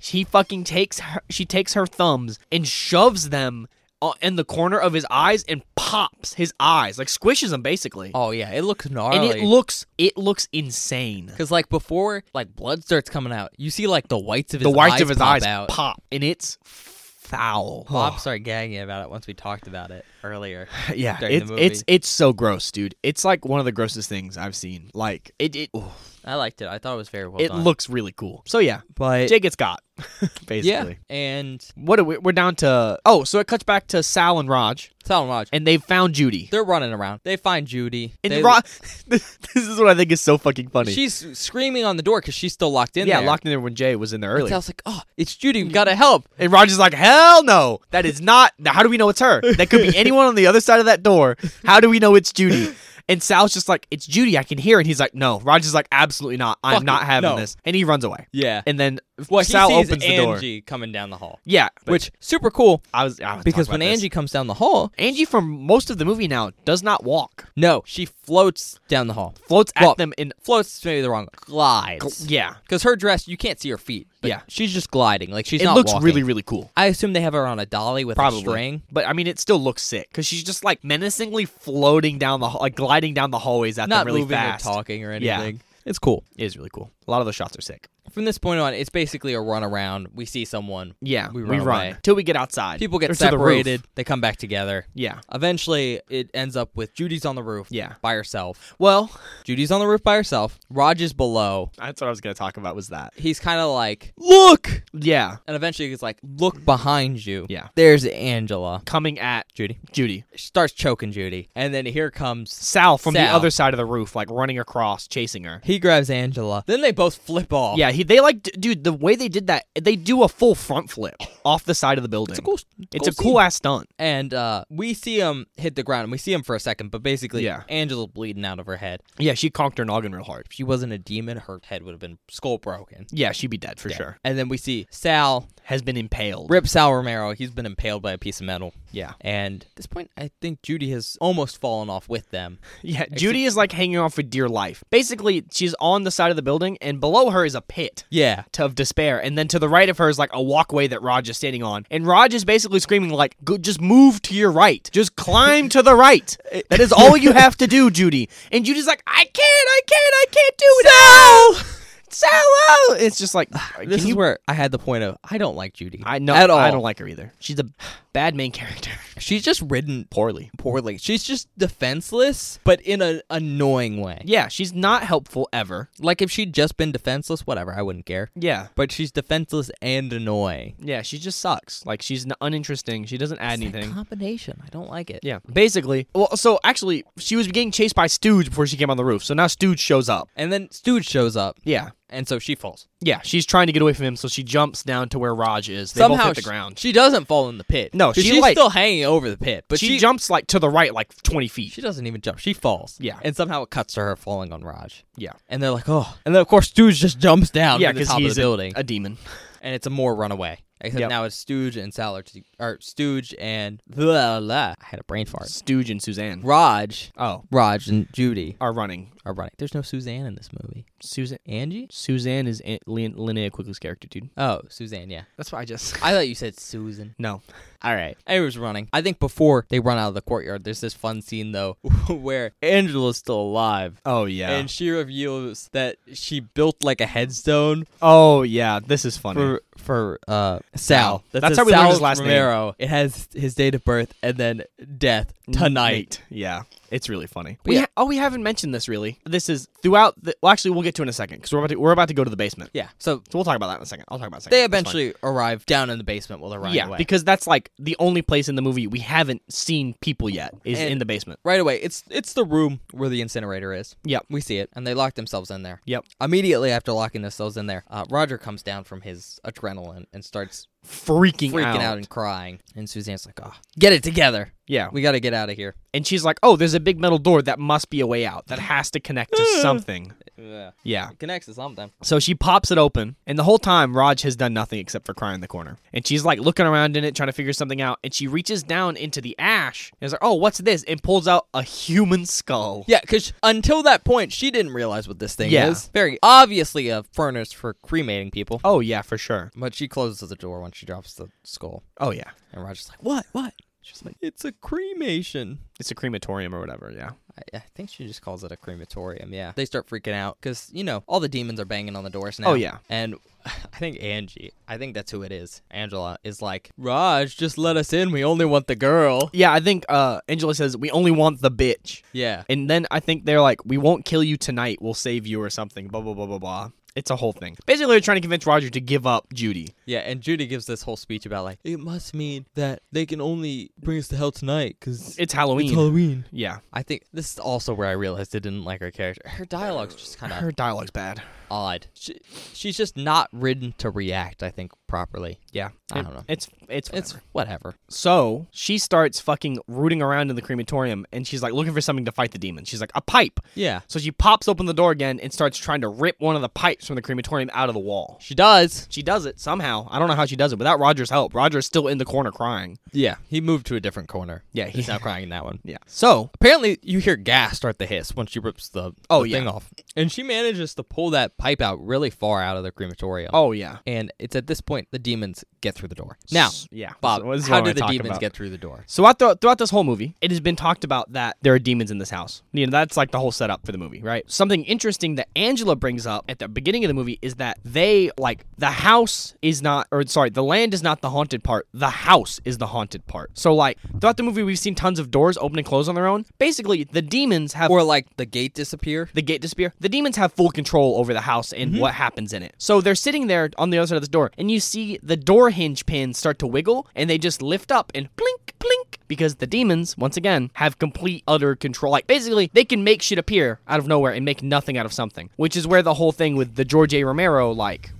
A: She fucking takes her she takes her thumbs and shoves them uh, in the corner of his eyes and pops his eyes like squishes them basically
B: Oh yeah, it looks
A: and
B: gnarly.
A: it looks it looks insane
B: Cause like before, like blood starts coming out. You see like the whites of his
A: the whites
B: eyes
A: of his
B: pop
A: eyes
B: out.
A: pop and it's foul
B: Bob started gagging about it once we talked about it earlier.
A: yeah
B: during the
A: it's
B: movie.
A: it's it's so gross dude it's like one of the grossest things i've seen like it it ooh,
B: I liked it. I thought it was very well
A: it
B: done.
A: looks really cool so yeah
B: but
A: jay gets got basically
B: yeah, and
A: what are we, we're down to oh so it cuts back to sal and raj
B: Salon Raj,
A: and they've found judy
B: they're running around. They find Judy.
A: And
B: They-
A: Ra- this is what I think is so fucking funny.
B: she's screaming on the door because she's still locked in.
A: yeah,
B: there.
A: locked in there when Jay was in there
B: And I
A: earlier.
B: was like, oh, it's Judy. We gotta help.
A: And Roger's like, hell no, that is not. Now, How do we know it's her? That could be anyone on the other side of that door. How do we know it's Judy? And Sal's just like, it's Judy. I can hear. it." And he's like, no. Roger's like, absolutely not. I'm
B: Fuck
A: not
B: it,
A: having
B: no.
A: this. And he runs away.
B: Yeah.
A: And then
B: Well,
A: Sal
B: he sees
A: opens the door.
B: Angie coming down the hall,
A: Yeah, but
B: which super cool
A: I was I was
B: because
A: talking
B: when
A: about this.
B: Angie comes down the hall,
A: Angie from most of the movie now does not walk,
B: no, she floats down the hall.
A: floats
B: Well,
A: at them in.
B: Floats is maybe the wrong glides.
A: Yeah,
B: Because her dress, you can't see her feet. But
A: Yeah.
B: she's just gliding. Like she's
A: it
B: not
A: looks
B: walking.
A: really really cool.
B: I assume they have her on a dolly with
A: Probably.
B: a string.
A: But I mean, it still looks sick because she's just like menacingly floating down the hall, like gliding down the hallways at
B: not
A: them really
B: moving
A: fast.
B: or talking or
A: Yeah.
B: anything. It's cool.
A: It is really cool. A lot of those shots are sick.
B: From this point on, it's basically a run around. We see someone.
A: Yeah,
B: We
A: we
B: run
A: run,
B: away.
A: till we get outside.
B: People get
A: Or to the roof.
B: separated. They come back together.
A: Yeah,
B: Eventually, it ends up with Judy's on the roof.
A: Yeah.
B: By herself.
A: well,
B: Judy's on the roof by herself. Raj is below.
A: that's what I was gonna talk about. Was that?
B: He's kind of like, look!
A: Yeah,
B: And eventually he's like, look behind you.
A: Yeah.
B: There's Angela.
A: coming at
B: Judy.
A: Judy
B: She starts choking Judy. And then here comes
A: Sal from the
B: Sal.
A: other side of the roof, like running across, chasing her.
B: He grabs Angela. Then they both flip off.
A: Yeah, he they like d- dude. The way they did that, they do a full front flip off the side of the building.
B: It's a cool.
A: It's a cool
B: scene.
A: ass stunt.
B: And uh, we see him hit the ground. and We see him for a second, but basically,
A: Yeah.
B: Angela's bleeding out of her head.
A: Yeah, she conked her noggin real hard.
B: If she wasn't a demon, her head would have been skull broken.
A: Yeah, she'd be dead for sure.
B: And then we see Sal
A: Has been impaled.
B: rip Sal Romero. He's been impaled by a piece of metal.
A: Yeah.
B: And at this point, I think Judy has almost fallen off with them.
A: Yeah, Judy is like hanging off with dear life. Basically, she's on the side of the building, and below her is a pit
B: Yeah.
A: to- of despair. And then to the right of her is like a walkway that Raj is standing on. And Raj is basically screaming, like, Go, just move to your right. Just climb to the right. That is all you have to do, Judy. And Judy's like, I can't, I can't, I can't do it. Sal! Sal, no! It's just like can
B: This is
A: you-
B: where I had the point of I don't like Judy.
A: I know
B: at all.
A: I don't like her either. She's a bad main character.
B: She's just written
A: Poorly.
B: poorly. She's just defenseless, but in an annoying way.
A: Yeah, she's not helpful ever.
B: Like if she'd just been defenseless, whatever, I wouldn't care.
A: Yeah.
B: But she's defenseless and annoying.
A: Yeah, she just sucks. Like she's n- uninteresting. She doesn't add
B: It's that
A: anything.
B: combination. I don't like it.
A: Yeah, basically. Well, so actually, she was getting chased by Stooge before she came on the roof. So now Stooge shows up.
B: And then Stooge shows up,
A: Yeah,
B: and so she falls.
A: yeah. She's trying to get away from him, so she jumps down to where Raj is. They both
B: Somehow
A: hit the
B: sh-
A: ground.
B: She doesn't fall in the pit.
A: No,
B: 'Cause
A: she,
B: she's
A: like-
B: still hanging over the pit. But
A: she,
B: she,
A: jumps like to the right, like twenty feet.
B: She doesn't even jump. She falls.
A: Yeah.
B: And somehow it cuts to her falling on Raj.
A: yeah,
B: And they're like, oh. And then of course Stooge just jumps down
A: yeah,
B: from the
A: because
B: top
A: he's
B: of the
A: a-
B: building.
A: A, demon.
B: and it's a more runaway. Except
A: Yep.
B: now it's Stooge and Sal are t- or Stooge and blah, blah. I had a brain fart.
A: Stooge and Suzanne.
B: Raj,
A: Oh,
B: Raj and Judy
A: are running.
B: are running. There's no Suzanne in this movie.
A: Suzanne.
B: Angie?
A: Suzanne is Aunt Lin- Linnea Quigley's character, dude.
B: Oh, Suzanne. Yeah.
A: That's what I just.
B: I thought you said Susan.
A: no.
B: All right. I was running. I think before they run out of the courtyard, there's this fun scene though where Angela's still alive.
A: Oh yeah.
B: And she reveals that she built like a headstone
A: oh yeah. This is funny.
B: for for uh Sal.
A: That's
B: says
A: how we learned his
B: Sal
A: last name.
B: Romero. It has his date of birth and then death tonight.
A: Yeah, it's really funny.
B: But
A: We
B: yeah.
A: ha- oh, we haven't mentioned this really. This is throughout. The- well, actually, we'll get to it in a second because we're about to, we're about to go to the basement.
B: Yeah. So
A: So we'll talk about that in a second. I'll talk about it. in a second.
B: they
A: It's fine.
B: eventually arrive down in the basement while they're running
A: yeah,
B: away.
A: because that's like the only place in the movie we haven't seen people yet is
B: And-
A: in the basement.
B: right away, it's it's the room where the incinerator is.
A: Yep.
B: We see it, and they lock themselves in there.
A: Yep.
B: Immediately after locking themselves in there, uh, Roger comes down from his adrenaline and starts
A: Freaking,
B: freaking out. and crying. And Suzanne's like, "Oh, get it together.
A: Yeah,
B: We got to get out of here."
A: and she's like, "Oh, there's a big metal door that must be a way out. That has to connect to something."
B: Yeah.
A: Yeah.
B: It connects to something.
A: So she pops it open, and the whole time Raj has done nothing except for cry in the corner. And she's like looking around in it, trying to figure something out. And she reaches down into the ash and is like, "Oh, what's this?" And pulls out a human skull.
B: Yeah, because until that point, she didn't realize what this thing
A: Yeah.
B: is. Very obviously a furnace for cremating people.
A: Oh yeah, for sure.
B: But she closes the door when she drops the skull.
A: Oh yeah,
B: And Roger's like, what? What? She's like, it's a cremation.
A: it's a crematorium or whatever. Yeah.
B: I, I think she just calls it a crematorium. Yeah. They start freaking out because, you know, all the demons are banging on the doors now.
A: Oh, yeah.
B: And I think Angie, I think that's who it is. Angela is like, Raj, just let us in. We only want the girl.
A: Yeah, I think uh, Angela says we only want the bitch,
B: Yeah.
A: and then I think they're like, "We won't kill you tonight. We'll save you" or something. Blah blah blah blah blah. It's a whole thing. Basically, they're trying to convince Roger to give up Judy.
B: Yeah, and Judy gives this whole speech about like it must mean that they can only bring us to hell tonight because
A: It's Halloween.
B: Halloween.
A: yeah,
B: I think this is also where I realized I didn't like her character. Her dialogue's just kind of
A: her dialogue's bad.
B: odd. She, she's just not written to react. I think properly.
A: Yeah,
B: I
A: It-
B: don't know.
A: It's it's
B: It's
A: whatever.
B: whatever.
A: So she starts fucking rooting around in the crematorium and she's like looking for something to fight the demon. She's like, a pipe.
B: Yeah,
A: So she pops open the door again and starts trying to rip one of the pipes from the crematorium out of the wall.
B: she does.
A: She does it somehow. I don't know how she does it without Roger's help. Roger's still in the corner crying.
B: Yeah, he moved to a different corner.
A: Yeah,
B: he's
A: he-
B: now crying in that one.
A: Yeah. So,
B: Apparently, you hear gas start to hiss when she rips the,
A: Oh,
B: the thing
A: yeah.
B: off, and she manages to pull that pipe out really far out of the crematorium.
A: oh yeah.
B: and it's at this point the demons get through the door. Now,
A: yeah.
B: Bob,
A: This is
B: how
A: what I
B: did the
A: talk
B: demons
A: about.
B: get through the door?
A: So I thought throughout this whole movie, it has been talked about that there are demons in this house. You know, that's like the whole setup for the movie, right? Something interesting that Angela brings up at the beginning of the movie is that they like the house is not, or sorry, the land is not the haunted part. The house is the haunted part. So like throughout the movie, we've seen tons of doors open and close on their own. Basically, the demons have.
B: Or like the gate disappear?
A: the gate disappear. The demons have full control over the house and what happens in it. So they're sitting there on the other side of this door, and you see the door hinge pins start to wiggle, and they just lift up and blink, blink, because the demons, once again, have complete utter control. Like basically, they can make shit appear out of nowhere and make nothing out of something, which is where the whole thing with the George A. Romero like,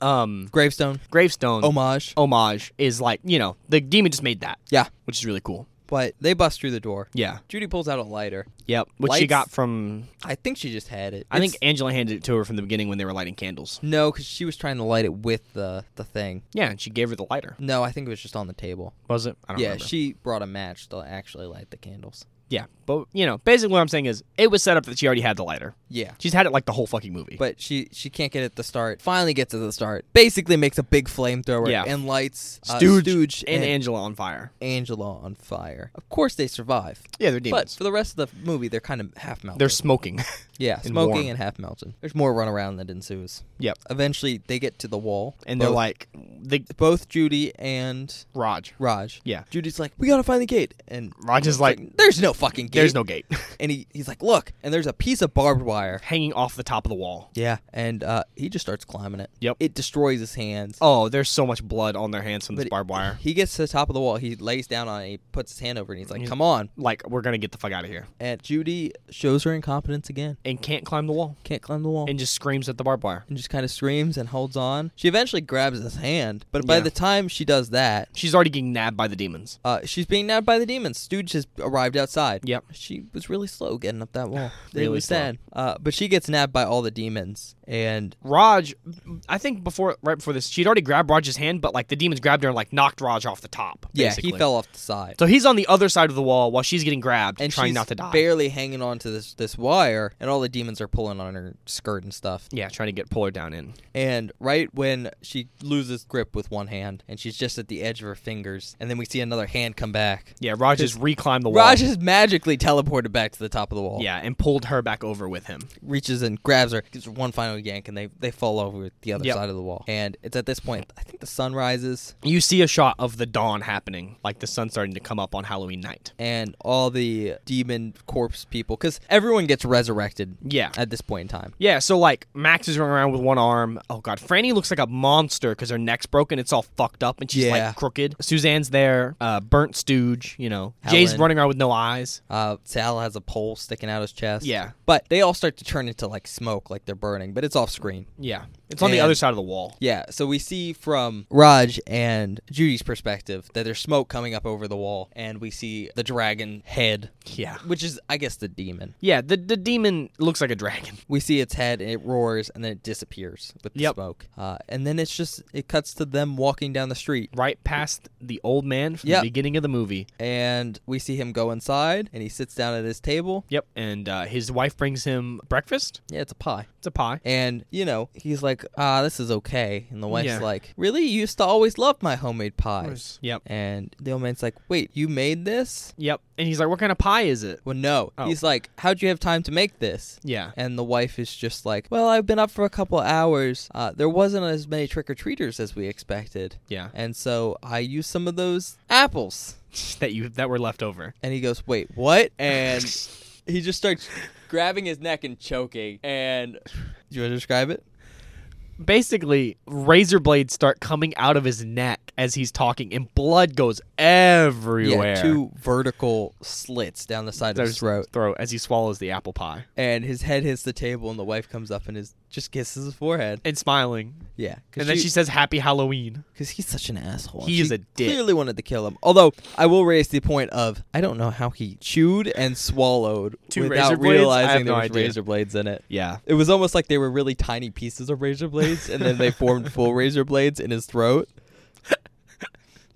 A: um,
B: Gravestone
A: gravestone
B: homage.
A: homage is like, you know, the demon just made that,
B: Yeah,
A: which is really cool.
B: but they bust through the door.
A: Yeah.
B: Judy pulls out a lighter.
A: Yep. Which she
B: Lights.
A: got from.
B: I think she just had it.
A: I think
B: It's-
A: Angela handed it to her from the beginning when they were lighting candles.
B: no, because she was trying to light it with the the thing.
A: Yeah, and she gave her the lighter.
B: No, I think it was just on the table.
A: Was it? I don't
B: yeah,
A: remember.
B: she brought a match to actually light the candles.
A: Yeah, but you know, basically what I'm saying is it was set up that she already had the lighter.
B: Yeah.
A: She's had it like the whole fucking movie.
B: But she she can't get it at the start. Finally gets it at the start. Basically makes a big flamethrower
A: Yeah.
B: and lights uh,
A: Stooge
B: Stooge
A: and Angela on fire.
B: Angela on fire. Of course they survive.
A: Yeah, they're
B: But
A: demons.
B: for the rest of the movie, they're kind of half melted.
A: they're smoking.
B: yeah,
A: and
B: smoking
A: warm.
B: and half melted. There's more runaround that ensues.
A: yep.
B: Eventually, they get to the wall,
A: And
B: both,
A: they're like the
B: both Judy and
A: Raj.
B: Raj.
A: Yeah.
B: Judy's like, we gotta find the gate, and
A: Raj is like,
B: there's no fucking gate.
A: there's no gate.
B: And he, he's like, look, and there's a piece of barbed wire.
A: Hanging off the top of the wall.
B: Yeah, and uh, he just starts climbing it.
A: Yep.
B: It destroys his hands.
A: Oh, there's so much blood on their hands from this
B: But
A: barbed wire.
B: He gets to the top of the wall. He lays down on it. He puts his hand over it. And he's like,
A: He's-
B: come on.
A: Like we're gonna get the fuck out of here.
B: And Judy shows her incompetence again.
A: And can't climb the wall.
B: Can't climb the wall.
A: And just screams at the barbed wire.
B: and just kind of screams and holds on. She eventually grabs his hand, but by
A: Yeah.
B: the time she does that,
A: She's already getting nabbed by the demons.
B: uh, she's being nabbed by the demons. Stooge has arrived outside.
A: Yep.
B: She was really slow getting up that wall.
A: Really
B: really
A: slow.
B: sad. Uh, but she gets nabbed by all the demons, and
A: Raj, I think before, right before this, she'd already grabbed Raj's hand, but like the demons grabbed her and like knocked Raj off the top.
B: yeah,
A: basically.
B: he fell off the side.
A: So he's on the other side of the wall while she's getting grabbed
B: and
A: and trying
B: she's
A: not to die.
B: barely hanging on to this this wire, and all the demons are pulling on her skirt and stuff.
A: yeah, trying to get pull her down in.
B: And right when she loses grip with one hand, and she's just at the edge of her fingers, and then we see another hand come back.
A: Yeah, Raj just reclimbed the wall.
B: Raj is magically teleported back to the top of the wall.
A: yeah, and pulled her back over with him.
B: reaches and grabs her, gives her one final yank, and they, they fall over the other
A: Yep.
B: side of the wall. And it's at this point, I think the sun rises,
A: You see a shot of the dawn happening, like the sun starting to come up on Halloween night.
B: and all the demon corpse people, because everyone gets resurrected
A: Yeah.
B: at this point in time.
A: Yeah, so like Max is running around with one arm. Oh god, Franny looks like a monster because her neck's broken. It's all fucked up and she's
B: Yeah.
A: like crooked. Suzanne's there, uh, burnt stooge. You know, Jay's
B: Helen.
A: running around with no eyes.
B: Uh, Sal has a pole sticking out his chest.
A: Yeah.
B: But they all start to turn into like smoke, like they're burning, but it's off screen.
A: Yeah, it's on the
B: And-
A: other side of the wall.
B: Yeah, so we see from Raj and Judy's perspective that there's smoke coming up over the wall, and we see the dragon head,
A: Yeah,
B: which is, I guess, the demon.
A: yeah. The the demon looks like a dragon.
B: we see its head and it roars and then it disappears with the
A: Yep.
B: smoke uh, and then it's just it cuts to them walking down the street
A: Right past the old man from
B: Yep.
A: the beginning of the movie.
B: and we see him go inside and he sits down at his table
A: Yep, and uh, his wife brings him breakfast.
B: yeah it's a pie
A: It's a pie.
B: and you know he's like ah this is okay and the wife's
A: Yeah.
B: like really you used to always love my homemade pies
A: Yep.
B: and the old man's like wait you made this
A: Yep. And he's like, "What kind of pie is it?"
B: well no
A: Oh.
B: he's like how'd you have time to make this
A: Yeah.
B: and the wife is just like well i've been up for a couple hours uh, there wasn't as many trick-or-treaters as we expected
A: Yeah.
B: And so I used some of those apples.
A: that you that were left over.
B: And he goes, wait, what? And he just starts grabbing his neck and choking. And do you want to describe it?
A: Basically, razor blades start coming out of his neck as he's talking, and blood goes everywhere.
B: Yeah, two vertical slits down the side
A: Down
B: of his throat.
A: throat as he swallows the apple pie
B: And his head hits the table, and the wife comes up and is, just kisses his forehead.
A: and smiling.
B: Yeah.
A: And then she says, "Happy Halloween."
B: Because he's such an asshole.
A: He
B: She
A: is a dick.
B: Clearly wanted to kill him. Although I will raise the point of I don't know how he chewed and swallowed
A: Two
B: without
A: razor blades? I
B: realizing
A: have
B: there
A: no
B: was
A: idea.
B: razor blades in it.
A: Yeah.
B: It was almost like they were really tiny pieces of razor blades, and then they formed full razor blades in his throat.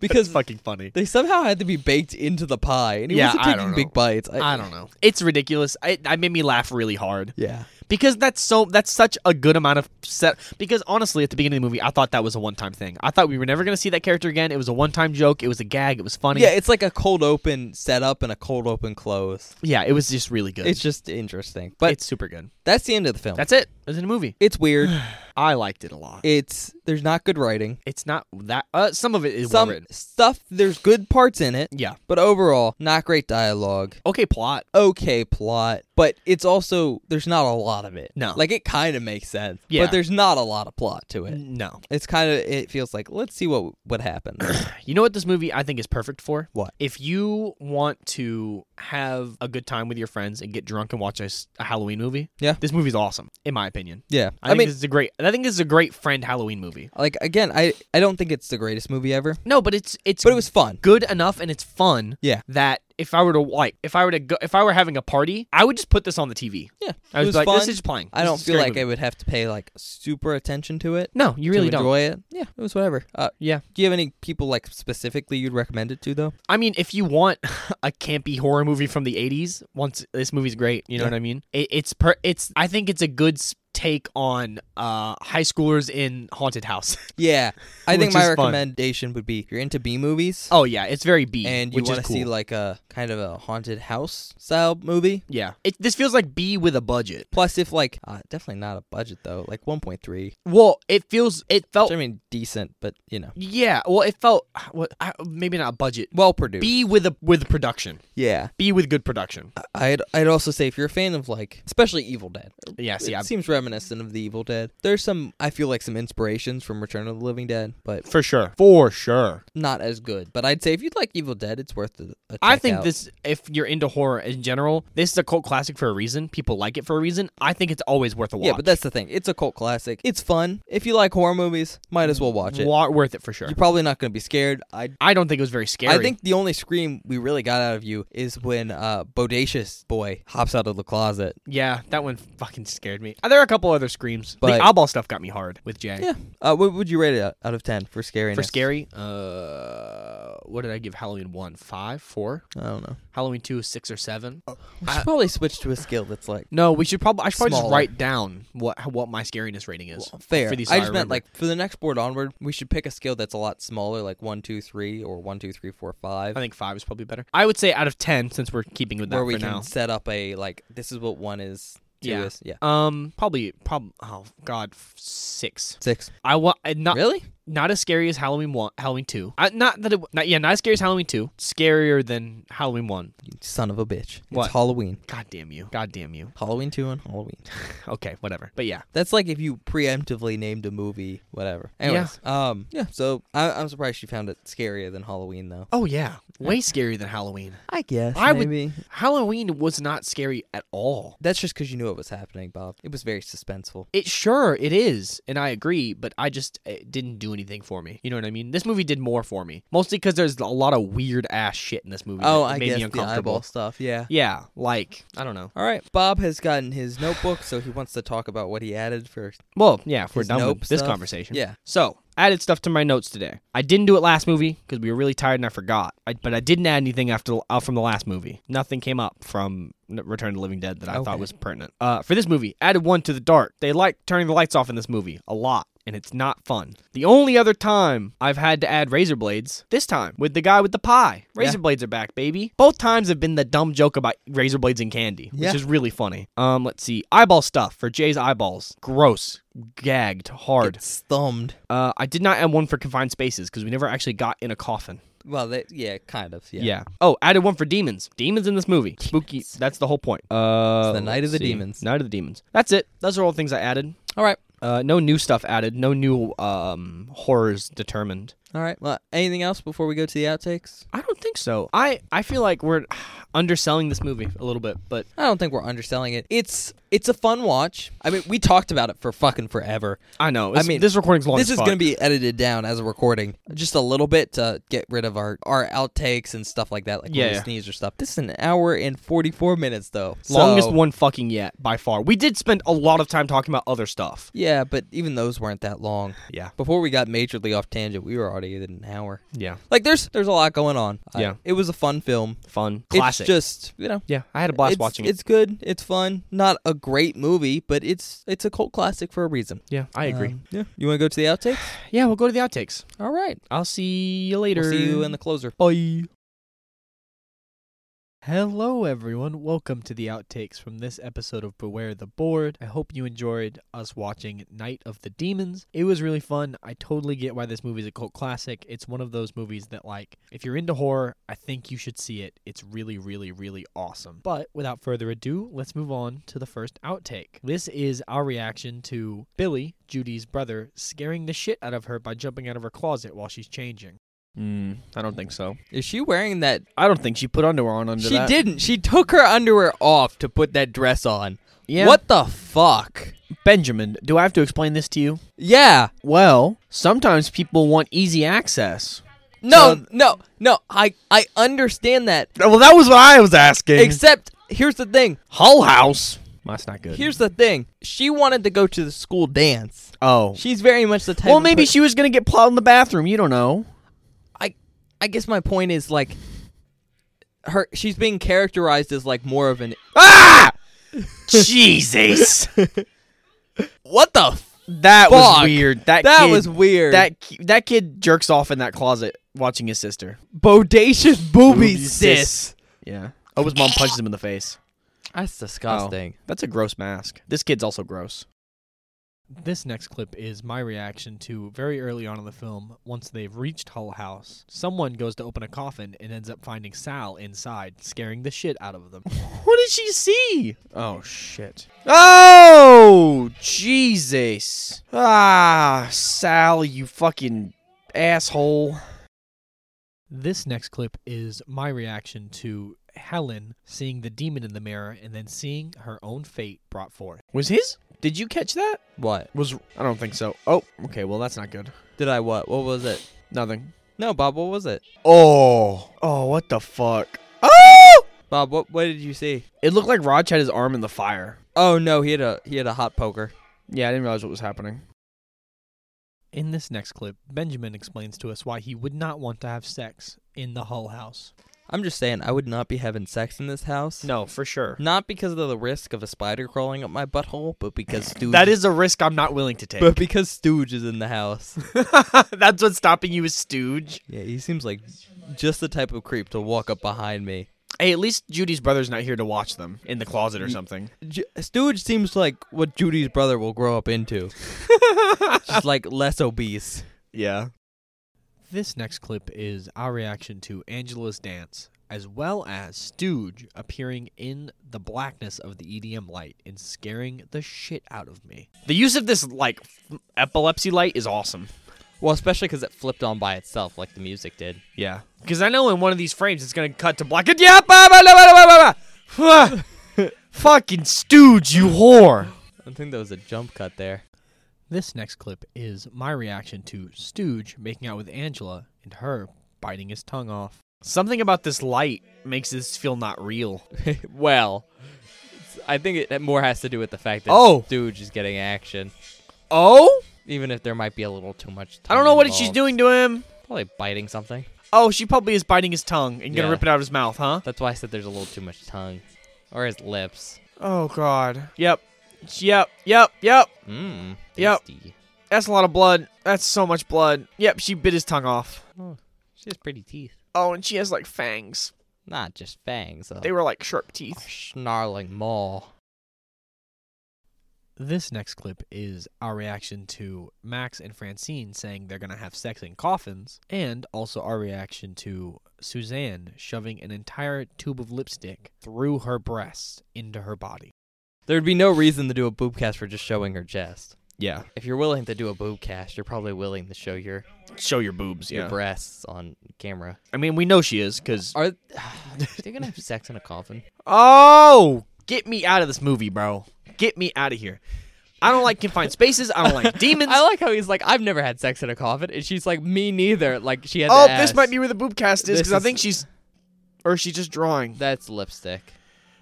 B: Because
A: Fucking funny.
B: they somehow had to be baked into the pie, and he
A: Yeah,
B: wasn't
A: I
B: taking
A: don't know.
B: big bites.
A: I don't know. It's ridiculous. I, I made me laugh really hard
B: Yeah.
A: because that's so that's such a good amount of set. Because honestly, at the beginning of the movie, I thought that was a one time thing. I thought we were never gonna see that character again. It was a one time joke. It was a gag. It was funny.
B: Yeah, it's like a cold open setup and a cold open close.
A: Yeah, it was just really good.
B: It's just interesting. But
A: it's super good.
B: that's the end of the film.
A: That's it. It's in a movie.
B: it's weird.
A: I liked it a lot.
B: It's there's not good writing.
A: it's not that. Uh, some of it is well
B: Some
A: written.
B: stuff there's good parts in it,
A: Yeah.
B: but overall, not great dialogue.
A: Okay, plot.
B: okay plot, but it's also there's not a lot of it.
A: No.
B: like it kind of makes sense,
A: Yeah.
B: but there's not a lot of plot to it.
A: No.
B: It's kind of it feels like let's see what what happens.
A: You know what this movie I think is perfect for?
B: What?
A: If you want to have a good time with your friends and get drunk and watch a, s- a Halloween movie,
B: Yeah.
A: this movie's awesome, in my opinion.
B: yeah,
A: I,
B: I,
A: think
B: mean,
A: this is a great. I think this is a great friend Halloween movie.
B: like again, I I don't think it's the greatest movie ever,
A: No, but it's it's
B: but it was fun.
A: good enough and it's fun.
B: Yeah.
A: That if I were to like if I were to go if I were having a party, I would just put this on the TV.
B: Yeah,
A: I was,
B: it was
A: like,
B: fun.
A: this is just playing.
B: I
A: This
B: don't
A: is a
B: feel
A: scary
B: like I
A: movie.
B: would have to pay like super attention to it.
A: No, you really
B: to
A: don't.
B: enjoy it. Yeah, it was whatever. Uh,
A: Yeah.
B: do you have any people like specifically you'd recommend it to though?
A: I mean, if you want a campy horror movie from the '80s, once this movie's great, you know
B: Yeah.
A: what I mean. It, it's per, it's. I think it's a good s- take on uh, high schoolers in haunted house.
B: Yeah, I think
A: Which
B: my
A: is fun.
B: recommendation would be if you're into B movies
A: oh yeah, it's very B,
B: and you
A: which is
B: want to
A: cool.
B: see like a kind of a haunted house style movie.
A: yeah, it, this feels like B with a budget.
B: Plus, if like uh, definitely not a budget though, like 1.3. which,
A: Well, it feels it felt
B: I mean, decent, but you know,
A: yeah. Well, it felt what I, maybe not a budget.
B: well produced.
A: B with a with production.
B: yeah,
A: B with good production.
B: I'd I'd also say if you're a fan of like especially Evil Dead,
A: Yeah, see,
B: it
A: I'm,
B: seems reminiscent of the Evil Dead. There's some I feel like some inspirations from Return of the Living Dead, but
A: for sure, for sure.
B: not as good. But I'd say if you'd like Evil Dead, it's worth a, a check
A: I think
B: out.
A: this, if you're into horror in general, this is a cult classic for a reason. People like it for a reason. I think it's always worth a watch.
B: Yeah, but that's the thing. It's a cult classic. It's fun. If you like horror movies, might as well watch it.
A: Wa- worth it for sure.
B: You're probably not going to be scared. I
A: I don't think it was very scary.
B: I think the only scream we really got out of you is when uh bodacious boy hops out of the closet.
A: yeah, that one fucking scared me. Uh, There are a couple other screams.
B: But-
A: the eyeball stuff got me hard with Jay.
B: Yeah. Uh, what would you rate it out- out of ten for scariness?
A: For scary, uh, what did I give Halloween one? Five, four.
B: I don't know.
A: Halloween two, is six or seven.
B: We should
A: Uh, I-
B: probably switch to a skill that's like
A: No, we should probably. I should probably just
B: Smaller.
A: write down what what my scariness rating is.
B: fair.
A: For these
B: I
A: I
B: just meant
A: remember.
B: like for the next board onward, we should pick a skill that's a lot smaller, like one, two, three, or one, two, three, four, five.
A: I think five is probably better. I would say out of ten, since we're keeping with that
B: where we
A: for
B: can
A: now.
B: set up a like this is what one is, two
A: Yeah.
B: is, yeah,
A: Um, probably, prob Oh God, f- six.
B: six.
A: I want not
B: really?
A: not as scary as Halloween one, Halloween two. I, not that it, not yeah, not as scary as Halloween two. Scarier than Halloween one.
B: You son of a bitch.
A: What?
B: It's Halloween.
A: God damn you. God damn you.
B: Halloween two and Halloween.
A: Okay, whatever. But yeah,
B: That's like if you preemptively named a movie, whatever. Anyways, um, yeah. So I, I'm surprised you found it scarier than Halloween, though.
A: Oh yeah, way scarier than Halloween.
B: I guess
A: I would-
B: maybe.
A: Halloween was not scary at all.
B: That's just because you knew what was happening, Bob. It was very suspenseful.
A: It sure it is, and I agree, but I just it didn't do anything for me. You know what I mean? This movie did more for me, mostly because there's a lot of weird ass shit in this movie.
B: Oh,
A: that
B: I
A: made
B: guess
A: me
B: the
A: uncomfortable.
B: eyeball stuff. Yeah.
A: Yeah, like I don't know.
B: All right. Bob has gotten his notebook, so he wants to talk about what he added for
A: Well, yeah, if we're
B: his
A: done
B: nope
A: with this
B: stuff.
A: conversation.
B: Yeah.
A: So added stuff to my notes today. I didn't do it last movie because we were really tired and I forgot. I, but I didn't add anything after uh, from the last movie. Nothing came up from N- Return of the Living Dead that I
B: Okay.
A: thought was pertinent. Uh, for this movie, added one to the dark. They like turning the lights off in this movie a lot. And it's not fun. The only other time I've had to add razor blades, this time with the guy with the pie. Razor blades are back, baby. Both times have been the dumb joke about razor blades and candy,
B: Yeah.
A: which is really funny. Um, let's see. Eyeball stuff for Jay's eyeballs. Gross. Gagged hard.
B: It's thumbed.
A: Uh, I did not add one for confined spaces because we never actually got in a coffin.
B: Well, they, yeah, kind of. Yeah.
A: Oh, added one for demons. Demons in this movie. Spooky. That's the whole point. Uh,
B: It's the Night of
A: let's
B: the Demons.
A: Night of the demons. That's it. Those are all things I added.
B: All right.
A: Uh, no new stuff added. No new um horrors determined.
B: All right. Well, anything else before we go to the outtakes?
A: I don't think so. I I feel like we're underselling this movie a little bit, but
B: I don't think we're underselling it. It's it's a fun watch. I mean, we talked about it for fucking forever.
A: I know.
B: mean,
A: this recording's long.
B: this
A: as
B: is
A: fuck.
B: going to be edited down as a recording just a little bit to get rid of our our outtakes and stuff like that like
A: Yeah,
B: when we
A: yeah.
B: sneeze or stuff this is an hour and 44 minutes though
A: longest
B: So-
A: one fucking yet by far. We did spend a lot of time talking about other stuff.
B: yeah but even those weren't that long
A: Yeah.
B: before we got majorly off tangent we were already at an hour
A: Yeah.
B: like there's there's a lot going on I-
A: Yeah.
B: it was a fun film
A: Fun. Classic.
B: it's just you know
A: yeah, I had a blast
B: it's,
A: watching it.
B: it's good it's fun not a great movie but it's it's a cult classic for a reason
A: Yeah, I agree.
B: Um, yeah you want to go to the outtakes
A: yeah, we'll go to the outtakes.
B: all right
A: I'll see you later.
B: we'll see you in the closer
A: Bye. Hello, everyone. Welcome to the outtakes from this episode of Beware the Board. I hope you enjoyed us watching Night of the Demons. It was really fun. I totally get why this movie is a cult classic. It's one of those movies that, like, if you're into horror, I think you should see it. It's really, really, really awesome. But without further ado, let's move on to the first outtake. This is our reaction to Billy, Judy's brother, scaring the shit out of her by jumping out of her closet while she's changing.
C: Mm, I don't think so.
B: is she wearing that
C: I don't think she put underwear on under
B: She
C: that.
B: didn't. She took her underwear off to put that dress on.
C: Yeah.
B: What the fuck?
C: Benjamin, do I have to explain this to you?
B: Yeah.
C: Well, sometimes people want easy access.
B: No,
C: So-
B: no, no. I I understand that.
C: Oh, Well, that was what I was asking.
B: Except here's the thing.
A: Hull House. That's not good.
B: Here's the thing. She wanted to go to the school dance.
A: oh.
B: She's very much the type.
A: Well,
B: of
A: maybe
B: per-
A: she was gonna get plowed in the bathroom. You don't know.
B: I I guess my point is like her she's being characterized as like more of an
A: Ah! Jesus.
B: what the f-
A: That was
B: Fuck.
A: weird. That
B: that
A: kid-
B: was weird
A: That ki- that kid jerks off in that closet watching his sister.
B: bodacious booby sis
A: Yeah. Oh, his mom punches him in the face.
B: that's
A: Oh.
B: disgusting
A: That's a gross mask. This kid's also gross.
D: This next clip is my reaction to very early on in the film. Once they've reached Hull House, someone goes to open a coffin and ends up finding Sal inside, scaring the shit out of them.
A: What did she see? Oh shit. Oh Jesus. Ah, Sal, you fucking asshole.
D: this next clip is my reaction to Helen seeing the demon in the mirror and then seeing her own fate brought forth.
A: Was his? Did you catch that?
B: what
A: Was I don't think so. Oh, okay. Well, that's not good.
B: did I what what was it
A: Nothing.
B: no Bob what was it
A: Oh. Oh, what the fuck? Oh!
B: Bob what what did you see
A: It looked like Raj had his arm in the fire.
B: oh no he had a he had a hot poker
A: Yeah, I didn't realize what was happening.
D: In this next clip, Benjamin explains to us why he would not want to have sex in the Hull House.
B: I'm just saying I would not be having sex in this house
A: No, for sure.
B: not because of the risk of a spider crawling up my butthole but because Stooge
A: That is a risk I'm not willing to take.
B: but because Stooge is in the house
A: That's what's stopping you is Stooge.
B: yeah he seems like just the type of creep to walk up behind me
A: Hey, at least Judy's brother's not here to watch them in the closet or something.
B: J- Stooge seems like what Judy's brother will grow up into. Just like less obese.
C: yeah.
D: This next clip is our reaction to Angela's dance, as well as Stooge appearing in the blackness of the EDM light and scaring the shit out of me.
A: The use of this like f- epilepsy light is awesome.
B: Well, especially because it flipped on by itself like the music did.
A: Yeah. Because I know in one of these frames it's gonna cut to black. Yeah. Bah, bah, bah, bah, bah, bah, bah. Fuh. Fucking Stooge, you whore.
B: I think there was a jump cut there.
D: This next clip is my reaction to Stooge making out with Angela and her biting his tongue off.
A: Something about this light makes this feel not real.
B: well, it's- I think it, it more has to do with the fact that
A: Oh.
B: Stooge is getting action,
A: Oh?
B: even if there might be a little too much.
A: I don't know
B: tongue
A: what she's
B: involved.
A: doing to him.
B: Probably biting something.
A: Oh, she probably is biting his tongue and gonna
B: Yeah.
A: rip it out of his mouth, huh?
B: That's why I said there's a little too much tongue, or his lips.
A: Oh God. Yep. Yep. Yep. Yep.
B: Mmm.
A: Yep.
B: tasty.
A: That's a lot of blood. That's so much blood. Yep, she bit his tongue off.
B: She has pretty teeth.
A: Oh, and she has like fangs.
B: Not just fangs. A
A: They were like sharp teeth.
B: snarling maw.
D: This next clip is our reaction to Max and Francine saying they're going to have sex in coffins, and also our reaction to Suzanne shoving an entire tube of lipstick through her breast into her body.
B: There'd be no reason to do a boob cast for just showing her chest.
A: Yeah.
B: If you're willing to do a boob cast, you're probably willing to show your,
A: Show your boobs.
B: your breasts on camera.
A: I mean, we know she is because.
B: Are, they gonna have sex in a coffin?
A: Oh, get me out of this movie, bro. Get me out of here. I don't like confined spaces. I don't like demons.
B: I like how he's like, I've never had sex in a coffin, and she's like, me neither. Like she had.
A: oh,
B: to
A: this
B: ask.
A: might be where the boob cast is
B: This
A: because I
B: is-
A: think she's, or she's just drawing.
B: That's lipstick.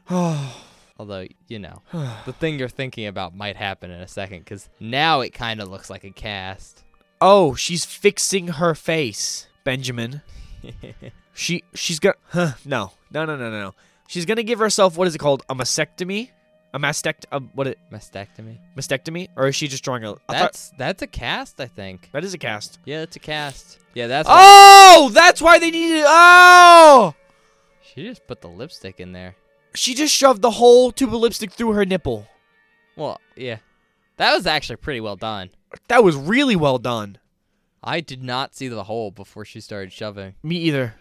A: Oh,
B: Although you know, the thing you're thinking about might happen in a second, because now it kind of looks like a cast.
A: oh, she's fixing her face, Benjamin. She she's gonna huh, no no no no no no. She's gonna give herself what is it called a mastectomy, a mastect a, what it
B: Mastectomy.
A: mastectomy or is she just drawing a? I thought-
B: That's that's a cast, I think.
A: that is a cast.
B: Yeah, it's a cast. Yeah, that's. why-
A: Oh, that's why they needed. Oh,
B: She just put the lipstick in there.
A: she just shoved the whole tube of lipstick through her nipple.
B: Well, yeah. That was actually pretty well done.
A: That was really well done.
B: I did not see the hole before she started shoving.
A: Me either.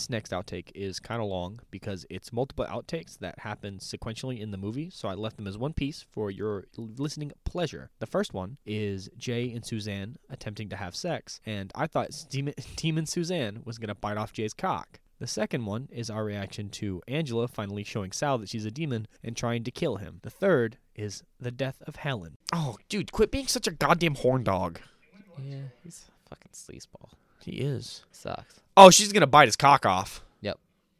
D: This next outtake is kind of long because it's multiple outtakes that happen sequentially in the movie, so I left them as one piece for your l- listening pleasure. The first one is Jay and Suzanne attempting to have sex, and I thought s- Demon, Demon Suzanne was going to bite off Jay's cock. The second one is our reaction to Angela finally showing Sal that she's a demon and trying to kill him. The third is the death of Helen.
A: Oh, dude, quit being such a goddamn horn dog.
B: Yeah, he's a fucking sleazeball.
D: He is.
B: Sucks.
A: Oh, she's gonna bite his cock off.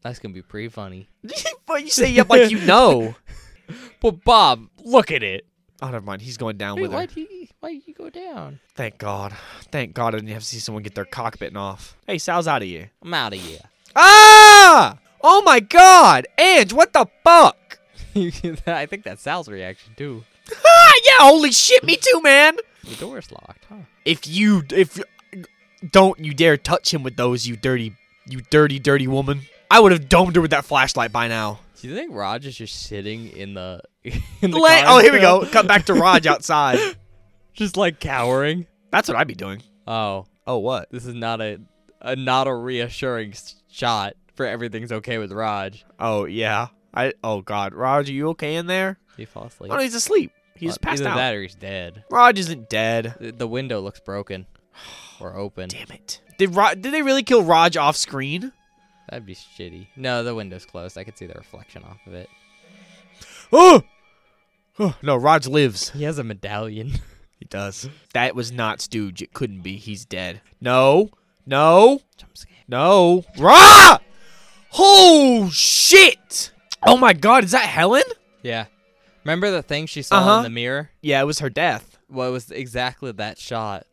B: That's gonna be pretty funny.
A: but you say yep like you know.
B: But Bob, look at it.
A: Oh, never mind. He's going down with her.
B: why'd he? Why'd you go down?
A: Thank God. Thank God I didn't have to see someone get their cock bitten off. Hey, Sal's out of here.
B: I'm out of here.
A: Ah! Oh my God, Ange, what the fuck?
B: I think that's Sal's reaction too.
A: Ah, yeah, holy shit, me too, man.
B: The door's locked, huh?
A: If you, if don't you dare touch him with those, you dirty, you dirty, dirty woman. I would have domed her with that flashlight by now.
B: Do you think Raj is just sitting in the in the
A: Let-
B: car
A: oh, here we
B: still?
A: go. Cut back to Raj outside.
B: Just like cowering.
A: That's what I'd be doing.
B: Oh,
A: Oh, what?
B: this is not a, a not a reassuring s- shot for everything's okay with Raj.
A: Oh, yeah. I. Oh God, Raj, are you okay in there?
B: He falls asleep.
A: Oh, no, he's asleep. He's
B: Well,
A: passed
B: either
A: out.
B: that or he's dead.
A: Raj isn't dead.
B: The, the window looks broken or open.
A: Damn it. Did Ra- did they really kill Raj off screen?
B: That'd be shitty. No, the window's closed. I could see the reflection off of it.
A: Oh! Oh, no, Raj lives.
B: He has a medallion.
A: He does. That was not Stooge. It couldn't be. He's dead. No. No.
B: Jump scare.
A: No. Rah! Oh shit! Oh my god, is that Helen?
B: Yeah. Remember the thing she saw
A: Uh-huh.
B: in the mirror?
A: Yeah, it was her death.
B: Well, it was exactly that shot.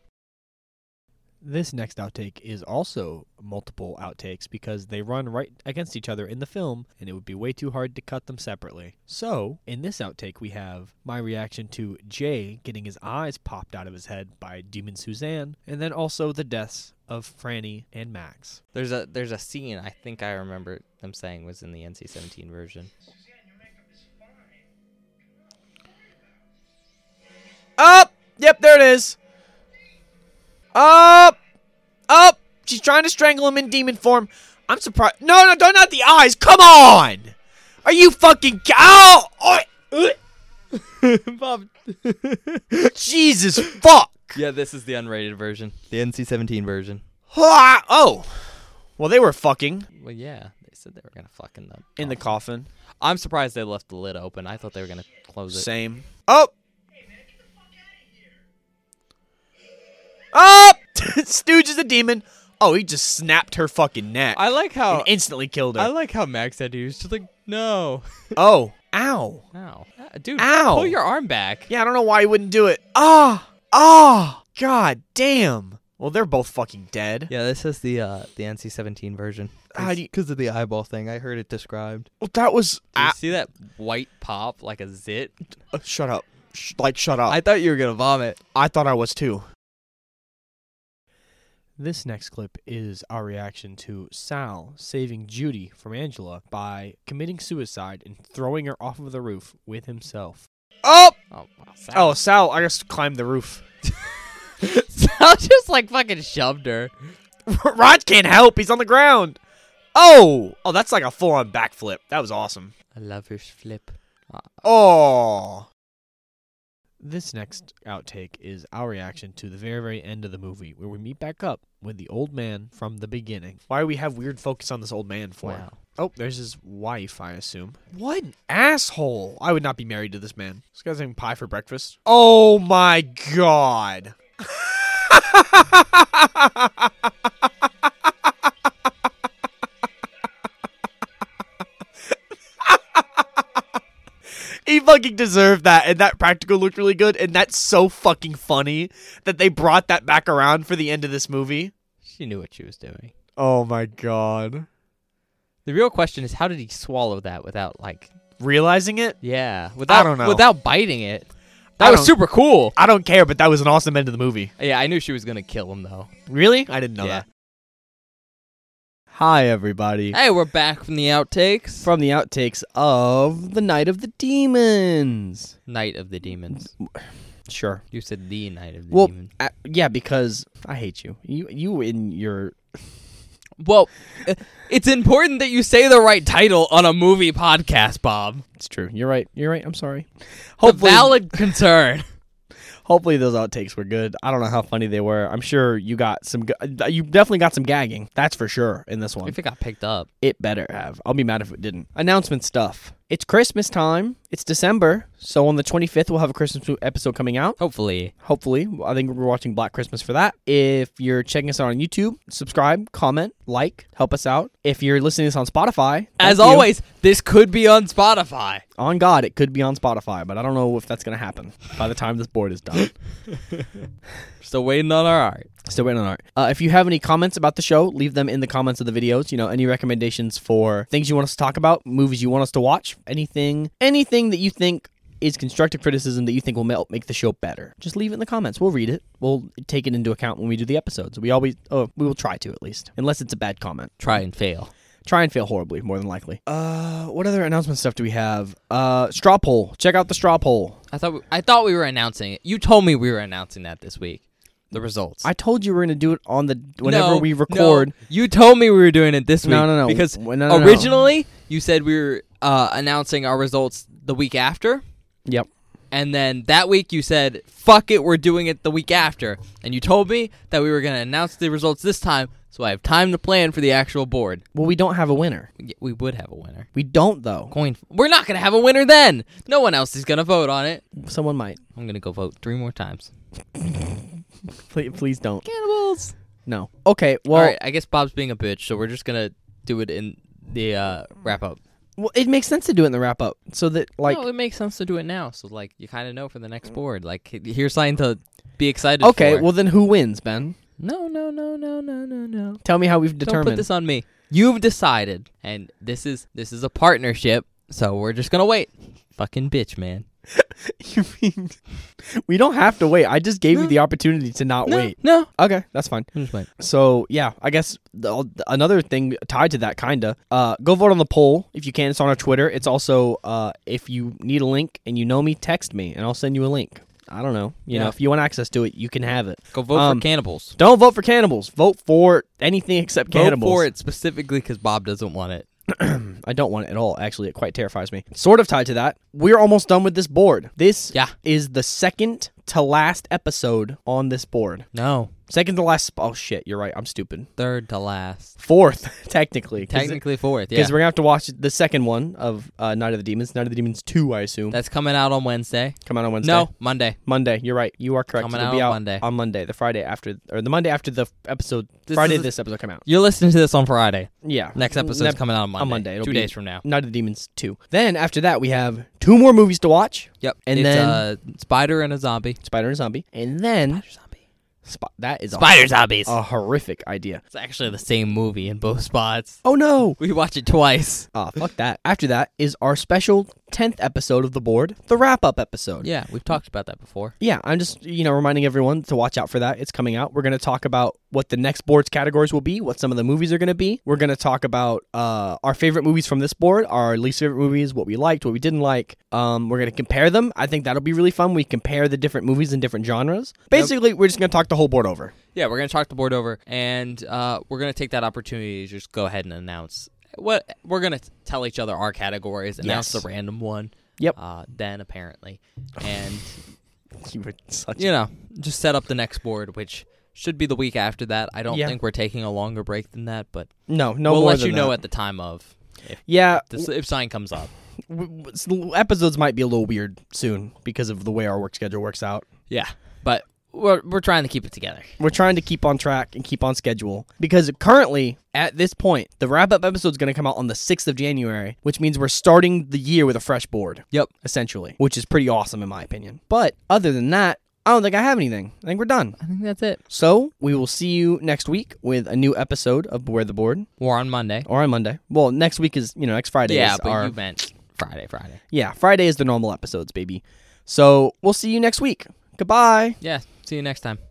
D: This next outtake is also multiple outtakes because they run right against each other in the film, and it would be way too hard to cut them separately. So, in this outtake, we have my reaction to Jay getting his eyes popped out of his head by Demon Suzanne, and then also the deaths of Franny and Max.
B: There's a there's a scene I think I remember them saying was in the NC-17 version.
A: Up! Yep, there it is. Up! Up! She's trying to strangle him in demon form. I'm surprised. No, no, don't not the eyes. Come on! Are you fucking cow? Oh, oh,
B: Bob.
A: Jesus fuck!
B: Yeah, this is the unrated version. The NC-17 version.
A: Ah, Oh. Well, they were fucking
B: Well, yeah, they said they were gonna fuck in the.
A: in the coffin.
B: I'm surprised they left the lid open. I thought they were gonna close it.
A: Same. Oh. Up. Up. Oh. Stooge is a demon. Oh, he just snapped her fucking neck
B: I like how
A: and instantly killed her.
B: I like how Max said he was just like, no,
A: oh, ow.
B: ow, Ah, dude,
A: Ow.
B: pull your arm back.
A: Yeah, I don't know why he wouldn't do it. Ah, ah. God damn. Well, they're both fucking dead.
B: Yeah, this is the uh, the NC-17 version.
A: How do you-
B: Because of the eyeball thing, I heard it described.
A: Well, that was.
B: Do you
A: ah,
B: see that white pop like a zit?
A: uh, shut up. Sh- like, shut up.
B: I thought you were gonna vomit.
A: I thought I was too.
D: This next clip is our reaction to Sal saving Judy from Angela by committing suicide and throwing her off of the roof with himself.
A: Up.
B: Oh, wow,
A: Oh, Sal, I just climbed the roof.
B: Sal just like fucking shoved her.
A: Rod can't help. He's on the ground. Oh, oh, that's like a full-on backflip. That was awesome.
B: I love your flip.
A: Oh,
D: This next outtake is our reaction to the very, very end of the movie, where we meet back up with the old man from the beginning.
A: why do we have weird focus on this old man for?
B: Wow.
D: Oh, there's his wife, I assume.
A: What an asshole! I would not be married to this man. This guy's having pie for breakfast. Oh my god. He fucking deserved that, and that practical looked really good, and that's so fucking funny that they brought that back around for the end of this movie.
B: She knew what she was doing.
A: Oh my god.
B: The real question is, how did he swallow that without like,
A: Realizing it?
B: yeah, without
A: don't know.
B: without biting it? That was
A: don't-
B: super cool.
A: I don't care, but that was an awesome end of the movie.
B: Yeah, I knew she was gonna kill him though.
A: Really? I didn't know
B: Yeah.
A: that.
C: Hi, everybody.
B: Hey, we're back from the outtakes.
C: From the outtakes of The Night of the Demons.
B: Night of the Demons.
A: Sure.
B: You said the Night of the
C: Well,
B: Demons.
C: uh, yeah, because I hate you. You, you in your.
B: Well, uh, it's important that you say the right title on a movie podcast, Bob.
C: It's true. You're right. You're right. I'm sorry.
B: A
C: Hopefully,
B: valid concern.
C: hopefully those outtakes were good. I don't know how funny they were. I'm sure you got some. ga- You definitely got some gagging. That's for sure in this one.
B: if it got picked up.
C: It better have. I'll be mad if it didn't. Announcement stuff.
A: It's Christmas time. It's December. So on the 25th, we'll have a Christmas mo- episode coming out.
B: Hopefully.
A: Hopefully, I think we're watching Black Christmas for that. If you're checking us out on YouTube, subscribe, comment, like, help us out. If you're listening to this on Spotify, thank
B: As
A: you.
B: always, this could be on Spotify.
A: on God, it could be on Spotify, but I don't know if that's going to happen by the time this board is done.
B: Still waiting on our art.
A: Still waiting on art. Uh, if you have any comments about the show, leave them in the comments of the videos. You know, any recommendations for things you want us to talk about, movies you want us to watch, anything, anything that you think is constructive criticism that you think will help make the show better. Just leave it in the comments. We'll read it. We'll take it into account when we do the episodes. We always, oh, we will try to at least, unless it's a bad comment.
B: Try and fail.
A: Try and fail horribly, more than likely. Uh, what other announcement stuff do we have? Uh, straw poll. Check out the straw poll.
B: I thought we, I thought we were announcing it. You told me we were announcing that this week. The results.
A: I told you we're gonna do it on the whenever
B: No,
A: we
B: no.
A: record.
B: you told me we were doing it this week.
A: No, no, no.
B: Because
A: W- no, no, no.
B: originally you said we were uh, announcing our results the week after,
A: Yep.
B: and then that week you said, "Fuck it, we're doing it the week after," and you told me that we were going to announce the results this time, so I have time to plan for the actual board.
A: Well, we don't have a winner.
B: We- We would have a winner.
A: We don't though.
B: Coin. We're not going to have a winner then. No one else is going to vote on it.
A: Someone might.
B: I'm going to go vote three more times.
A: Please, please don't.
B: Cannibals.
A: No. Okay. Well,
B: All right, I guess Bob's being a bitch, so we're just gonna do it in the uh, wrap up.
A: well, it makes sense to do it in the wrap up so that like.
B: no, it makes sense to do it now, so like you kind of know for the next board. Like h- here's something to be excited.
A: okay.
B: for.
A: Well, then who wins, Ben?
B: no, no, no, no, no, no, no.
A: Tell me how we've
B: Don't put
A: determined.
B: this on me. You've decided, and this is this is a partnership, so we're just gonna wait. Fucking bitch, man.
A: You mean- we don't have to wait. I just gave you the opportunity to not wait.
B: no.
A: Okay, that's fine.
B: I'm just waiting.
A: So yeah, I guess the, another thing tied to that kinda. Uh, go vote on the poll if you can. It's on our Twitter. It's also uh, if you need a link and you know me, text me and I'll send you a link. I don't know. You know,
B: Yeah.
A: if you want access to it, you can have it.
B: Go vote
A: Um,
B: for cannibals.
A: Don't vote for cannibals. Vote for anything except cannibals.
B: Vote for it specifically because Bob doesn't want it.
A: I don't want it at all. Actually, it quite terrifies me. Sort of tied to that. We're almost done with this board. This
B: Yeah.
A: is the second to last episode on this board.
B: No,
A: Second to last. Oh shit, you're right. I'm stupid.
B: third to last.
A: Fourth, technically. 'cause it-
B: Technically fourth. Yeah,
A: Because we're gonna have to watch the second one of uh, Night of the Demons, Night of the Demons two, I assume.
B: that's coming out on Wednesday.
A: Come out on Wednesday.
B: No, Monday.
A: Monday. You're right. You are correct.
B: Coming
A: It'll
B: out
A: be out
B: Monday.
A: on Monday, the Friday after, or the Monday after the f- episode.
B: This
A: Friday
B: is-
A: this episode come out.
B: You're listening to this on Friday.
A: Yeah.
B: Next episode's
A: Nep-
B: coming out on Monday.
A: on Monday. It'll
B: two
A: be-
B: days from now.
A: Night of the Demons two. Then after that we have two more movies to watch:
B: Yep.
A: And
B: it's
A: then-
B: a spider and a zombie.
A: Spider and Zombie, and then
B: zombie.
A: Sp- that is a,
B: Spider zombies.
A: a horrific idea.
B: It's actually the same movie in both spots.
A: Oh no!
B: We watch it twice.
A: Ah, fuck that. After that is our special tenth episode of the board, the wrap up episode.
B: Yeah, we've talked about that before.
A: Yeah, I'm just you know reminding everyone to watch out for that. It's coming out. We're gonna talk about what the next board's categories will be, what some of the movies are gonna be. We're gonna talk about uh, our favorite movies from this board, our least favorite movies, what we liked, what we didn't like. Um, we're gonna compare them. I think that'll be really fun. We compare the different movies in different genres. Basically, we're just gonna talk the whole board over.
B: Yeah, we're gonna talk the board over, and uh, we're gonna take that opportunity to just go ahead and announce what we're gonna t- tell each other our categories, announce
A: Yes.
B: the random one.
A: Yep.
B: Uh, then apparently, and
A: You were such.
B: you know, just set up the next board, which should be the week after that. I don't
A: Yeah.
B: think we're taking a longer break than that, but
A: No, no
B: we'll
A: more
B: let
A: than
B: you know
A: that.
B: at the time of if
A: Yeah,
B: this, if sign comes up.
A: w- w- episodes might be a little weird soon because of the way our work schedule works out.
B: Yeah, but we're we're trying to keep it together.
A: we're trying to keep on track and keep on schedule because currently at this point the wrap up episode is going to come out on the 6th of january which means we're starting the year with a fresh board
B: Yep.
A: essentially which is pretty awesome in my opinion but other than that i don't think i have anything i think we're done
B: I think that's it.
A: so we will see you next week with a new episode of beware the board
B: We're on Monday.
A: or on monday well next week is you know next friday
B: yeah,
A: is
B: but
A: our-
B: you meant Friday, Friday.
A: yeah friday is the normal episodes baby so we'll see you next week goodbye
B: Yeah. See you next time.